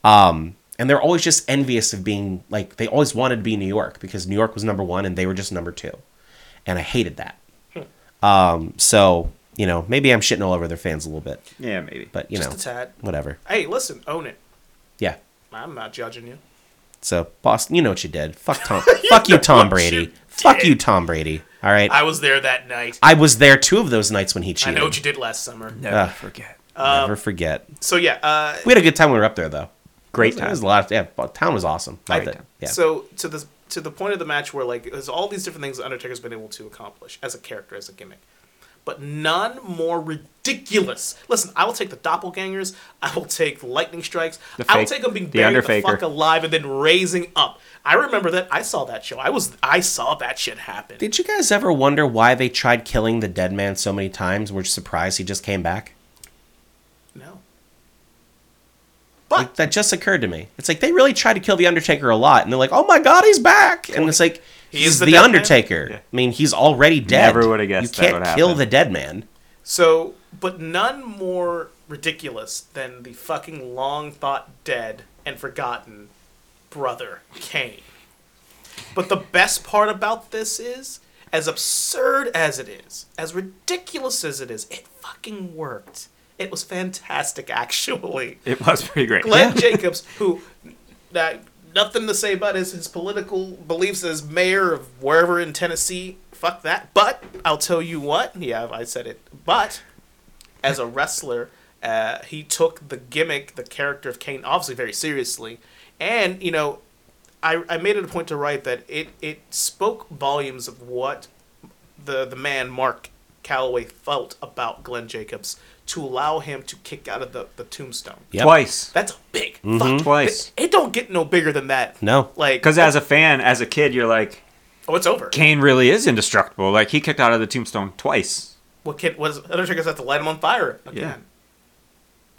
Speaker 1: Um, and they're always just envious of being like they always wanted to be New York because New York was number one and they were just number two, and I hated that. Um, so you know maybe I'm shitting all over their fans a little bit,
Speaker 3: Yeah, maybe.
Speaker 1: but you
Speaker 2: Just
Speaker 1: know
Speaker 2: a tad.
Speaker 1: whatever.
Speaker 2: Hey, listen, own it.
Speaker 1: Yeah.
Speaker 2: I'm not judging you.
Speaker 1: So Boston, you know what you did. Fuck Tom. fuck you, Tom Brady.
Speaker 2: you
Speaker 1: fuck
Speaker 2: did.
Speaker 1: you, Tom Brady. All right. I,
Speaker 2: I was there that night.
Speaker 1: was there two of those nights when he
Speaker 2: I
Speaker 1: cheated.
Speaker 2: know what you did last summer.
Speaker 3: never
Speaker 1: Ugh.
Speaker 3: forget.
Speaker 1: Never forget.
Speaker 2: So yeah. Uh,
Speaker 1: We had a good time when we were up there, though. It
Speaker 3: Great
Speaker 1: was- It
Speaker 3: time.
Speaker 1: was a lot. Of, yeah, but town was awesome. Loved
Speaker 3: Great
Speaker 1: it.
Speaker 3: time.
Speaker 1: Yeah.
Speaker 2: So to the to the point of the match where like there's all these different things that Undertaker's been able to accomplish as a character, as a gimmick, but none more ridiculous. Listen, I will take the doppelgangers. I will take lightning strikes.
Speaker 3: The
Speaker 2: I will
Speaker 3: fake-
Speaker 2: take them being
Speaker 3: the
Speaker 2: buried the
Speaker 3: Underfaker.
Speaker 2: fuck alive and then raising up. I remember that. I saw that show. I was I saw that shit happen.
Speaker 1: Did you guys ever wonder why they tried killing the dead man so many times? We're surprised he just came back.
Speaker 2: no. But
Speaker 1: That just occurred to me. It's like they really tried to kill the Undertaker a lot, and they're like, "Oh my God, he's back!" And it's like
Speaker 2: He
Speaker 1: he's
Speaker 2: is the
Speaker 1: the,
Speaker 2: dead man?
Speaker 1: Undertaker.
Speaker 3: Yeah.
Speaker 1: I mean, he's already dead.
Speaker 3: Never would've guessed that
Speaker 1: You can't
Speaker 3: would
Speaker 1: kill
Speaker 3: happen.
Speaker 1: the dead man.
Speaker 2: So, but none more ridiculous than the fucking long thought dead and forgotten brother Kane. But the best part about this is, as absurd as it is, as ridiculous as it is, it fucking worked. It was fantastic, actually.
Speaker 3: It was pretty great.
Speaker 2: Glenn Jacobs, who that nothing to say about his, his political beliefs as mayor of wherever in Tennessee, fuck that. But I'll tell you what, yeah, I said it. But as a wrestler, uh, he took the gimmick, the character of Kane, obviously very seriously, and you know, I I made it a point to write that it it spoke volumes of what the the man Mark Calloway felt about Glenn Jacobs to allow him to kick out of the, the tombstone.
Speaker 1: Yep.
Speaker 3: Twice.
Speaker 2: That's big. Fuck.
Speaker 3: Twice.
Speaker 2: It, it don't get no bigger than that.
Speaker 1: No.
Speaker 2: Like,
Speaker 3: Because as a fan, as a kid, you're like,
Speaker 2: oh, it's over.
Speaker 3: Kane really is indestructible. Like he kicked out of the tombstone twice.
Speaker 2: What kid was Undertaker's have to light him on fire again?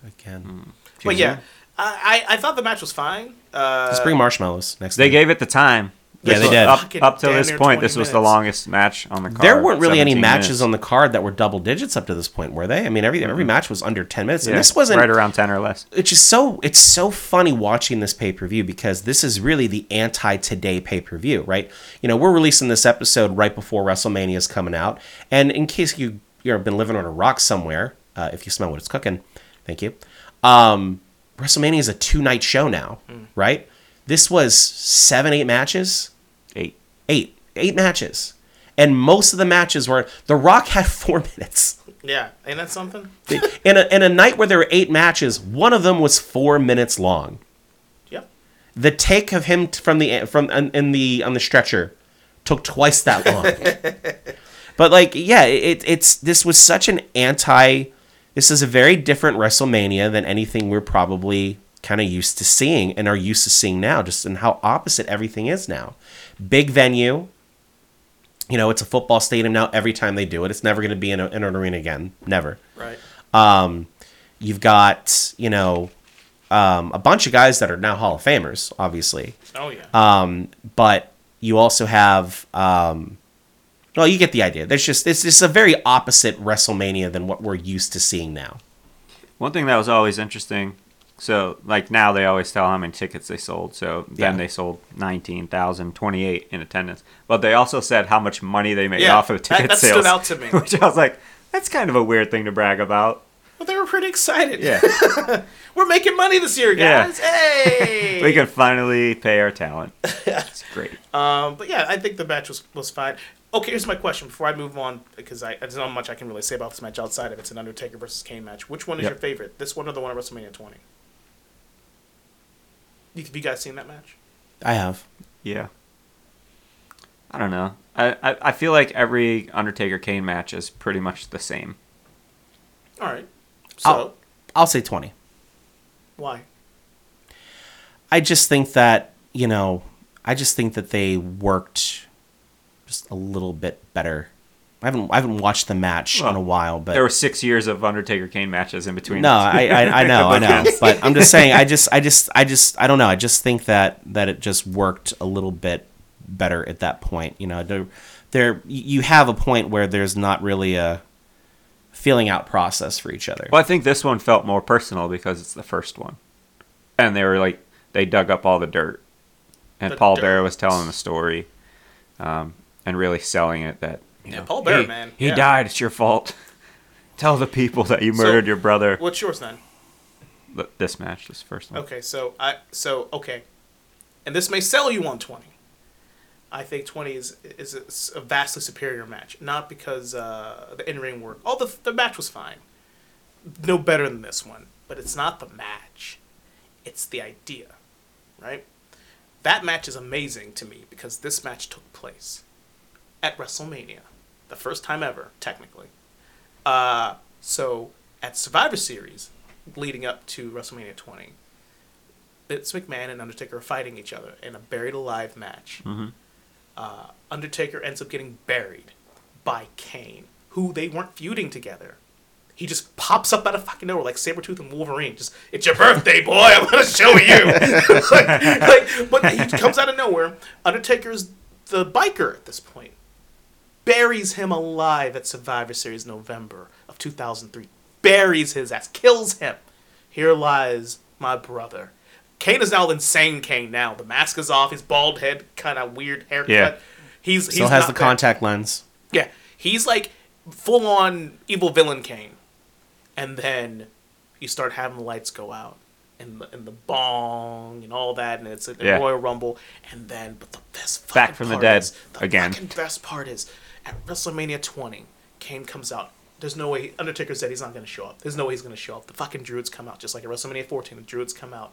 Speaker 3: Yeah.
Speaker 1: Again.
Speaker 3: Hmm.
Speaker 2: But yeah, I, I I thought the match was fine. Uh,
Speaker 1: Just bring marshmallows next.
Speaker 3: Uh, They
Speaker 1: time.
Speaker 3: gave it the time.
Speaker 1: Yeah, they
Speaker 3: This-
Speaker 1: did.
Speaker 3: Up,
Speaker 2: Fucking
Speaker 3: up till
Speaker 2: damn
Speaker 3: this
Speaker 2: near
Speaker 3: point,
Speaker 2: 20
Speaker 3: this was the
Speaker 2: minutes.
Speaker 3: longest match on the card.
Speaker 1: There weren't really any
Speaker 3: 17
Speaker 1: matches
Speaker 3: minutes.
Speaker 1: on the card that were double digits up to this point, were they? I mean, every every match was under ten minutes,
Speaker 3: Yeah,
Speaker 1: and this wasn't.
Speaker 3: right around ten or less.
Speaker 1: It's just so it's so funny watching this pay per view because this is really the anti today pay per view, right? You know, we're releasing this episode right before WrestleMania is coming out, and in case you you've been living on a rock somewhere, uh, if you smell what it's cooking, thank you. Um, WrestleMania is a two night show now, right? This was seven eight matches
Speaker 3: Eight.
Speaker 1: eight eight matches and most of the matches were the rock had four minutes
Speaker 2: Yeah, ain't that something?
Speaker 1: in a, in a night where there were eight matches one of them was four minutes long
Speaker 2: Yep.
Speaker 1: the take of him t- from the eh, from in, in the on the stretcher took twice that long but like yeah it, it's this was such an anti this is a very different wrestlemania than anything we're probably kind of used to seeing and are used to seeing now just in how opposite everything is now big venue you know it's a football stadium now every time they do it it's never going to be in, a, in an arena again never
Speaker 2: Right.
Speaker 1: you've got you know um, a bunch of guys that are now hall of famers obviously
Speaker 2: Oh yeah.
Speaker 3: Uh,
Speaker 1: but you also have um well you get the idea there's just it's just a very opposite wrestlemania than what we're used to seeing now
Speaker 3: One thing that was always interesting. So, like now, they always tell how many tickets they sold. So then
Speaker 1: Yeah.
Speaker 3: they sold 19,028 in attendance. But they also said how much money they made
Speaker 2: Yeah,
Speaker 3: off
Speaker 2: that-
Speaker 3: of ticket
Speaker 2: that stood
Speaker 3: sales.
Speaker 2: out to me.
Speaker 3: Which I was like, that's kind of a weird thing to brag about.
Speaker 2: well, they were pretty excited.
Speaker 3: Yeah.
Speaker 2: We're making money this year,
Speaker 3: Yeah.
Speaker 2: guys. Hey.
Speaker 3: we can finally pay our talent. It's great.
Speaker 2: Um, but yeah, I think the match was, was fine. Okay, here's my question before I move on because I there's not much I can really say about this match outside of it's an Undertaker versus Kane match. Which one is
Speaker 3: Yep.
Speaker 2: your favorite? This one or the one at WrestleMania 20? You, have you guys seen that match?
Speaker 1: i have
Speaker 3: Yeah. I don't know. I, I, I feel like every Undertaker Kane match is pretty much the same.
Speaker 2: All right. So
Speaker 1: I'll- i'll say 20
Speaker 2: why?
Speaker 1: i just think that you know i just think that they worked just a little bit better i haven't i haven't watched the match in a
Speaker 3: Well,
Speaker 1: while but
Speaker 3: There were six years of Undertaker Kane matches in between.
Speaker 1: No,
Speaker 3: us.
Speaker 1: I, I, I know, I know,
Speaker 3: Bookends.
Speaker 1: but I'm just saying, I just, I just, I just, I don't know. I just think that that it just worked a little bit better at that point. You know, there, there, you have a point where there's not really a feeling out process for each other.
Speaker 3: Well, I think this one felt more personal because it's the first one, and they were like they dug up all the dirt, and
Speaker 2: The
Speaker 3: Paul Bearer
Speaker 2: dirt.
Speaker 3: was telling the story, um, and really selling it that you
Speaker 2: Yeah,
Speaker 3: know,
Speaker 2: Paul Bearer,
Speaker 3: "Hey,
Speaker 2: man.
Speaker 3: he
Speaker 2: Yeah.
Speaker 3: died. It's your fault. Tell the people that you
Speaker 2: So-
Speaker 3: murdered your brother.
Speaker 2: What's yours then?
Speaker 3: Th- This match, this first one.
Speaker 2: Okay, so I so okay, and this may sell you on twenty. I think twenty is is a s- a vastly superior match, not because uh, the in ring work. Oh, the the match was fine, no better than this one. But it's not the match, it's the idea, right? That match is amazing to me because this match took place at WrestleMania, the first time ever, technically. Uh, so at Survivor Series, leading up to WrestleMania 20, Vince McMahon and Undertaker are fighting each other in a buried alive match. Uh, Undertaker ends up getting buried by Kane, who they weren't feuding together. He just pops up out of fucking nowhere like Sabretooth and Wolverine. Just, it's your birthday, boy. I'm going to show you. like, like, but he comes out of nowhere. Undertaker's the biker at this point buries him alive at Survivor Series November of 2003. Buries his ass, kills him. Here lies my brother. Kane is now insane Kane now. The mask is off, his bald head, kind of weird haircut.
Speaker 3: Yeah.
Speaker 2: He's,
Speaker 1: Still
Speaker 2: he's
Speaker 1: has
Speaker 2: not
Speaker 1: the
Speaker 2: that-
Speaker 1: contact lens.
Speaker 2: Yeah. He's like full on evil villain Kane. And then you start having the lights go out and the, and the bong and all that and it's a
Speaker 3: Yeah.
Speaker 2: Royal Rumble and then but the best
Speaker 3: Back
Speaker 2: fucking
Speaker 3: from the
Speaker 2: part
Speaker 3: dead
Speaker 2: is- the
Speaker 3: again.
Speaker 2: fucking best part is at WrestleMania 20 Kane comes out there's no way Undertaker said he's not going to show up there's no way he's going to show up the fucking Druids come out just like at WrestleMania 14 the Druids come out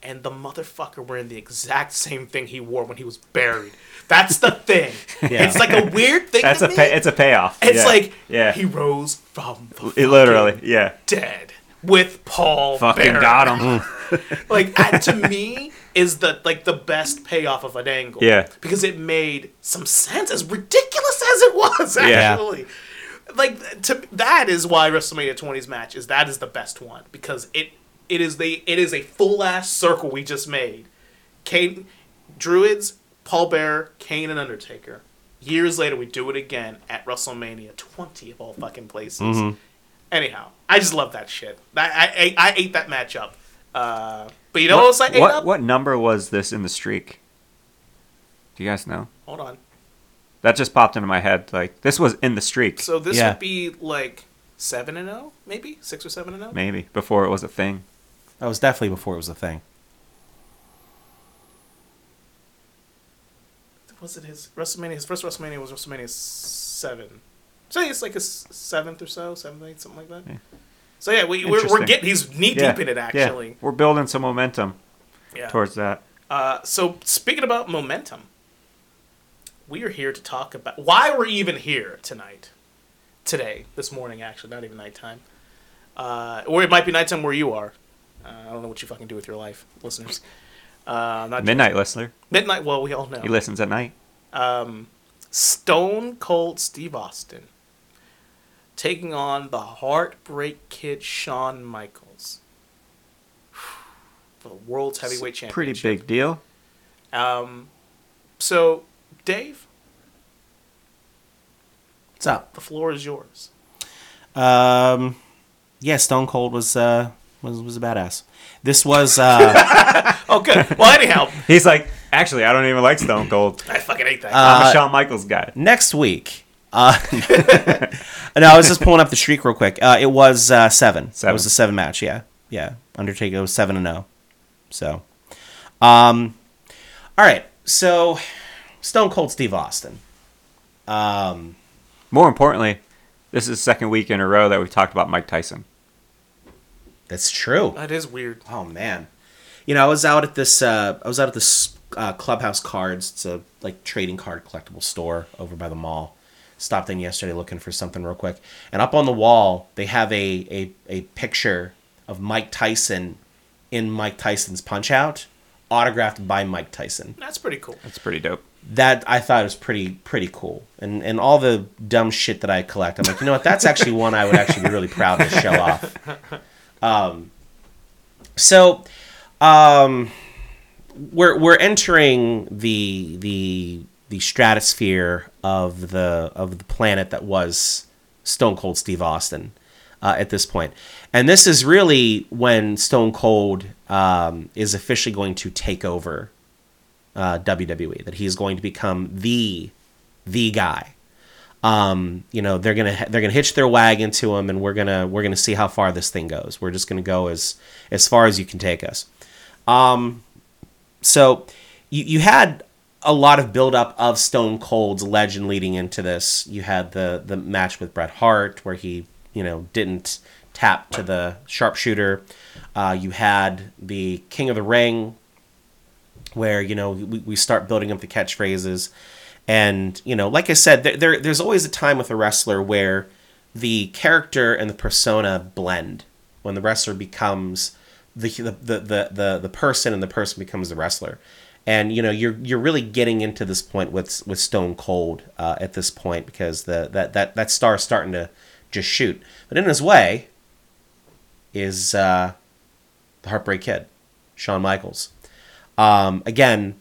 Speaker 2: and the motherfucker wearing the exact same thing he wore when he was buried. That's the thing.
Speaker 1: Yeah.
Speaker 2: It's like a weird thing.
Speaker 3: That's
Speaker 2: to
Speaker 3: a pay,
Speaker 2: me.
Speaker 3: it's a payoff.
Speaker 2: It's
Speaker 3: Yeah.
Speaker 2: like
Speaker 3: yeah,
Speaker 2: he rose from the
Speaker 3: it literally yeah.
Speaker 2: dead with Paul.
Speaker 3: Fucking
Speaker 2: Bearer.
Speaker 3: got him.
Speaker 2: Like that to me is the like the best payoff of an angle.
Speaker 3: Yeah.
Speaker 2: Because it made some sense, as ridiculous as it was
Speaker 3: Yeah.
Speaker 2: actually. Like to that is why WrestleMania 20's match is that is the best one because it it is the it is a full ass circle we just made. Kane, Druids, Paul Bear, Kane, and Undertaker. Years later, we do it again at WrestleMania 20 of all fucking places.
Speaker 3: Mm-hmm.
Speaker 2: Anyhow, I just love that shit. I, I, I ate that match up. Uh, but you know what, else I ate
Speaker 3: what,
Speaker 2: up?
Speaker 3: what number was this in the streak? Do you guys know?
Speaker 2: Hold on.
Speaker 3: That just popped into my head. Like this was in the streak,
Speaker 2: So this
Speaker 1: Yeah.
Speaker 2: would be like 7 and 0, maybe? 6 or 7 and oh? 0?
Speaker 3: maybe before it was a thing.
Speaker 1: That was definitely before it was a thing.
Speaker 2: Was it his WrestleMania? His first WrestleMania was WrestleMania 7. So it's like his 7th or so, 7th, 8th, something like that.
Speaker 3: Yeah.
Speaker 2: So yeah, we, we're, we're
Speaker 3: Interesting.
Speaker 2: getting, he's knee deep
Speaker 3: Yeah,
Speaker 2: in it
Speaker 3: yeah.
Speaker 2: actually.
Speaker 3: we're building some momentum
Speaker 2: Yeah.
Speaker 3: towards that.
Speaker 2: Uh, so speaking about momentum, we are here to talk about why we're even here tonight, today, this morning actually, not even nighttime, uh, or it might be nighttime where you are. Uh, I don't know what you fucking do with your life, listeners. Uh, not
Speaker 3: Midnight listener,
Speaker 2: midnight. Well, we all know.
Speaker 3: he listens at night.
Speaker 2: Stone Cold Steve Austin taking on the Heartbreak Kid Shawn Michaels for the world's heavyweight
Speaker 3: It's a
Speaker 2: champion.
Speaker 3: Pretty big deal.
Speaker 2: Um, so, Dave,
Speaker 1: What's up?
Speaker 2: the floor is yours.
Speaker 1: Um, yeah, Stone Cold was uh, was was a badass. This was uh,
Speaker 2: Oh, good. Well, anyhow,
Speaker 3: He's like, actually, I don't even like Stone Cold.
Speaker 2: I fucking hate that.
Speaker 3: I'm
Speaker 1: Uh,
Speaker 3: a Shawn Michaels guy.
Speaker 1: next week. Uh, no, I was just pulling up the streak real quick. Uh, it was uh, seven. It
Speaker 3: Seven.
Speaker 1: was a seven match. Yeah, yeah. Undertaker was seven and zero. So, um, all right. So, Stone Cold Steve Austin.
Speaker 3: More importantly, this is the second week in a row that we've talked about Mike Tyson.
Speaker 1: That's true.
Speaker 2: that is weird.
Speaker 1: Oh man, you know I was out at this uh, I was out at this uh, Clubhouse Cards. It's a like trading card collectible store over by the mall. Stopped in yesterday looking for something real quick, and up on the wall they have a a, a picture of Mike Tyson in Mike Tyson's Punch Out, autographed by Mike Tyson.
Speaker 2: That's pretty cool.
Speaker 3: That's pretty dope.
Speaker 1: That I thought was pretty pretty cool, and and all the dumb shit that I collect, I'm like, you know what? That's actually one I would actually be really proud to show off. Um, So, um, we're we're entering the the the stratosphere of the of the planet that was Stone Cold Steve Austin uh, at this point, and this is really when Stone Cold um, is officially going to take over uh, WWE. That he's going to become the the guy. Um, you know they're gonna they're gonna hitch their wagon to him, and we're gonna we're gonna see how far this thing goes. We're just gonna go as as far as you can take us. Um, So you, you had a lot of buildup of Stone Cold's legend leading into this. You had the the match with Bret Hart where he you know didn't tap to the sharpshooter. Uh, you had the King of the Ring where you know we, we start building up the catchphrases and you know like i said there, there there's always a time with a wrestler where the character and the persona blend when the wrestler becomes the the the the, the, the person and the person becomes the wrestler and you know you're you're really getting into this point with with Stone Cold uh, at this point because the that that that star's starting to just shoot. But in his way is uh, the Heartbreak Kid, Shawn Michaels. Um, again,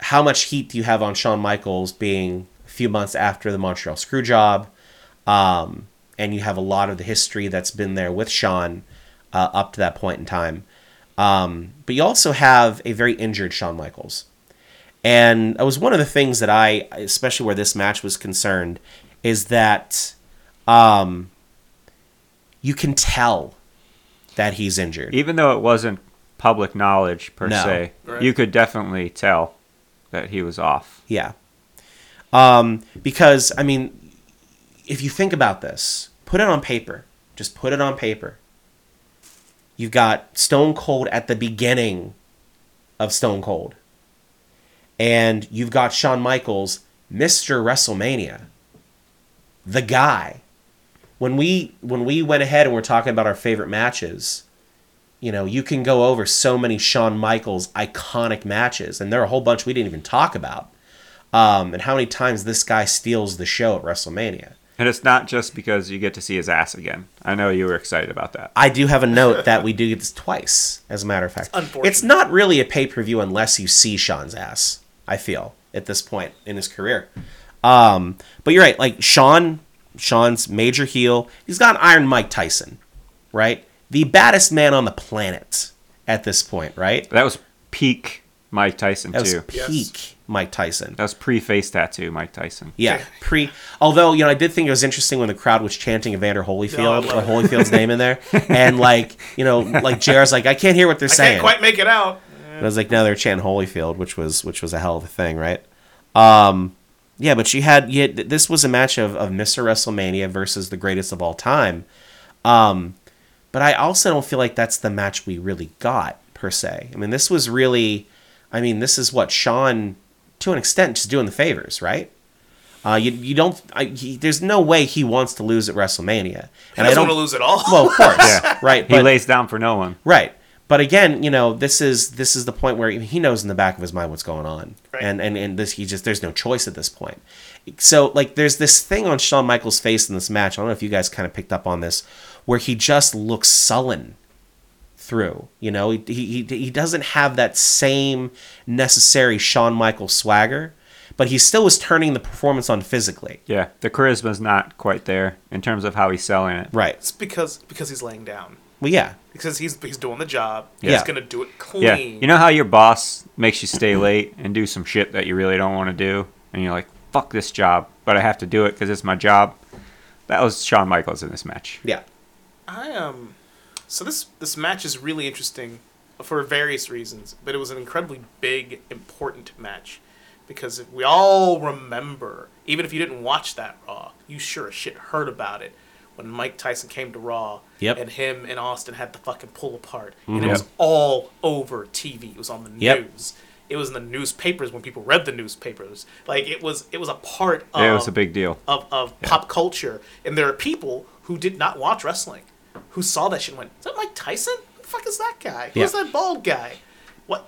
Speaker 1: how much heat do you have on Shawn Michaels being a few months after the Montreal Screwjob? Um, and you have a lot of the history that's been there with Shawn uh, up to that point in time. Um, but you also have a very injured Shawn Michaels. And it was one of the things that I, especially where this match was concerned, is that um, you can tell that he's injured.
Speaker 3: Even though it wasn't public knowledge per
Speaker 1: No.
Speaker 3: se,
Speaker 2: Right.
Speaker 3: you could definitely tell that he was off.
Speaker 1: Yeah. Um, because, I mean, if you think about this, put it on paper. Just put it on paper. You've got Stone Cold at the beginning of Stone Cold. And you've got Shawn Michaels, Mr. WrestleMania, the guy. When we when we went ahead and we're talking about our favorite matches, you know, you can go over so many Shawn Michaels iconic matches, and there are a whole bunch we didn't even talk about. Um, and how many times this guy steals the show at WrestleMania.
Speaker 3: And it's not just because you get to see his ass again. I know you were excited about that.
Speaker 1: I do have a note that we do get this twice, as a matter of fact.
Speaker 2: unfortunate.
Speaker 1: It's not really a pay per view unless you see Sean's ass, I feel. at this point in his career. Um, but you're right. Like Sean, Sean's major heel. He's got an Iron Mike Tyson, right? The baddest man on the planet at this point, right?
Speaker 3: That was peak Mike Tyson
Speaker 1: That was
Speaker 3: too.
Speaker 1: peak
Speaker 2: Yes.
Speaker 1: Mike Tyson.
Speaker 3: that was pre face tattoo Mike Tyson.
Speaker 1: Yeah, pre. Although you know, I did think it was interesting when the crowd was chanting Evander Holyfield
Speaker 2: No, I
Speaker 1: or
Speaker 2: love
Speaker 1: Holyfield's name in there, and like you know, like Jr's like, I can't hear what they're
Speaker 2: I
Speaker 1: saying.
Speaker 2: can't quite make it out.
Speaker 1: And I was like, no, they're chanting Holyfield, which was which was a hell of a thing, right? Um, yeah, but you had, you had this was a match of of Mr. WrestleMania versus the greatest of all time. Um, but I also don't feel like that's the match we really got per se. I mean, this was really, I mean, this is what Sean, to an extent, just doing the favors, right? Uh, you you don't I, he, there's no way he wants to lose at WrestleMania,
Speaker 2: He
Speaker 1: and I
Speaker 2: doesn't
Speaker 1: don't
Speaker 2: want to lose at all.
Speaker 1: Well, of course,
Speaker 3: Yeah.
Speaker 1: right?
Speaker 3: He lays down for no one.
Speaker 1: Right. But again, you know, this is this is the point where he knows in the back of his mind what's going on,
Speaker 2: Right.
Speaker 1: and and and this he just there's no choice at this point. So like, there's this thing on Shawn Michaels' face in this match. I don't know if you guys kind of picked up on this, where he just looks sullen through. You know, he he he he doesn't have that same necessary Shawn Michaels swagger, but he still was turning the performance on physically.
Speaker 3: Yeah, the charisma's not quite there in terms of how he's selling it.
Speaker 1: Right.
Speaker 2: It's because because he's laying down.
Speaker 1: Well, yeah.
Speaker 2: Because he's he's doing the job. He's
Speaker 1: Yeah.
Speaker 2: gonna do it clean.
Speaker 3: Yeah, you know how your boss makes you stay late and do some shit that you really don't want to do, and you're like, "Fuck this job," but I have to do it because it's my job. That was Shawn Michaels in this match.
Speaker 1: Yeah.
Speaker 2: I um so this this match is really interesting for various reasons, but it was an incredibly big important match because if we all remember, even if you didn't watch that Raw, you sure as shit heard about it when Mike Tyson came to Raw
Speaker 1: Yep.
Speaker 2: and him and Austin had to fucking pull apart and it
Speaker 3: Mhm.
Speaker 2: was
Speaker 3: Yep.
Speaker 2: all over TV. It was on the
Speaker 1: Yep.
Speaker 2: news. It was in the newspapers when people read the newspapers. Like it was it was a part of
Speaker 3: It was a big deal.
Speaker 2: of, of pop culture. And there are people who did not watch wrestling who saw that shit and went, Is that Mike Tyson? Who the fuck is that guy? Who's
Speaker 1: Yeah.
Speaker 2: that bald guy? What?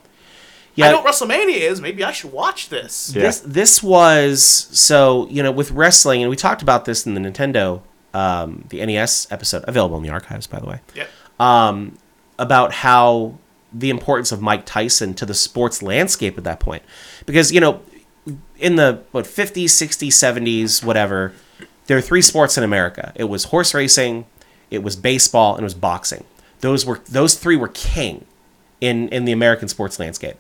Speaker 1: Yeah.
Speaker 2: I know what WrestleMania is. Maybe I should watch this.
Speaker 3: Yeah.
Speaker 1: This this was so you know with wrestling, and we talked about this in the Nintendo, um, the NES episode available in the archives, by the way,
Speaker 2: Yeah.
Speaker 1: about how the importance of Mike Tyson to the sports landscape at that point, because you know in the what 50s, 60s, 70s, whatever, there were three sports in America. It was horse racing, it was baseball, and it was boxing. Those were those three were king in in the American sports landscape.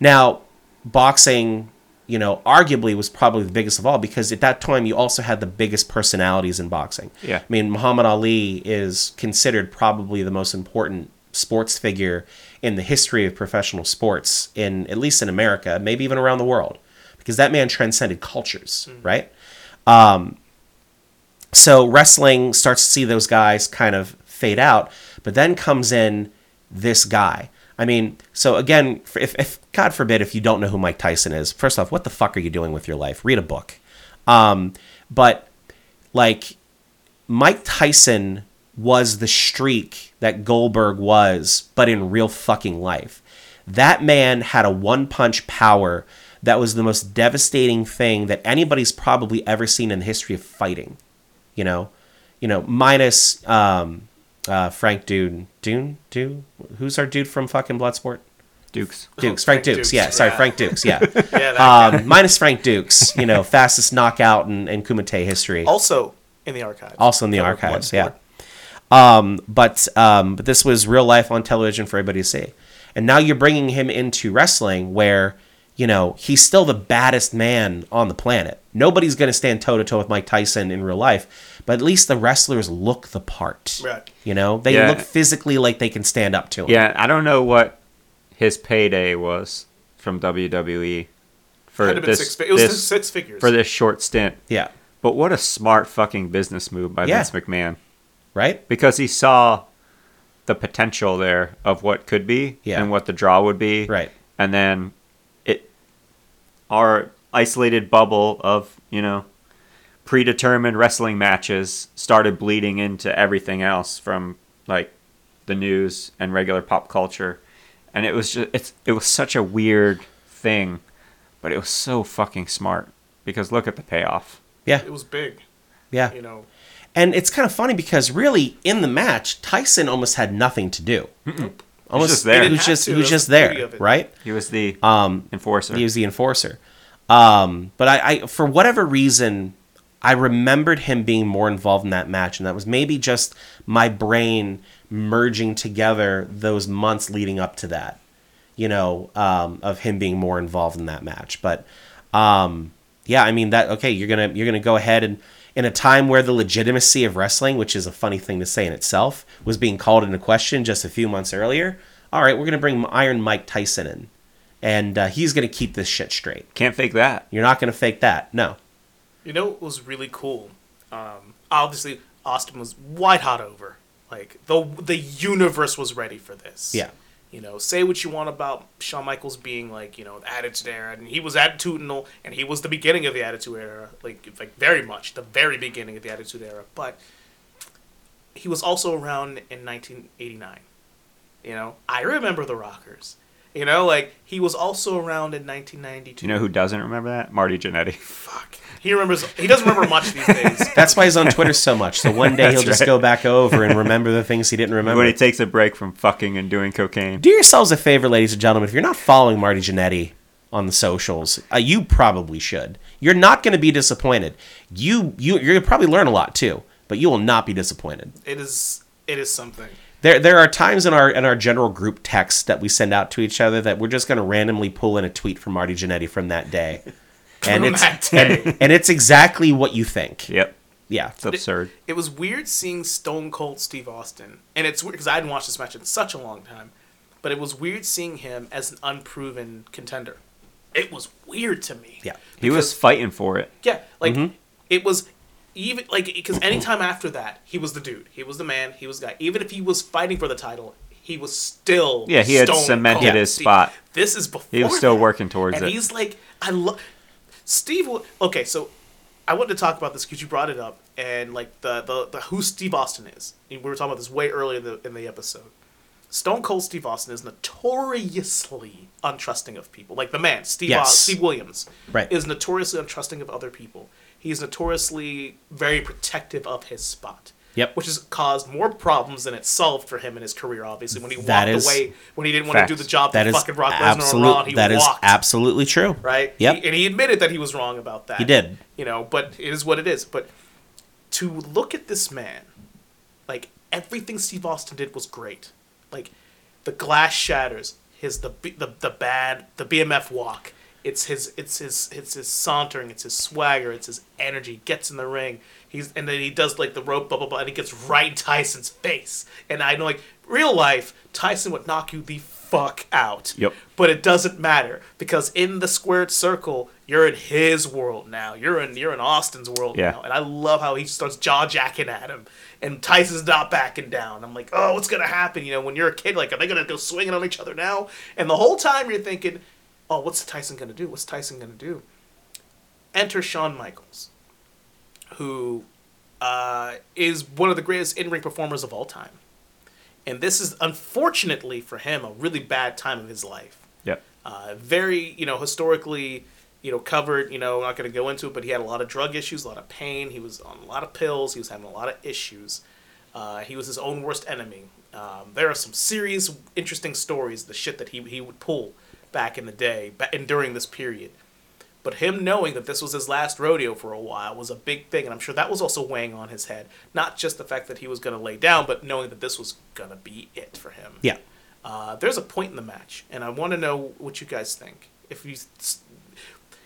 Speaker 1: Now, boxing, you know, arguably was probably the biggest of all because at that time you also had the biggest personalities in boxing.
Speaker 3: Yeah.
Speaker 1: I mean, Muhammad Ali is considered probably the most important sports figure in the history of professional sports in at least in America, maybe even around the world, because that man transcended cultures, right? Um, so wrestling starts to see those guys kind of fade out, but then comes in this guy. I mean, so again, f- if, if God forbid, if you don't know who Mike Tyson is, first off, what the fuck are you doing with your life? Read a book. Um, but like, Mike Tyson was the streak that Goldberg was, but in real fucking life. That man had a one punch power that was the most devastating thing that anybody's probably ever seen in the history of fighting you know, you know, minus um, uh, Frank Dune, Dune, Dune. Who's our dude from fucking Bloodsport?
Speaker 3: Dukes.
Speaker 1: Dukes, Frank,
Speaker 2: Frank
Speaker 1: Dukes.
Speaker 2: Dukes,
Speaker 1: Yeah, sorry,
Speaker 2: yeah.
Speaker 1: Frank Dukes. Yeah,
Speaker 2: Yeah, that
Speaker 3: Uh,
Speaker 2: guy.
Speaker 1: um, minus Frank Dukes. You know, fastest knockout in, in Kumite history.
Speaker 2: Also in the archives.
Speaker 1: Also in the
Speaker 2: Covered
Speaker 1: archives.
Speaker 2: Bloodsport.
Speaker 1: Yeah. Um, but um, but this was real life on television for everybody to see, and now you're bringing him into wrestling where. You know, he's still the baddest man on the planet. Nobody's going to stand toe to toe with Mike Tyson in real life, but at least the wrestlers look the part.
Speaker 2: Right.
Speaker 1: You know, they
Speaker 3: Yeah.
Speaker 1: look physically like they can stand up to him.
Speaker 3: Yeah, I don't know what his payday was from WWE for
Speaker 2: Had it been
Speaker 3: this,
Speaker 2: six, fi- it was
Speaker 3: this-
Speaker 2: six figures.
Speaker 3: for this short stint.
Speaker 1: Yeah.
Speaker 3: But what a smart fucking business move by
Speaker 1: Yeah.
Speaker 3: Vince McMahon.
Speaker 1: Right?
Speaker 3: because he saw the potential there of what could be
Speaker 1: Yeah.
Speaker 3: and what the draw would be.
Speaker 1: Right.
Speaker 3: And then it our isolated bubble of, you know, predetermined wrestling matches started bleeding into everything else from like the news and regular pop culture. And it was just it's it was such a weird thing, but it was so fucking smart because look at the payoff.
Speaker 1: Yeah.
Speaker 2: It was big.
Speaker 1: Yeah.
Speaker 2: You know.
Speaker 1: And it's kind of funny because really in the match, Tyson almost had nothing to do. Almost
Speaker 3: just there. He
Speaker 1: He
Speaker 3: didn't
Speaker 1: was
Speaker 2: have
Speaker 1: just
Speaker 2: to.
Speaker 1: he was
Speaker 2: That's
Speaker 1: just
Speaker 2: the beauty
Speaker 1: there,
Speaker 2: of it.
Speaker 1: right?
Speaker 3: He was the um enforcer.
Speaker 1: He was the enforcer. Um, but I, I, for whatever reason, I remembered him being more involved in that match, and that was maybe just my brain merging together those months leading up to that. You know, um, of him being more involved in that match. But um, yeah, I mean that. Okay, you're gonna you're gonna go ahead and in a time where the legitimacy of wrestling, which is a funny thing to say in itself, was being called into question just a few months earlier. All right, we're gonna bring Iron Mike Tyson in, and uh, he's gonna keep this shit straight.
Speaker 3: Can't fake that.
Speaker 1: You're not gonna fake that. No.
Speaker 2: You know what was really cool? Um, obviously, Austin was white hot over. Like the the universe was ready for this.
Speaker 1: Yeah.
Speaker 2: You know, say what you want about Shawn Michaels being like, you know, the attitude era, and he was attitudinal, and he was the beginning of the attitude era, like, like very much the very beginning of the attitude era. But he was also around in 1989. You know, I remember the Rockers. You know, like he was also around in 1992.
Speaker 3: You know who doesn't remember that? Marty Jannetty.
Speaker 2: Fuck. He remembers. He doesn't remember much these days.
Speaker 1: That's why he's on Twitter so much. So one day he'll
Speaker 3: That's
Speaker 1: just
Speaker 3: right.
Speaker 1: go back over and remember the things he didn't remember.
Speaker 3: When he takes a break from fucking and doing cocaine.
Speaker 1: do yourselves a favor, ladies and gentlemen. If you're not following Marty Jannetty on the socials, uh, you probably should. You're not going to be disappointed. You you you're gonna probably learn a lot too, but you will not be disappointed.
Speaker 2: It is. It is something.
Speaker 1: There there are times in our in our general group text that we send out to each other that we're just going to randomly pull in a tweet from Marty Jannetty from that day, and
Speaker 2: From
Speaker 1: it's
Speaker 2: that day.
Speaker 1: and- and it's exactly what you think.
Speaker 3: Yep.
Speaker 1: Yeah.
Speaker 3: It's absurd.
Speaker 2: It was weird seeing Stone Cold Steve Austin, and it's weird because I hadn't watched this match in such a long time, but it was weird seeing him as an unproven contender. It was weird to me.
Speaker 1: Yeah.
Speaker 3: He was fighting for it.
Speaker 2: Yeah, like
Speaker 3: Mm-hmm.
Speaker 2: it was even like because anytime after that he was the dude, he was the man, he was the guy. Even if he was fighting for the title, he was still
Speaker 3: Yeah, he had
Speaker 2: Stone
Speaker 3: cemented
Speaker 2: Cold
Speaker 3: his
Speaker 2: Steve.
Speaker 3: spot.
Speaker 2: This is before
Speaker 3: He was still
Speaker 2: that.
Speaker 3: working towards
Speaker 2: and
Speaker 3: it.
Speaker 2: he's like, I love Steve. wa- Okay, so I wanted to talk about this because you brought it up, and like the, the the who Steve Austin is. And we were talking about this way earlier in the in the episode. Stone Cold Steve Austin is notoriously untrusting of people. Like the man, Steve Aus-
Speaker 1: Yes.
Speaker 2: Steve Williams,
Speaker 1: Right.
Speaker 2: is notoriously untrusting of other people. He's notoriously very protective of his spot.
Speaker 1: Yep.
Speaker 2: Which has caused more problems than it solved for him in his career. Obviously, when he
Speaker 1: That
Speaker 2: walked
Speaker 1: is-
Speaker 2: away, when he didn't want
Speaker 3: Facts.
Speaker 2: to do the job
Speaker 1: That
Speaker 2: that
Speaker 1: is
Speaker 2: fucking Rock Lesnar and
Speaker 1: absolute-
Speaker 2: Ron, he
Speaker 1: that is
Speaker 2: walked
Speaker 1: absolutely true.
Speaker 2: right?
Speaker 1: Yep.
Speaker 2: He, and he admitted that he was wrong about that.
Speaker 1: He did.
Speaker 2: You know, but it is what it is. But to look at this man, like everything Steve Austin did was great. Like the glass shatters, his the B- the, the bad the BMF walk. It's his it's his it's his sauntering, it's his swagger, it's his energy. He Gets in the ring. He's and then he does like the rope blah blah blah and he gets right in Tyson's face. And I know like real life, Tyson would knock you the fuck out
Speaker 3: Yep.
Speaker 2: but it doesn't matter because in the squared circle you're in his world now you're in you're in austin's world
Speaker 3: Yeah.
Speaker 2: now and i love how he starts jaw jacking at him and tyson's not backing down i'm like oh what's gonna happen you know when you're a kid like are they gonna go swinging on each other now and the whole time you're thinking oh what's tyson gonna do what's tyson gonna do enter Shawn Michaels, who uh, is one of the greatest in ring performers of all time. And this is, unfortunately for him, a really bad time of his life.
Speaker 3: Yep.
Speaker 2: Uh, very, you know, historically, you know, covered. You know, I'm not going to go into it, but he had a lot of drug issues, a lot of pain. He was on a lot of pills. He was having a lot of issues. Uh, he was his own worst enemy. Um, there are some serious, interesting stories. The shit that he he would pull back in the day, ba- and during this period. But him knowing that this was his last rodeo for a while was a big thing, and I'm sure that was also weighing on his head. Not just the fact that he was going to lay down, but knowing that this was going to be it for him.
Speaker 1: Yeah.
Speaker 2: Uh, there's a point in the match, and I want to know what you guys think. If you,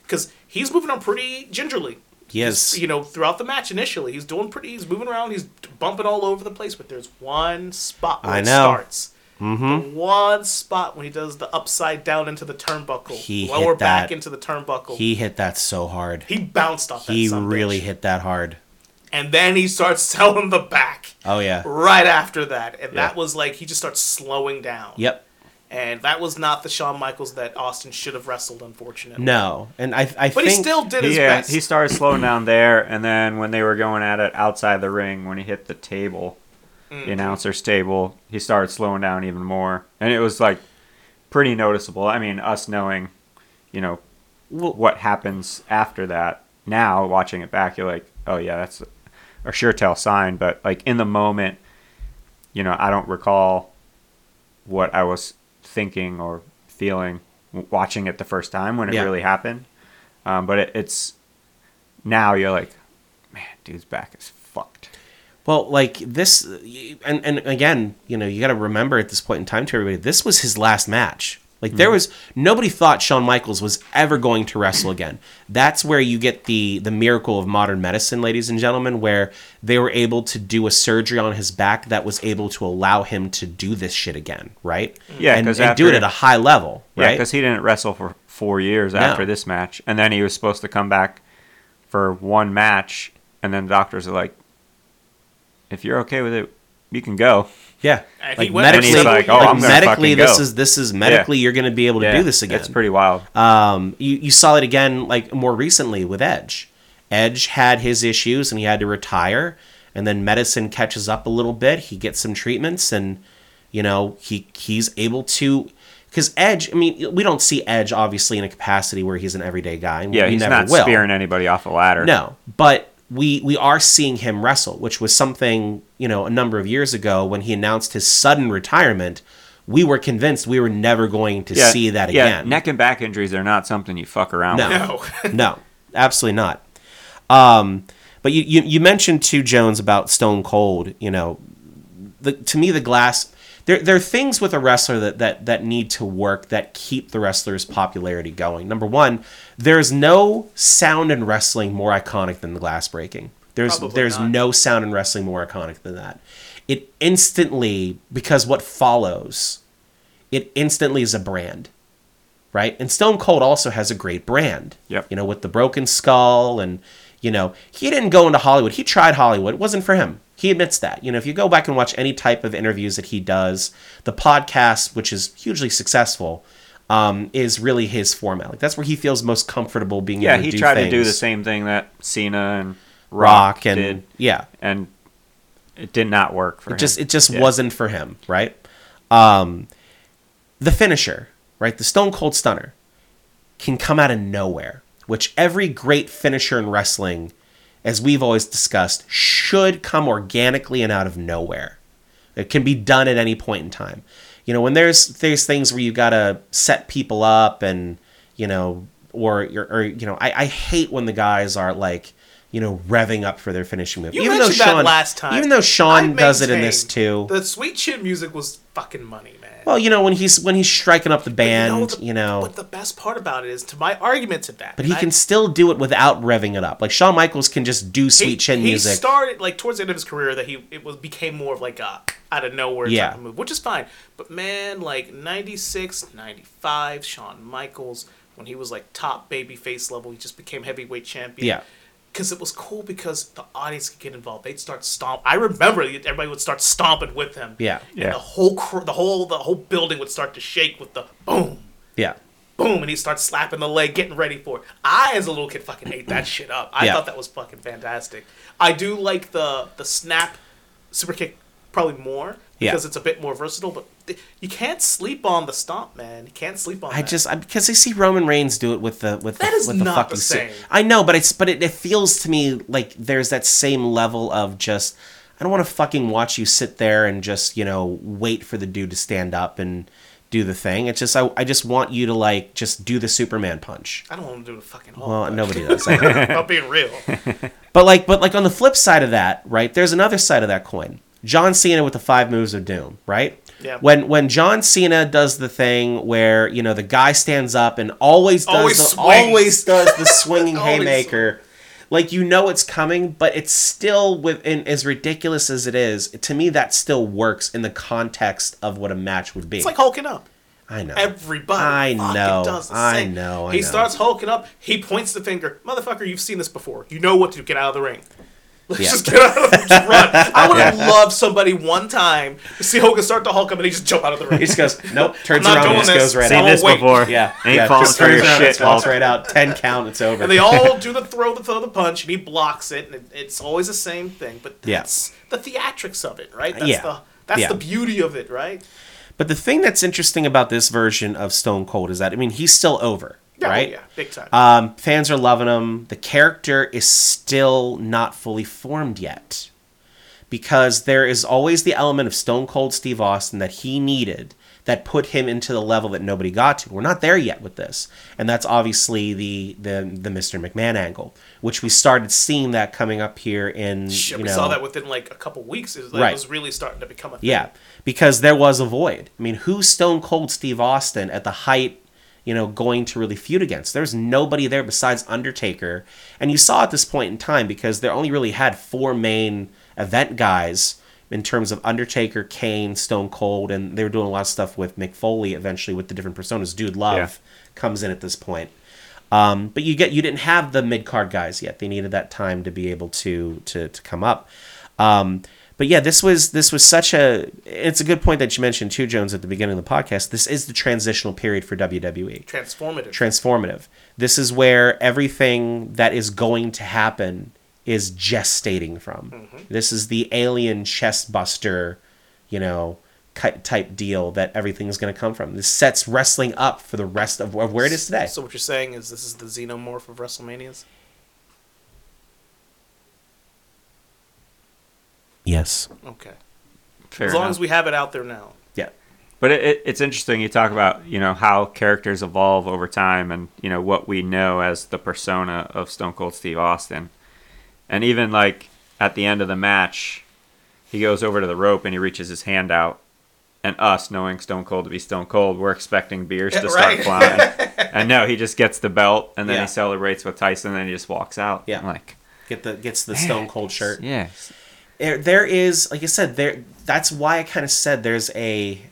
Speaker 2: because he's moving on pretty gingerly.
Speaker 1: Yes.
Speaker 2: You know, throughout the match initially, he's doing pretty. He's moving around. He's bumping all over the place. But there's one spot where
Speaker 1: I
Speaker 2: it
Speaker 1: know. Mm-hmm.
Speaker 2: starts. The one spot when he does the upside down into the turnbuckle,
Speaker 1: He hit
Speaker 2: lower back
Speaker 1: that.
Speaker 2: into the turnbuckle.
Speaker 1: He
Speaker 2: He,
Speaker 1: hit that so hard.
Speaker 2: bounced off.
Speaker 1: He
Speaker 2: that son of a
Speaker 1: really
Speaker 2: bitch.
Speaker 1: hit that hard.
Speaker 2: And then he starts selling the back.
Speaker 1: Oh yeah.
Speaker 2: Right after that, and
Speaker 3: Yeah.
Speaker 2: that was like he just starts slowing down.
Speaker 1: Yep.
Speaker 2: And that was not the Shawn Michaels that Austin should have wrestled, unfortunately.
Speaker 1: No, and I I
Speaker 2: But
Speaker 1: think
Speaker 2: he still did his
Speaker 3: Yeah,
Speaker 2: best.
Speaker 3: he started slowing down there, and then when they were going at it outside the ring, when he hit the table, the announcer's table, he started slowing down even more, and it was like pretty noticeable. I mean, us knowing, you know,
Speaker 1: Well-
Speaker 3: what happens after that. Now watching it back, you're like, oh yeah, that's a sure tell sign. But like in the moment, you know, I don't recall what I was thinking or feeling w- watching it the first time when it
Speaker 1: Yeah.
Speaker 3: really happened. Um, but it, it's now you're like, man, dude's back is fucked.
Speaker 1: Well, like this, and and again, you know, you got to remember at this point in time to everybody, this was his last match. Like
Speaker 3: Mm-hmm.
Speaker 1: there was nobody thought Shawn Michaels was ever going to wrestle again. That's where you get the the miracle of modern medicine, ladies and gentlemen, where they were able to do a surgery on his back that was able to allow him to do this shit again, right?
Speaker 3: Yeah,
Speaker 1: and,
Speaker 3: 'cause
Speaker 1: and do it
Speaker 3: after-
Speaker 1: at a high level,
Speaker 3: Yeah,
Speaker 1: right?
Speaker 3: because he didn't wrestle for four years after this match, and then he was supposed to come back for one match, and then doctors are like, "If you're okay with it, you can go."
Speaker 1: yeah,
Speaker 2: And he
Speaker 1: like
Speaker 2: went- and
Speaker 1: medically,
Speaker 2: he's
Speaker 1: like,
Speaker 2: like, "Oh,
Speaker 3: I'm gonna
Speaker 1: medically,
Speaker 3: fucking
Speaker 1: this
Speaker 3: go."
Speaker 1: is this is medically you're going to be able to
Speaker 3: Yeah,
Speaker 1: do this again.
Speaker 3: It's pretty wild.
Speaker 1: Um, you, you saw it again, like more recently with Edge. Edge had his issues and he had to retire, and then medicine catches up a little bit. He gets some treatments, and you know he he's able to. Because Edge, I mean, we don't see Edge obviously in a capacity where he's an everyday guy. and
Speaker 3: yeah,
Speaker 1: we
Speaker 3: he's
Speaker 1: never
Speaker 3: not
Speaker 1: will.
Speaker 3: spearing anybody off a ladder.
Speaker 1: No, but we we are seeing him wrestle, which was something you know a number of years ago when he announced his sudden retirement. We were convinced we were never going to
Speaker 3: Yeah,
Speaker 1: see that
Speaker 3: yeah,
Speaker 1: again.
Speaker 3: Neck and back injuries are not something you fuck around
Speaker 1: No.
Speaker 2: No.
Speaker 3: with.
Speaker 1: no, absolutely not. Um, but you, you you mentioned to Jones about Stone Cold. You know, the, to me the glass. There, there are things with a wrestler that, that that need to work that keep the wrestler's popularity going. Number one, there is no sound in wrestling more iconic than the glass breaking. There's
Speaker 2: Probably
Speaker 1: there's
Speaker 2: not.
Speaker 1: no sound in wrestling more iconic than that. It instantly because what follows, it instantly is a brand right? And Stone Cold also has a great brand.
Speaker 3: Yep.
Speaker 1: You know, with the broken skull and you know, he didn't go into Hollywood. He tried Hollywood. It wasn't for him. He admits that. You know, if you go back and watch any type of interviews that he does, the podcast, which is hugely successful, um, is really his format. Like that's where he feels most comfortable being
Speaker 3: Yeah,
Speaker 1: able to
Speaker 3: he
Speaker 1: do
Speaker 3: tried to
Speaker 1: things.
Speaker 3: do the same thing that Cena and Rock,
Speaker 1: rock and
Speaker 3: did,
Speaker 1: yeah.
Speaker 3: and it did not work for him.
Speaker 1: just it just
Speaker 3: Yeah.
Speaker 1: wasn't for him, right? Um, the finisher, right? The Stone Cold Stunner can come out of nowhere, which every great finisher in wrestling, as we've always discussed, should come organically and out of nowhere. It can be done at any point in time. You know, when there's there's things where you gotta set people up and you know, or you're or you know, I, I hate when the guys are like, you know, revving up for their finishing move.
Speaker 2: You mentioned that last time.
Speaker 1: Even though Sean
Speaker 2: I
Speaker 1: does it in this too.
Speaker 2: maintain The sweet chin music was fucking money, man.
Speaker 1: well, you know, when he's when he's striking up the band, you know,
Speaker 2: the- But the best part about it is, to my argument to that,
Speaker 1: but he
Speaker 2: I-
Speaker 1: can still do it without revving it up. Like Shawn Michaels can just do sweet
Speaker 2: he,
Speaker 1: chin
Speaker 2: he
Speaker 1: music.
Speaker 2: started like towards the end of his career that he it was became more of like a out of nowhere
Speaker 1: Yeah.
Speaker 2: type of move, which is fine. But man, like 96, 95, Shawn Michaels when he was like top baby face level, he just became heavyweight champion.
Speaker 1: Yeah.
Speaker 2: Because it was cool because the audience could get involved. They'd start stomp. I remember everybody would start stomping with him.
Speaker 1: Yeah.
Speaker 2: And
Speaker 3: Yeah.
Speaker 2: The whole cr- the whole the whole building would start to shake with the boom
Speaker 1: yeah.
Speaker 2: boom, and he starts slapping the leg, getting ready for it. I, as a little kid, fucking ate that shit up. I
Speaker 1: Yeah.
Speaker 2: thought that was fucking fantastic. I do like the the snap super kick probably more
Speaker 1: Yeah.
Speaker 2: because it's a bit more versatile. But th- you can't sleep on the stomp, man. You can't sleep on.
Speaker 1: I
Speaker 2: that.
Speaker 1: just I, because I see Roman Reigns do it with the with
Speaker 2: That
Speaker 1: the,
Speaker 2: is
Speaker 1: with the
Speaker 2: not
Speaker 1: fucking
Speaker 2: the
Speaker 1: suit.
Speaker 2: same.
Speaker 1: I know, but it's but it, it feels to me like there's that same level of just I don't want to fucking watch you sit there and just you know wait for the dude to stand up and do the thing. It's just I I just want you to like just do the Superman punch.
Speaker 2: I don't want to do the fucking. Hulk,
Speaker 1: Well,
Speaker 2: but-
Speaker 1: nobody does. I know.
Speaker 2: I'm being real.
Speaker 1: But like, but like on the flip side of that, right? There's another side of that coin. John Cena with the five moves of doom, right?
Speaker 2: Yeah.
Speaker 1: When when John Cena does the thing where you know the guy stands up and always does
Speaker 2: Always
Speaker 1: the,
Speaker 2: swings.
Speaker 1: always does the swinging
Speaker 2: Always
Speaker 1: haymaker, like you know it's coming, but it's still within as ridiculous as it is. To me, that still works in the context of what a match would be.
Speaker 2: It's like hulking up.
Speaker 1: I know. I
Speaker 2: Everybody fucking
Speaker 1: know,
Speaker 2: does the
Speaker 1: I
Speaker 2: same.
Speaker 1: know, I
Speaker 2: he
Speaker 1: know.
Speaker 2: starts hulking up. He points the finger. Motherfucker, you've seen this before. You know what to do. Get out of the ring. Let's
Speaker 1: Yeah.
Speaker 2: just get out of the just run. I would have loved somebody one time to see Hogan start to hulk up and he just jump out of the
Speaker 1: he
Speaker 2: ring.
Speaker 1: just goes nope, turns
Speaker 2: not
Speaker 1: around, and
Speaker 2: doing
Speaker 1: just
Speaker 2: this.
Speaker 1: goes right
Speaker 2: See
Speaker 3: seen
Speaker 1: out.
Speaker 2: Oh,
Speaker 3: this
Speaker 2: wait.
Speaker 3: before.
Speaker 1: Yeah,
Speaker 3: ain't
Speaker 1: yeah,
Speaker 3: falling
Speaker 1: just
Speaker 3: for your
Speaker 1: turns around,
Speaker 3: shit.
Speaker 1: just Falls
Speaker 3: Hulk.
Speaker 1: right out. Ten count. It's over.
Speaker 2: and they all do the throw, the throw, the punch, and he blocks it. And it, it's always the same thing. But
Speaker 1: Yeah.
Speaker 2: that's the theatrics of it, right? That's
Speaker 1: Yeah.
Speaker 2: the that's
Speaker 1: Yeah.
Speaker 2: the beauty of it, right?
Speaker 1: But the thing that's interesting about this version of Stone Cold is that I mean he's still over,
Speaker 2: Yeah, oh
Speaker 1: right?
Speaker 2: yeah, big time.
Speaker 1: Um, fans are loving him. The character is still not fully formed yet, because there is always the element of Stone Cold Steve Austin that he needed that put him into the level that nobody got to. We're not there yet with this, and that's obviously the the the Mr. McMahon angle, which we started seeing that coming up here in
Speaker 2: Shit,
Speaker 1: you
Speaker 2: we
Speaker 1: know
Speaker 2: saw that within like a couple weeks. It was, like,
Speaker 1: Right.
Speaker 2: it was really starting to become a thing.
Speaker 1: yeah, because there was a void. I mean, who's Stone Cold Steve Austin at the height, you know, going to really feud against? There's nobody there besides Undertaker. And you saw at this point in time because they only really had four main event guys in terms of Undertaker, Kane, Stone Cold, and they were doing a lot of stuff with Mick Foley eventually with the different personas. Dude Love
Speaker 3: Yeah.
Speaker 1: comes in at this point. Um, but you get you didn't have the mid card guys yet. They needed that time to be able to to to come up. Um, but yeah, this was this was such a. It's a good point that you mentioned too, Jones, at the beginning of the podcast. This is the transitional period for WWE
Speaker 2: Transformative.
Speaker 1: transformative. This is where everything that is going to happen is gestating from. This is the alien chest buster, you know, ki- type deal that everything is going to come from. This sets wrestling up for the rest of, of where it is today.
Speaker 2: so what you're saying is this is the xenomorph of WrestleManias?
Speaker 1: yes.
Speaker 2: Okay.
Speaker 3: Fair
Speaker 2: as long
Speaker 3: enough.
Speaker 2: as we have it out there now.
Speaker 1: Yeah.
Speaker 3: But it, it, it's interesting. You talk about you know how characters evolve over time, and you know what we know as the persona of Stone Cold Steve Austin, and even like at the end of the match, he goes over to the rope and he reaches his hand out, and us knowing Stone Cold to be Stone Cold, we're expecting beers to start
Speaker 2: Right.
Speaker 3: flying, and no, he just gets the belt and then
Speaker 1: Yeah.
Speaker 3: he celebrates with Tyson, and then he just walks out.
Speaker 1: Yeah.
Speaker 3: I'm like
Speaker 1: Get the gets the Stone Cold shirt.
Speaker 3: Yeah,
Speaker 1: there, there is like i said there that's why i kind of said there's a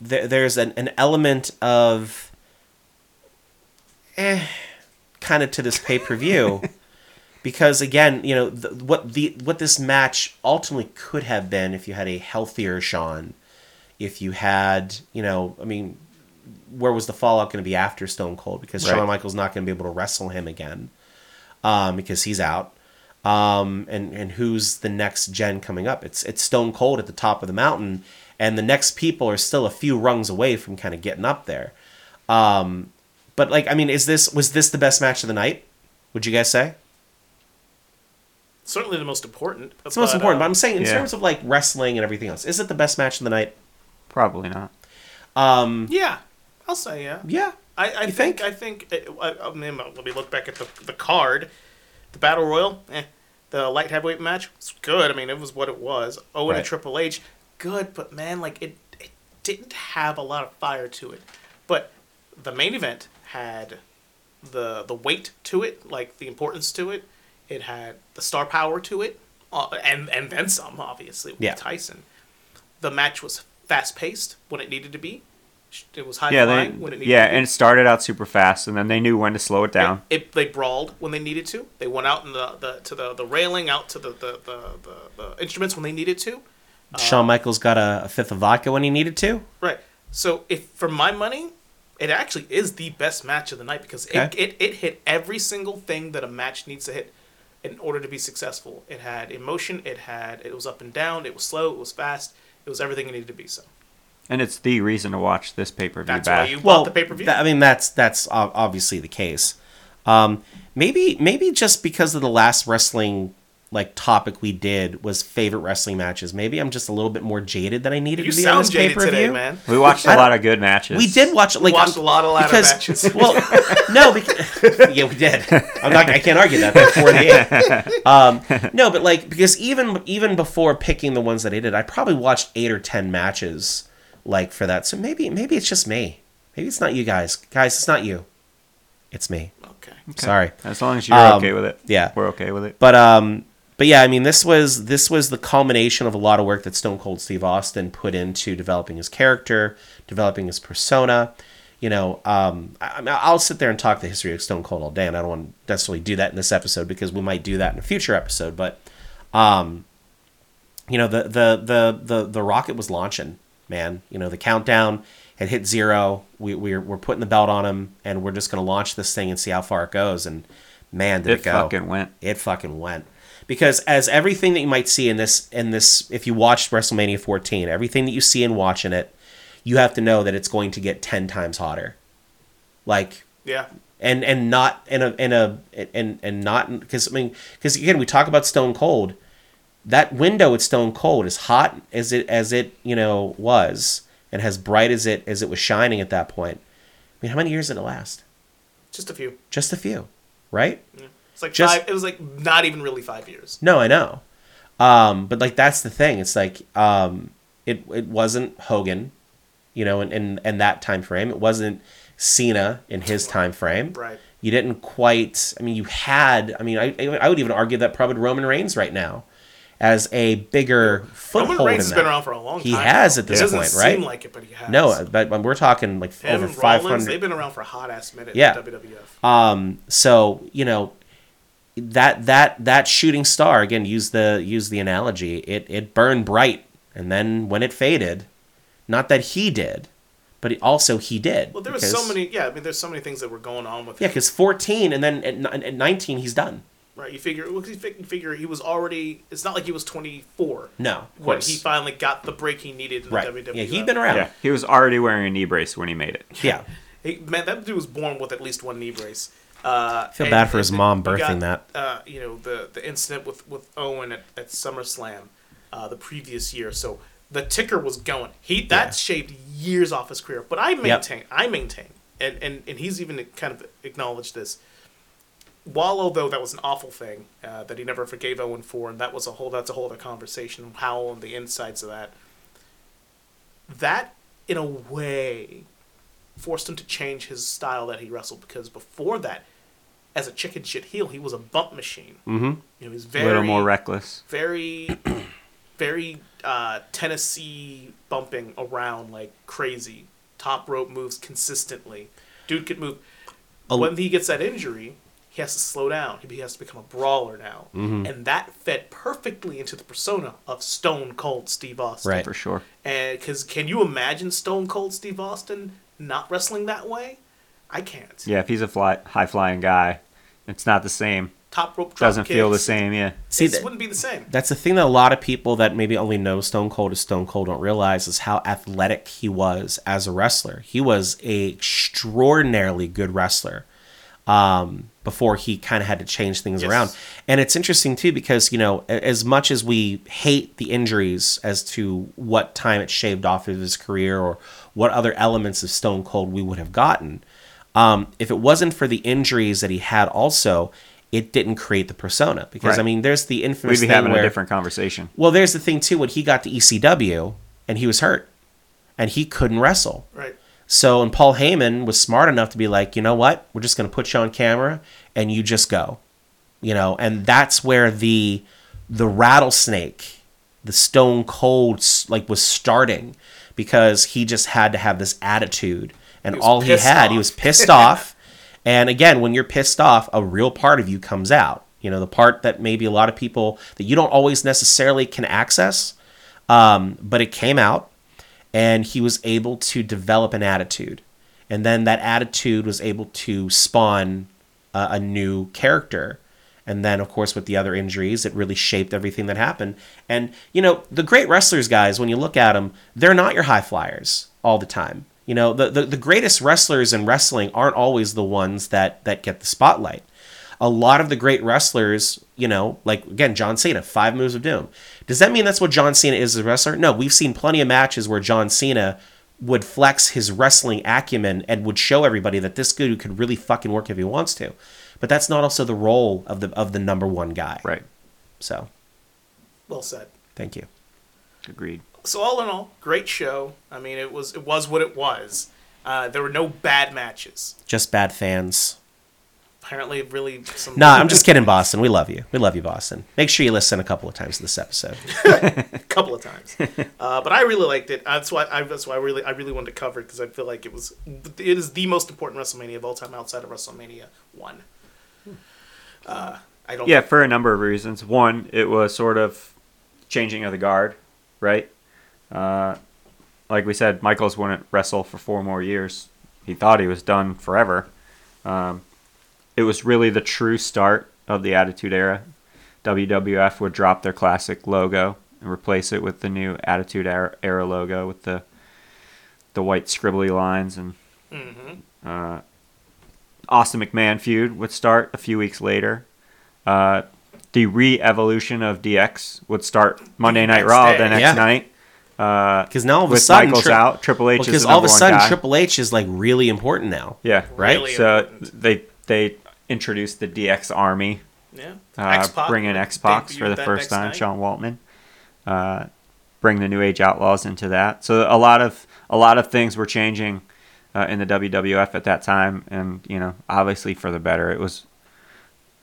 Speaker 1: there, there's an, an element of eh, kind of to this pay-per-view because again you know the, what the what this match ultimately could have been if you had a healthier Shawn, if you had you know i mean where was the fallout going to be after stone cold because
Speaker 3: Right.
Speaker 1: Shawn michaels not going to be able to wrestle him again um, because he's out um, and and who's the next gen coming up? It's it's Stone Cold at the top of the mountain, and the next people are still a few rungs away from kind of getting up there. Um, but like, I mean, is this was this the best match of the night? Would you guys say
Speaker 2: Certainly the most important. um,
Speaker 1: it's the most important?
Speaker 2: uh,
Speaker 1: but I'm saying in
Speaker 3: yeah.
Speaker 1: terms of like wrestling and everything else, is it the best match of the night?
Speaker 3: probably not.
Speaker 2: yeah, I'll say yeah.
Speaker 1: Yeah,
Speaker 2: I, I
Speaker 1: You
Speaker 2: think,
Speaker 1: think?
Speaker 2: I think I, I, I mean, let me look back at the the card, the battle royal, eh, the light heavyweight match was good. I mean, it was what it was. Owen
Speaker 1: Right.
Speaker 2: and Triple H, good, but man, like it, it didn't have a lot of fire to it. But the main event had the the weight to it, like the importance to it. It had the star power to it, uh, and and then some, obviously, with
Speaker 1: Yeah.
Speaker 2: Tyson. The match was fast paced when it needed to be. It was high
Speaker 3: Yeah,
Speaker 2: flying
Speaker 3: they,
Speaker 2: when it needed
Speaker 3: yeah,
Speaker 2: to be.
Speaker 3: and it started out super fast, and then they knew when to slow it down.
Speaker 2: It, it- they brawled when they needed to. They went out in the, the to the, the railing, out to the the, the, the the instruments when they needed to. Uh,
Speaker 1: Shawn Michaels got a, a fifth of vodka when he needed to.
Speaker 2: Right. So if for my money, it actually is the best match of the night because
Speaker 1: Okay.
Speaker 2: it, it, it hit every single thing that a match needs to hit in order to be successful. It had emotion, it had it was up and down, it was slow, it was fast, it was everything it needed to be so.
Speaker 3: And it's the reason to watch this pay per view back.
Speaker 2: That's why you bought
Speaker 1: well,
Speaker 2: the pay per view.
Speaker 1: tha- I mean, that's that's ob- obviously the case. Um, maybe maybe just because of the last wrestling like topic we did was favorite wrestling matches. Maybe I'm just a little bit more jaded than I needed
Speaker 2: you
Speaker 1: to be on
Speaker 2: sound
Speaker 1: this
Speaker 2: jaded
Speaker 1: pay-per-view.
Speaker 2: today, man.
Speaker 3: We watched
Speaker 1: I
Speaker 3: a lot of good matches.
Speaker 1: We did watch like
Speaker 2: watched
Speaker 1: I'm-
Speaker 2: a lot of ladder
Speaker 1: because-
Speaker 2: matches.
Speaker 1: Well, no, because, yeah, we did. I'm not. I can't argue that. They're 48. Um, no, but like because even even before picking the ones that I did, I probably watched eight or ten matches like for that. So maybe maybe it's just me. Maybe it's not you guys. Guys, it's not you. It's me.
Speaker 2: okay.
Speaker 1: Sorry.
Speaker 3: As long as you're
Speaker 1: Um,
Speaker 3: okay with it.
Speaker 1: yeah.
Speaker 3: We're okay with it.
Speaker 1: But um but yeah, I mean this was this was the culmination of a lot of work that Stone Cold Steve Austin put into developing his character, developing his persona. You know, um, I, I mean, I'll sit there and talk the history of Stone Cold all day, and I don't want to necessarily do that in this episode because we might do that in a future episode. But, um, you know, the the the the the rocket was launching, man. You know, the countdown had hit zero. We we're we're putting the belt on him, and we're just going to launch this thing and see how far it goes. And man, did
Speaker 3: It
Speaker 1: it, go!
Speaker 3: fucking went.
Speaker 1: it fucking went because as everything that you might see in this in this if you watched WrestleMania 14 everything that you see in watching it you have to know that it's going to get 10 times hotter like
Speaker 2: Yeah.
Speaker 1: and and not in a in a and and not because I mean because again we talk about Stone Cold that window at Stone Cold as hot as it as it you know was and as bright as it as it was shining at that point. I mean, how many years did it last?
Speaker 2: Just a few.
Speaker 1: Just a few, right?
Speaker 2: It's like
Speaker 1: Just-
Speaker 2: five. It was like not even really five years.
Speaker 1: No, I know. Um, but like that's the thing. It's like um, it it wasn't Hogan, you know, in, in in that time frame. It wasn't Cena in his time frame.
Speaker 2: Right.
Speaker 1: You didn't quite. I mean, you had. I mean, I I would even argue that probably Roman Reigns right now, as a bigger foothold.
Speaker 2: Roman Reigns
Speaker 1: in
Speaker 2: has
Speaker 1: that.
Speaker 2: been around for a long
Speaker 1: He
Speaker 2: time.
Speaker 1: has at
Speaker 2: It
Speaker 1: this
Speaker 2: doesn't
Speaker 1: point, right?
Speaker 2: Seem like it, but he has.
Speaker 1: no, but but we're talking like
Speaker 2: Him,
Speaker 1: over five
Speaker 2: Rollins,
Speaker 1: hundred.
Speaker 2: they've been around for a hot ass minute.
Speaker 1: Yeah.
Speaker 2: in WWF.
Speaker 1: Um, so you know that that that shooting star again. Use the use the analogy. It it burned bright, and then when it faded, not that he did, but it, also he did.
Speaker 2: Well, there was
Speaker 1: because-
Speaker 2: so many. Yeah, I mean, there's so many things that were going on with
Speaker 1: Yeah,
Speaker 2: him.
Speaker 1: because fourteen, and then at, n- at nineteen, he's done.
Speaker 2: Right. You figure. Well, you fig- you figure he was already. It's not like he was 24.
Speaker 1: No, of
Speaker 2: When
Speaker 1: course.
Speaker 2: he finally got the break he needed in
Speaker 1: right.
Speaker 2: the WWF.
Speaker 1: Yeah, he'd been around.
Speaker 3: Yeah,
Speaker 1: Yeah.
Speaker 3: he was already wearing a knee brace when he made it.
Speaker 2: He, man, that dude was born with at least one knee brace. Uh,
Speaker 1: Feel
Speaker 2: and-
Speaker 1: bad for his
Speaker 2: and
Speaker 1: mom
Speaker 2: you
Speaker 1: birthing
Speaker 2: got, Uh, you know the the incident with with Owen at, at SummerSlam uh, the previous year. So the ticker was going. He that
Speaker 1: Yeah.
Speaker 2: shaved years off his career. But I maintain, I maintain, and, and and he's even kind of acknowledged this. While although that was an awful thing uh, that he never forgave Owen for, and that was a whole that's a whole other conversation. How and the insides of that. That in a way forced him to change his style that he wrestled because before that, as a chicken shit heel, he was a bump machine. Mm-hmm. You know, he's
Speaker 3: A
Speaker 2: very
Speaker 3: little more reckless.
Speaker 2: very, very uh, Tennessee bumping around like crazy. Top rope moves consistently. Dude could move. when he gets that injury, he has to slow down. He has to become a brawler now,
Speaker 3: Mm-hmm.
Speaker 2: and that fed perfectly into the persona of Stone Cold Steve Austin.
Speaker 1: Right.
Speaker 3: For sure.
Speaker 2: And because can you imagine Stone Cold Steve Austin not wrestling that way? I can't.
Speaker 3: Yeah, if he's a fly, high flying guy, it's not the same.
Speaker 2: Top rope drop
Speaker 3: Doesn't feel the
Speaker 2: kicks,
Speaker 3: same. Yeah.
Speaker 1: See,
Speaker 2: it
Speaker 1: that-
Speaker 2: wouldn't be the same.
Speaker 1: That's the thing that a lot of people that maybe only know Stone Cold as Stone Cold don't realize is how athletic he was as a wrestler. He was a extraordinarily good wrestler um, before he kind of had to change things
Speaker 2: Yes.
Speaker 1: around. And it's interesting too because you know a- as much as we hate the injuries as to what time it shaved off of his career or what other elements of Stone Cold we would have gotten, um, if it wasn't for the injuries that he had, also. It didn't create the persona because I
Speaker 3: Right.
Speaker 1: mean, there's the infamous
Speaker 3: We'd be
Speaker 1: thing
Speaker 3: having a
Speaker 1: where-
Speaker 3: different conversation.
Speaker 1: well, there's the thing too. When he got to ECW, and he was hurt, and he couldn't wrestle.
Speaker 2: Right.
Speaker 1: So, and Paul Heyman was smart enough to be like, you know what? We're just going to put you on camera, and you just go, you know. And that's where the the rattlesnake, the Stone Cold, s- like was starting, because he just had to have this attitude, and
Speaker 2: He was
Speaker 1: all he
Speaker 2: pissed
Speaker 1: had, he
Speaker 2: off.
Speaker 1: was pissed off. And again, when you're pissed off, a real part of you comes out. You know, the part that maybe a lot of people that you don't always necessarily can access, um, but it came out, and he was able to develop an attitude, and then that attitude was able to spawn uh, a new character, and then of course with the other injuries, it really shaped everything that happened. And you know, the great wrestlers, guys, when you look at them, they're not your high flyers all the time. You know, the, the, the greatest wrestlers in wrestling aren't always the ones that that get the spotlight. A lot of the great wrestlers, you know, like again, John Cena, five moves of doom. Does that mean that's what John Cena is as a wrestler? No, we've seen plenty of matches where John Cena would flex his wrestling acumen and would show everybody that this dude could really fucking work if he wants to. But that's not also the role of the of the number one guy.
Speaker 3: Right.
Speaker 1: So
Speaker 2: Well said.
Speaker 1: thank you.
Speaker 3: Agreed.
Speaker 2: So all in all, great show. I mean, it was it was what it was. Uh, there were no bad matches.
Speaker 1: Just bad fans.
Speaker 2: Apparently, really some.
Speaker 1: Nah, I'm just kidding, Boston. We love you. We love you, Boston. Make sure you listen a couple of times to this episode.
Speaker 2: a couple of times. Uh, but I really liked it. That's why I that's why I really I really wanted to cover it because I feel like it was it is the most important WrestleMania of all time outside of WrestleMania one.
Speaker 1: Hmm.
Speaker 2: Uh, I don't.
Speaker 3: Yeah, for a number of reasons. One, it was sort of changing of the guard, right? Uh, like we said, Michaels wouldn't wrestle for four more years. He thought he was done forever. Um, it was really the true start of the Attitude Era. WWF would drop their classic logo and replace it with the new Attitude Era, era logo with the the white scribbly lines and
Speaker 2: Mm-hmm.
Speaker 3: uh, Austin McMahon feud would start a few weeks later. Uh, the re-evolution of DX would start Monday Night
Speaker 2: Next
Speaker 3: Raw
Speaker 2: day.
Speaker 3: the next
Speaker 1: Yeah.
Speaker 3: night,
Speaker 1: Because now all of a
Speaker 3: Uh, with
Speaker 1: sudden,
Speaker 3: Michaels
Speaker 1: Tri-
Speaker 3: out, Triple H is
Speaker 1: because
Speaker 3: the
Speaker 1: all of a
Speaker 3: number one
Speaker 1: sudden,
Speaker 3: guy.
Speaker 1: Triple H is like really important now.
Speaker 3: Yeah.
Speaker 1: Right?
Speaker 2: Really
Speaker 3: so
Speaker 2: important.
Speaker 3: they they introduced the DX Army,
Speaker 2: Yeah.
Speaker 3: uh,
Speaker 2: X-Pac
Speaker 3: bring in X Pac for
Speaker 2: debuted
Speaker 3: the
Speaker 2: that
Speaker 3: first
Speaker 2: next
Speaker 3: time.
Speaker 2: night.
Speaker 3: Sean Waltman, uh, bring the New Age Outlaws into that. So a lot of a lot of things were changing uh, in the WWF at that time, and you know, obviously for the better. It was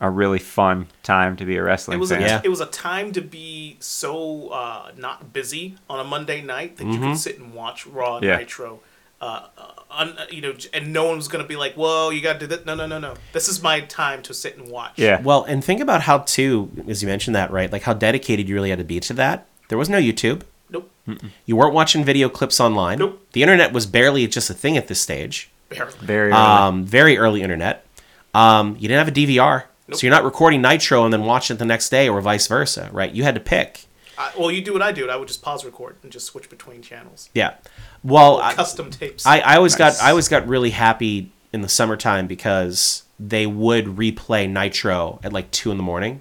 Speaker 3: a really fun time to be a wrestling
Speaker 2: It was a,
Speaker 3: fan.
Speaker 1: Yeah.
Speaker 2: it was a time to be so uh, not busy on a Monday night that you could sit and watch Raw and
Speaker 3: Mm-hmm. Yeah.
Speaker 2: Nitro. Uh, uh, un, you know, j- and no one was gonna be like, "Whoa, you gotta do that." No, no, no, no. This is my time to sit and watch.
Speaker 3: Yeah.
Speaker 1: Well, and think about how too, as you mentioned that, right? Like how dedicated you really had to be to that. There was no YouTube.
Speaker 2: Nope.
Speaker 3: Mm.
Speaker 1: You weren't watching video clips online.
Speaker 2: Nope.
Speaker 1: The internet was barely just a thing at this stage.
Speaker 2: Barely.
Speaker 3: Very early.
Speaker 1: Um, very early internet. Um, you didn't have a DVR,
Speaker 2: Nope.
Speaker 1: so you're not recording Nitro and then watching it the next day, or vice versa, right? You had to pick.
Speaker 2: I, well, you do what I do. I would just pause record and just switch between channels.
Speaker 1: Yeah. Well, I-
Speaker 2: Custom tapes.
Speaker 1: I, I always
Speaker 3: Nice.
Speaker 1: got I always got really happy in the summertime because they would replay Nitro at like two in the morning,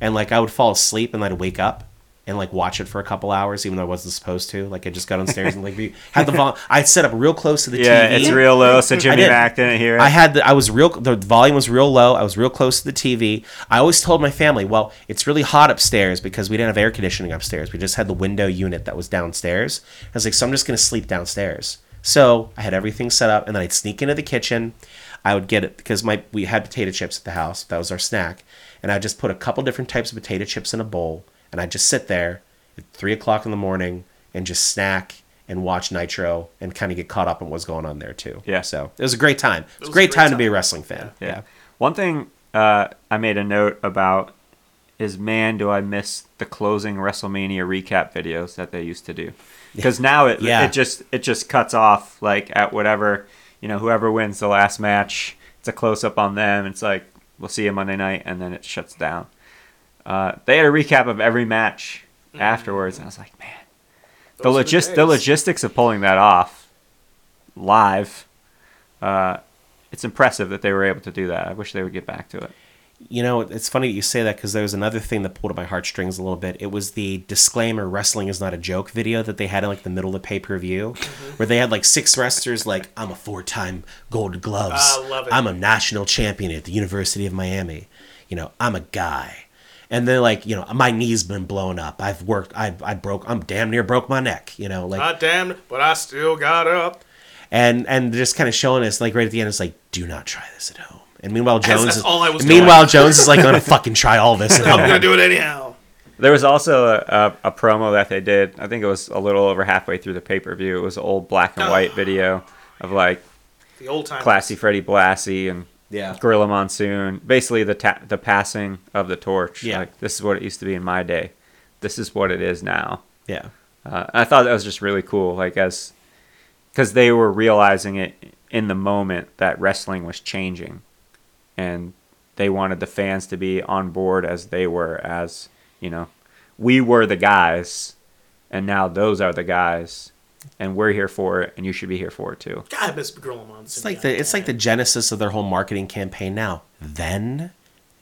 Speaker 1: and like I would fall asleep and I'd wake up and like watch it for a couple hours even though I wasn't supposed to. Like I just got downstairs and like we had the vol- I set up real close to the
Speaker 3: yeah,
Speaker 1: TV.
Speaker 3: it's real low, so Jimmy
Speaker 1: didn't-
Speaker 3: Mack didn't hear it.
Speaker 1: I had the, I was real the volume was real low. I was real close to the TV. I always told my family, well, it's really hot upstairs because we didn't have air conditioning upstairs. We just had the window unit that was downstairs. I was like, so I'm just gonna sleep downstairs. So I had everything set up, and then I'd sneak into the kitchen. I would get it because my we had potato chips at the house. That was our snack, and I would just put a couple different types of potato chips in a bowl, and I'd just sit there at three o'clock in the morning and just snack and watch Nitro and kind of get caught up in what's going on there too.
Speaker 3: Yeah.
Speaker 1: So it was a great time. It was a great time to be a wrestling fan. Yeah.
Speaker 3: One thing uh, I made a note about is man, do I miss the closing WrestleMania recap videos that they used to do? Because now it
Speaker 1: Yeah.
Speaker 3: it just it just cuts off like at whatever you know whoever wins the last match. It's a close up on them. It's like we'll see you Monday night, and then it shuts down. Uh, they had a recap of every match afterwards, and I was like, man, the
Speaker 2: Those are
Speaker 3: logis- the
Speaker 2: days.
Speaker 3: logistics of pulling that off live. Uh, it's impressive that they were able to do that. I wish they would get back to it.
Speaker 1: You know, it's funny that you say that because there was another thing that pulled at my heartstrings a little bit. It was the disclaimer "Wrestling is not a joke" video that they had in like the middle of the pay per view, where they had like six wrestlers like I'm a four time Gold Gloves,
Speaker 2: I love it.
Speaker 1: I'm a national champion at the University of Miami, you know, I'm a guy, and they're like, you know, my knee's been blown up, I've worked, I I broke, I'm damn near broke my neck, you know, like
Speaker 2: I damned, but I still got up.
Speaker 1: and and they're just kind of showing us like right at the end it's like do not try this at home and meanwhile jones
Speaker 2: that's
Speaker 1: is,
Speaker 2: all I was
Speaker 1: meanwhile jones is like gonna fucking try all this at
Speaker 2: I'm gonna
Speaker 1: home
Speaker 2: do it anyhow.
Speaker 3: There was also a, a, a promo that they did. I think it was a little over halfway through the pay per view. It was an old black and white video of like
Speaker 2: The old time.
Speaker 3: classy Freddie Blassie and
Speaker 1: Yeah.
Speaker 3: Gorilla Monsoon. Basically, the ta- the passing of the torch.
Speaker 1: Yeah.
Speaker 3: Like this is what it used to be in my day. This is what it is now.
Speaker 1: yeah
Speaker 3: Uh, I thought that was just really cool, like as because they were realizing it in the moment that wrestling was changing, and they wanted the fans to be on board as they were, as you know, we were the guys, and now those are the guys, and we're here for it, and you should be here for it too.
Speaker 2: God, I miss Gorilla Monsoon.
Speaker 1: it's like the it's like the genesis of their whole marketing campaign now then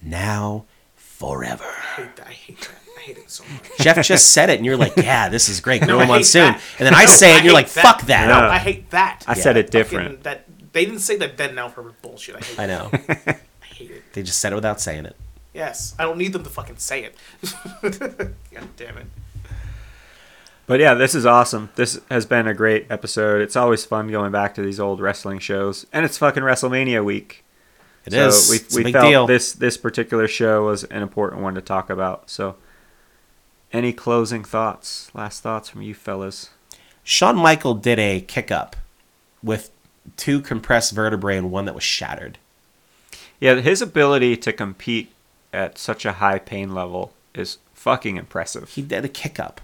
Speaker 1: now forever
Speaker 2: I hate that. I hate that. I hate it so much.
Speaker 1: jeff just said it and you're like yeah this is great no,
Speaker 2: I hate
Speaker 1: monsoon
Speaker 2: that.
Speaker 1: and then i
Speaker 2: No,
Speaker 1: say it and you're
Speaker 2: hate
Speaker 1: like fuck that
Speaker 2: No, I hate that.
Speaker 3: I said it
Speaker 2: Fucking
Speaker 3: different.
Speaker 2: That they didn't say that then now forever bullshit. I hate.
Speaker 1: i
Speaker 2: it.
Speaker 1: know
Speaker 2: I hate it.
Speaker 1: they just said it without saying it
Speaker 2: Yes, I don't need them to fucking say it. God damn it.
Speaker 3: But yeah, this is awesome. This has been a great episode. It's always fun going back to these old wrestling shows, and it's fucking WrestleMania week.
Speaker 1: It is.
Speaker 3: We,
Speaker 1: it's
Speaker 3: we
Speaker 1: a big
Speaker 3: felt
Speaker 1: deal
Speaker 3: this this particular show was an important one to talk about. So, any closing thoughts? Last thoughts from you fellas?
Speaker 1: Shawn Michael did a kick up with two compressed vertebrae and one that was shattered
Speaker 3: Yeah, his ability to compete at such a high pain level is fucking impressive.
Speaker 1: he did a kick up.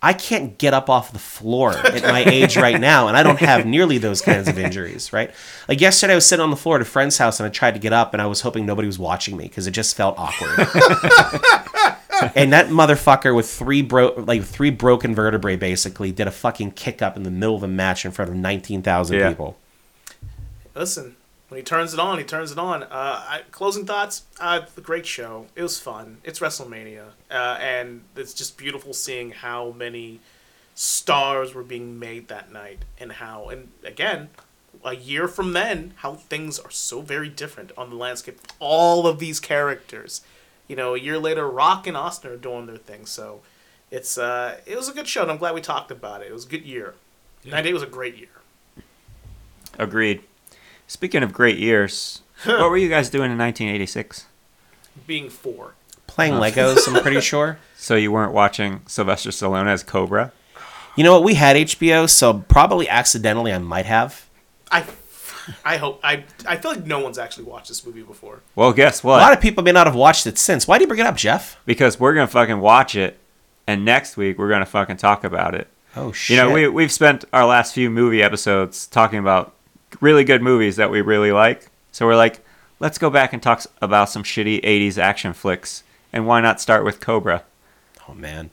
Speaker 1: I can't get up off the floor at my age right now, and I don't have nearly those kinds of injuries, right? Like yesterday, I was sitting on the floor at a friend's house, and I tried to get up, and I was hoping nobody was watching me because it just felt awkward. and that motherfucker with three bro- like three broken vertebrae basically did a fucking kick up in the middle of a match in front of nineteen thousand
Speaker 3: Yeah.
Speaker 1: people.
Speaker 2: Listen, when he turns it on, he turns it on. Uh, I, closing thoughts. Uh, the great show. It was fun. It's WrestleMania, uh, and it's just beautiful seeing how many stars were being made that night and how and again a year from then how things are so very different on the landscape all of these characters you know a year later rock and austin are doing their thing so it's uh it was a good show and i'm glad we talked about it it was a good year yeah. 98 was a great year
Speaker 3: Agreed. Speaking of great years, what were you guys doing in 1986?
Speaker 2: being four
Speaker 1: Playing Legos, I'm pretty sure.
Speaker 3: So you weren't watching Sylvester Stallone as Cobra?
Speaker 1: You know what? We had HBO, so probably accidentally I might have.
Speaker 2: i i hope i i feel like no one's actually watched this movie before
Speaker 3: Well, guess
Speaker 1: A
Speaker 3: what?
Speaker 1: lot of people may not have watched it since. Why do you bring it up, Jeff?
Speaker 3: because we're gonna fucking watch it, and next week we're gonna fucking talk about it.
Speaker 1: Oh
Speaker 3: You
Speaker 1: shit!
Speaker 3: know, we we've spent our last few movie episodes talking about really good movies that we really like. So we're like, let's go back and talk s- about some shitty '80s action flicks, and why not start with Cobra?
Speaker 1: oh man,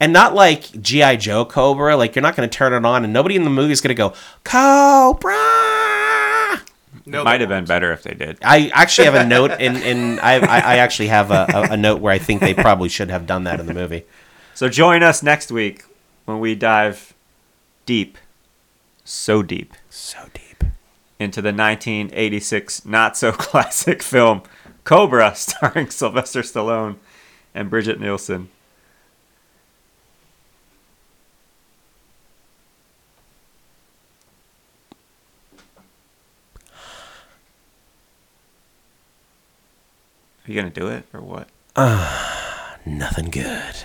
Speaker 1: and not like GI Joe Cobra. Like you're not going to turn it on, and nobody in the movie is going to go Cobra.
Speaker 2: no
Speaker 3: Might
Speaker 2: they
Speaker 3: have been better if they did.
Speaker 1: I actually have a note, and and I I, I actually have a, a, a note where I think they probably should have done that in the movie.
Speaker 3: So join us next week when we dive deep, so deep
Speaker 1: So deep.
Speaker 3: into the 1986 not so classic film Cobra, starring Sylvester Stallone and Bridget Nielsen. Are you gonna do it or what?
Speaker 1: Nothing good.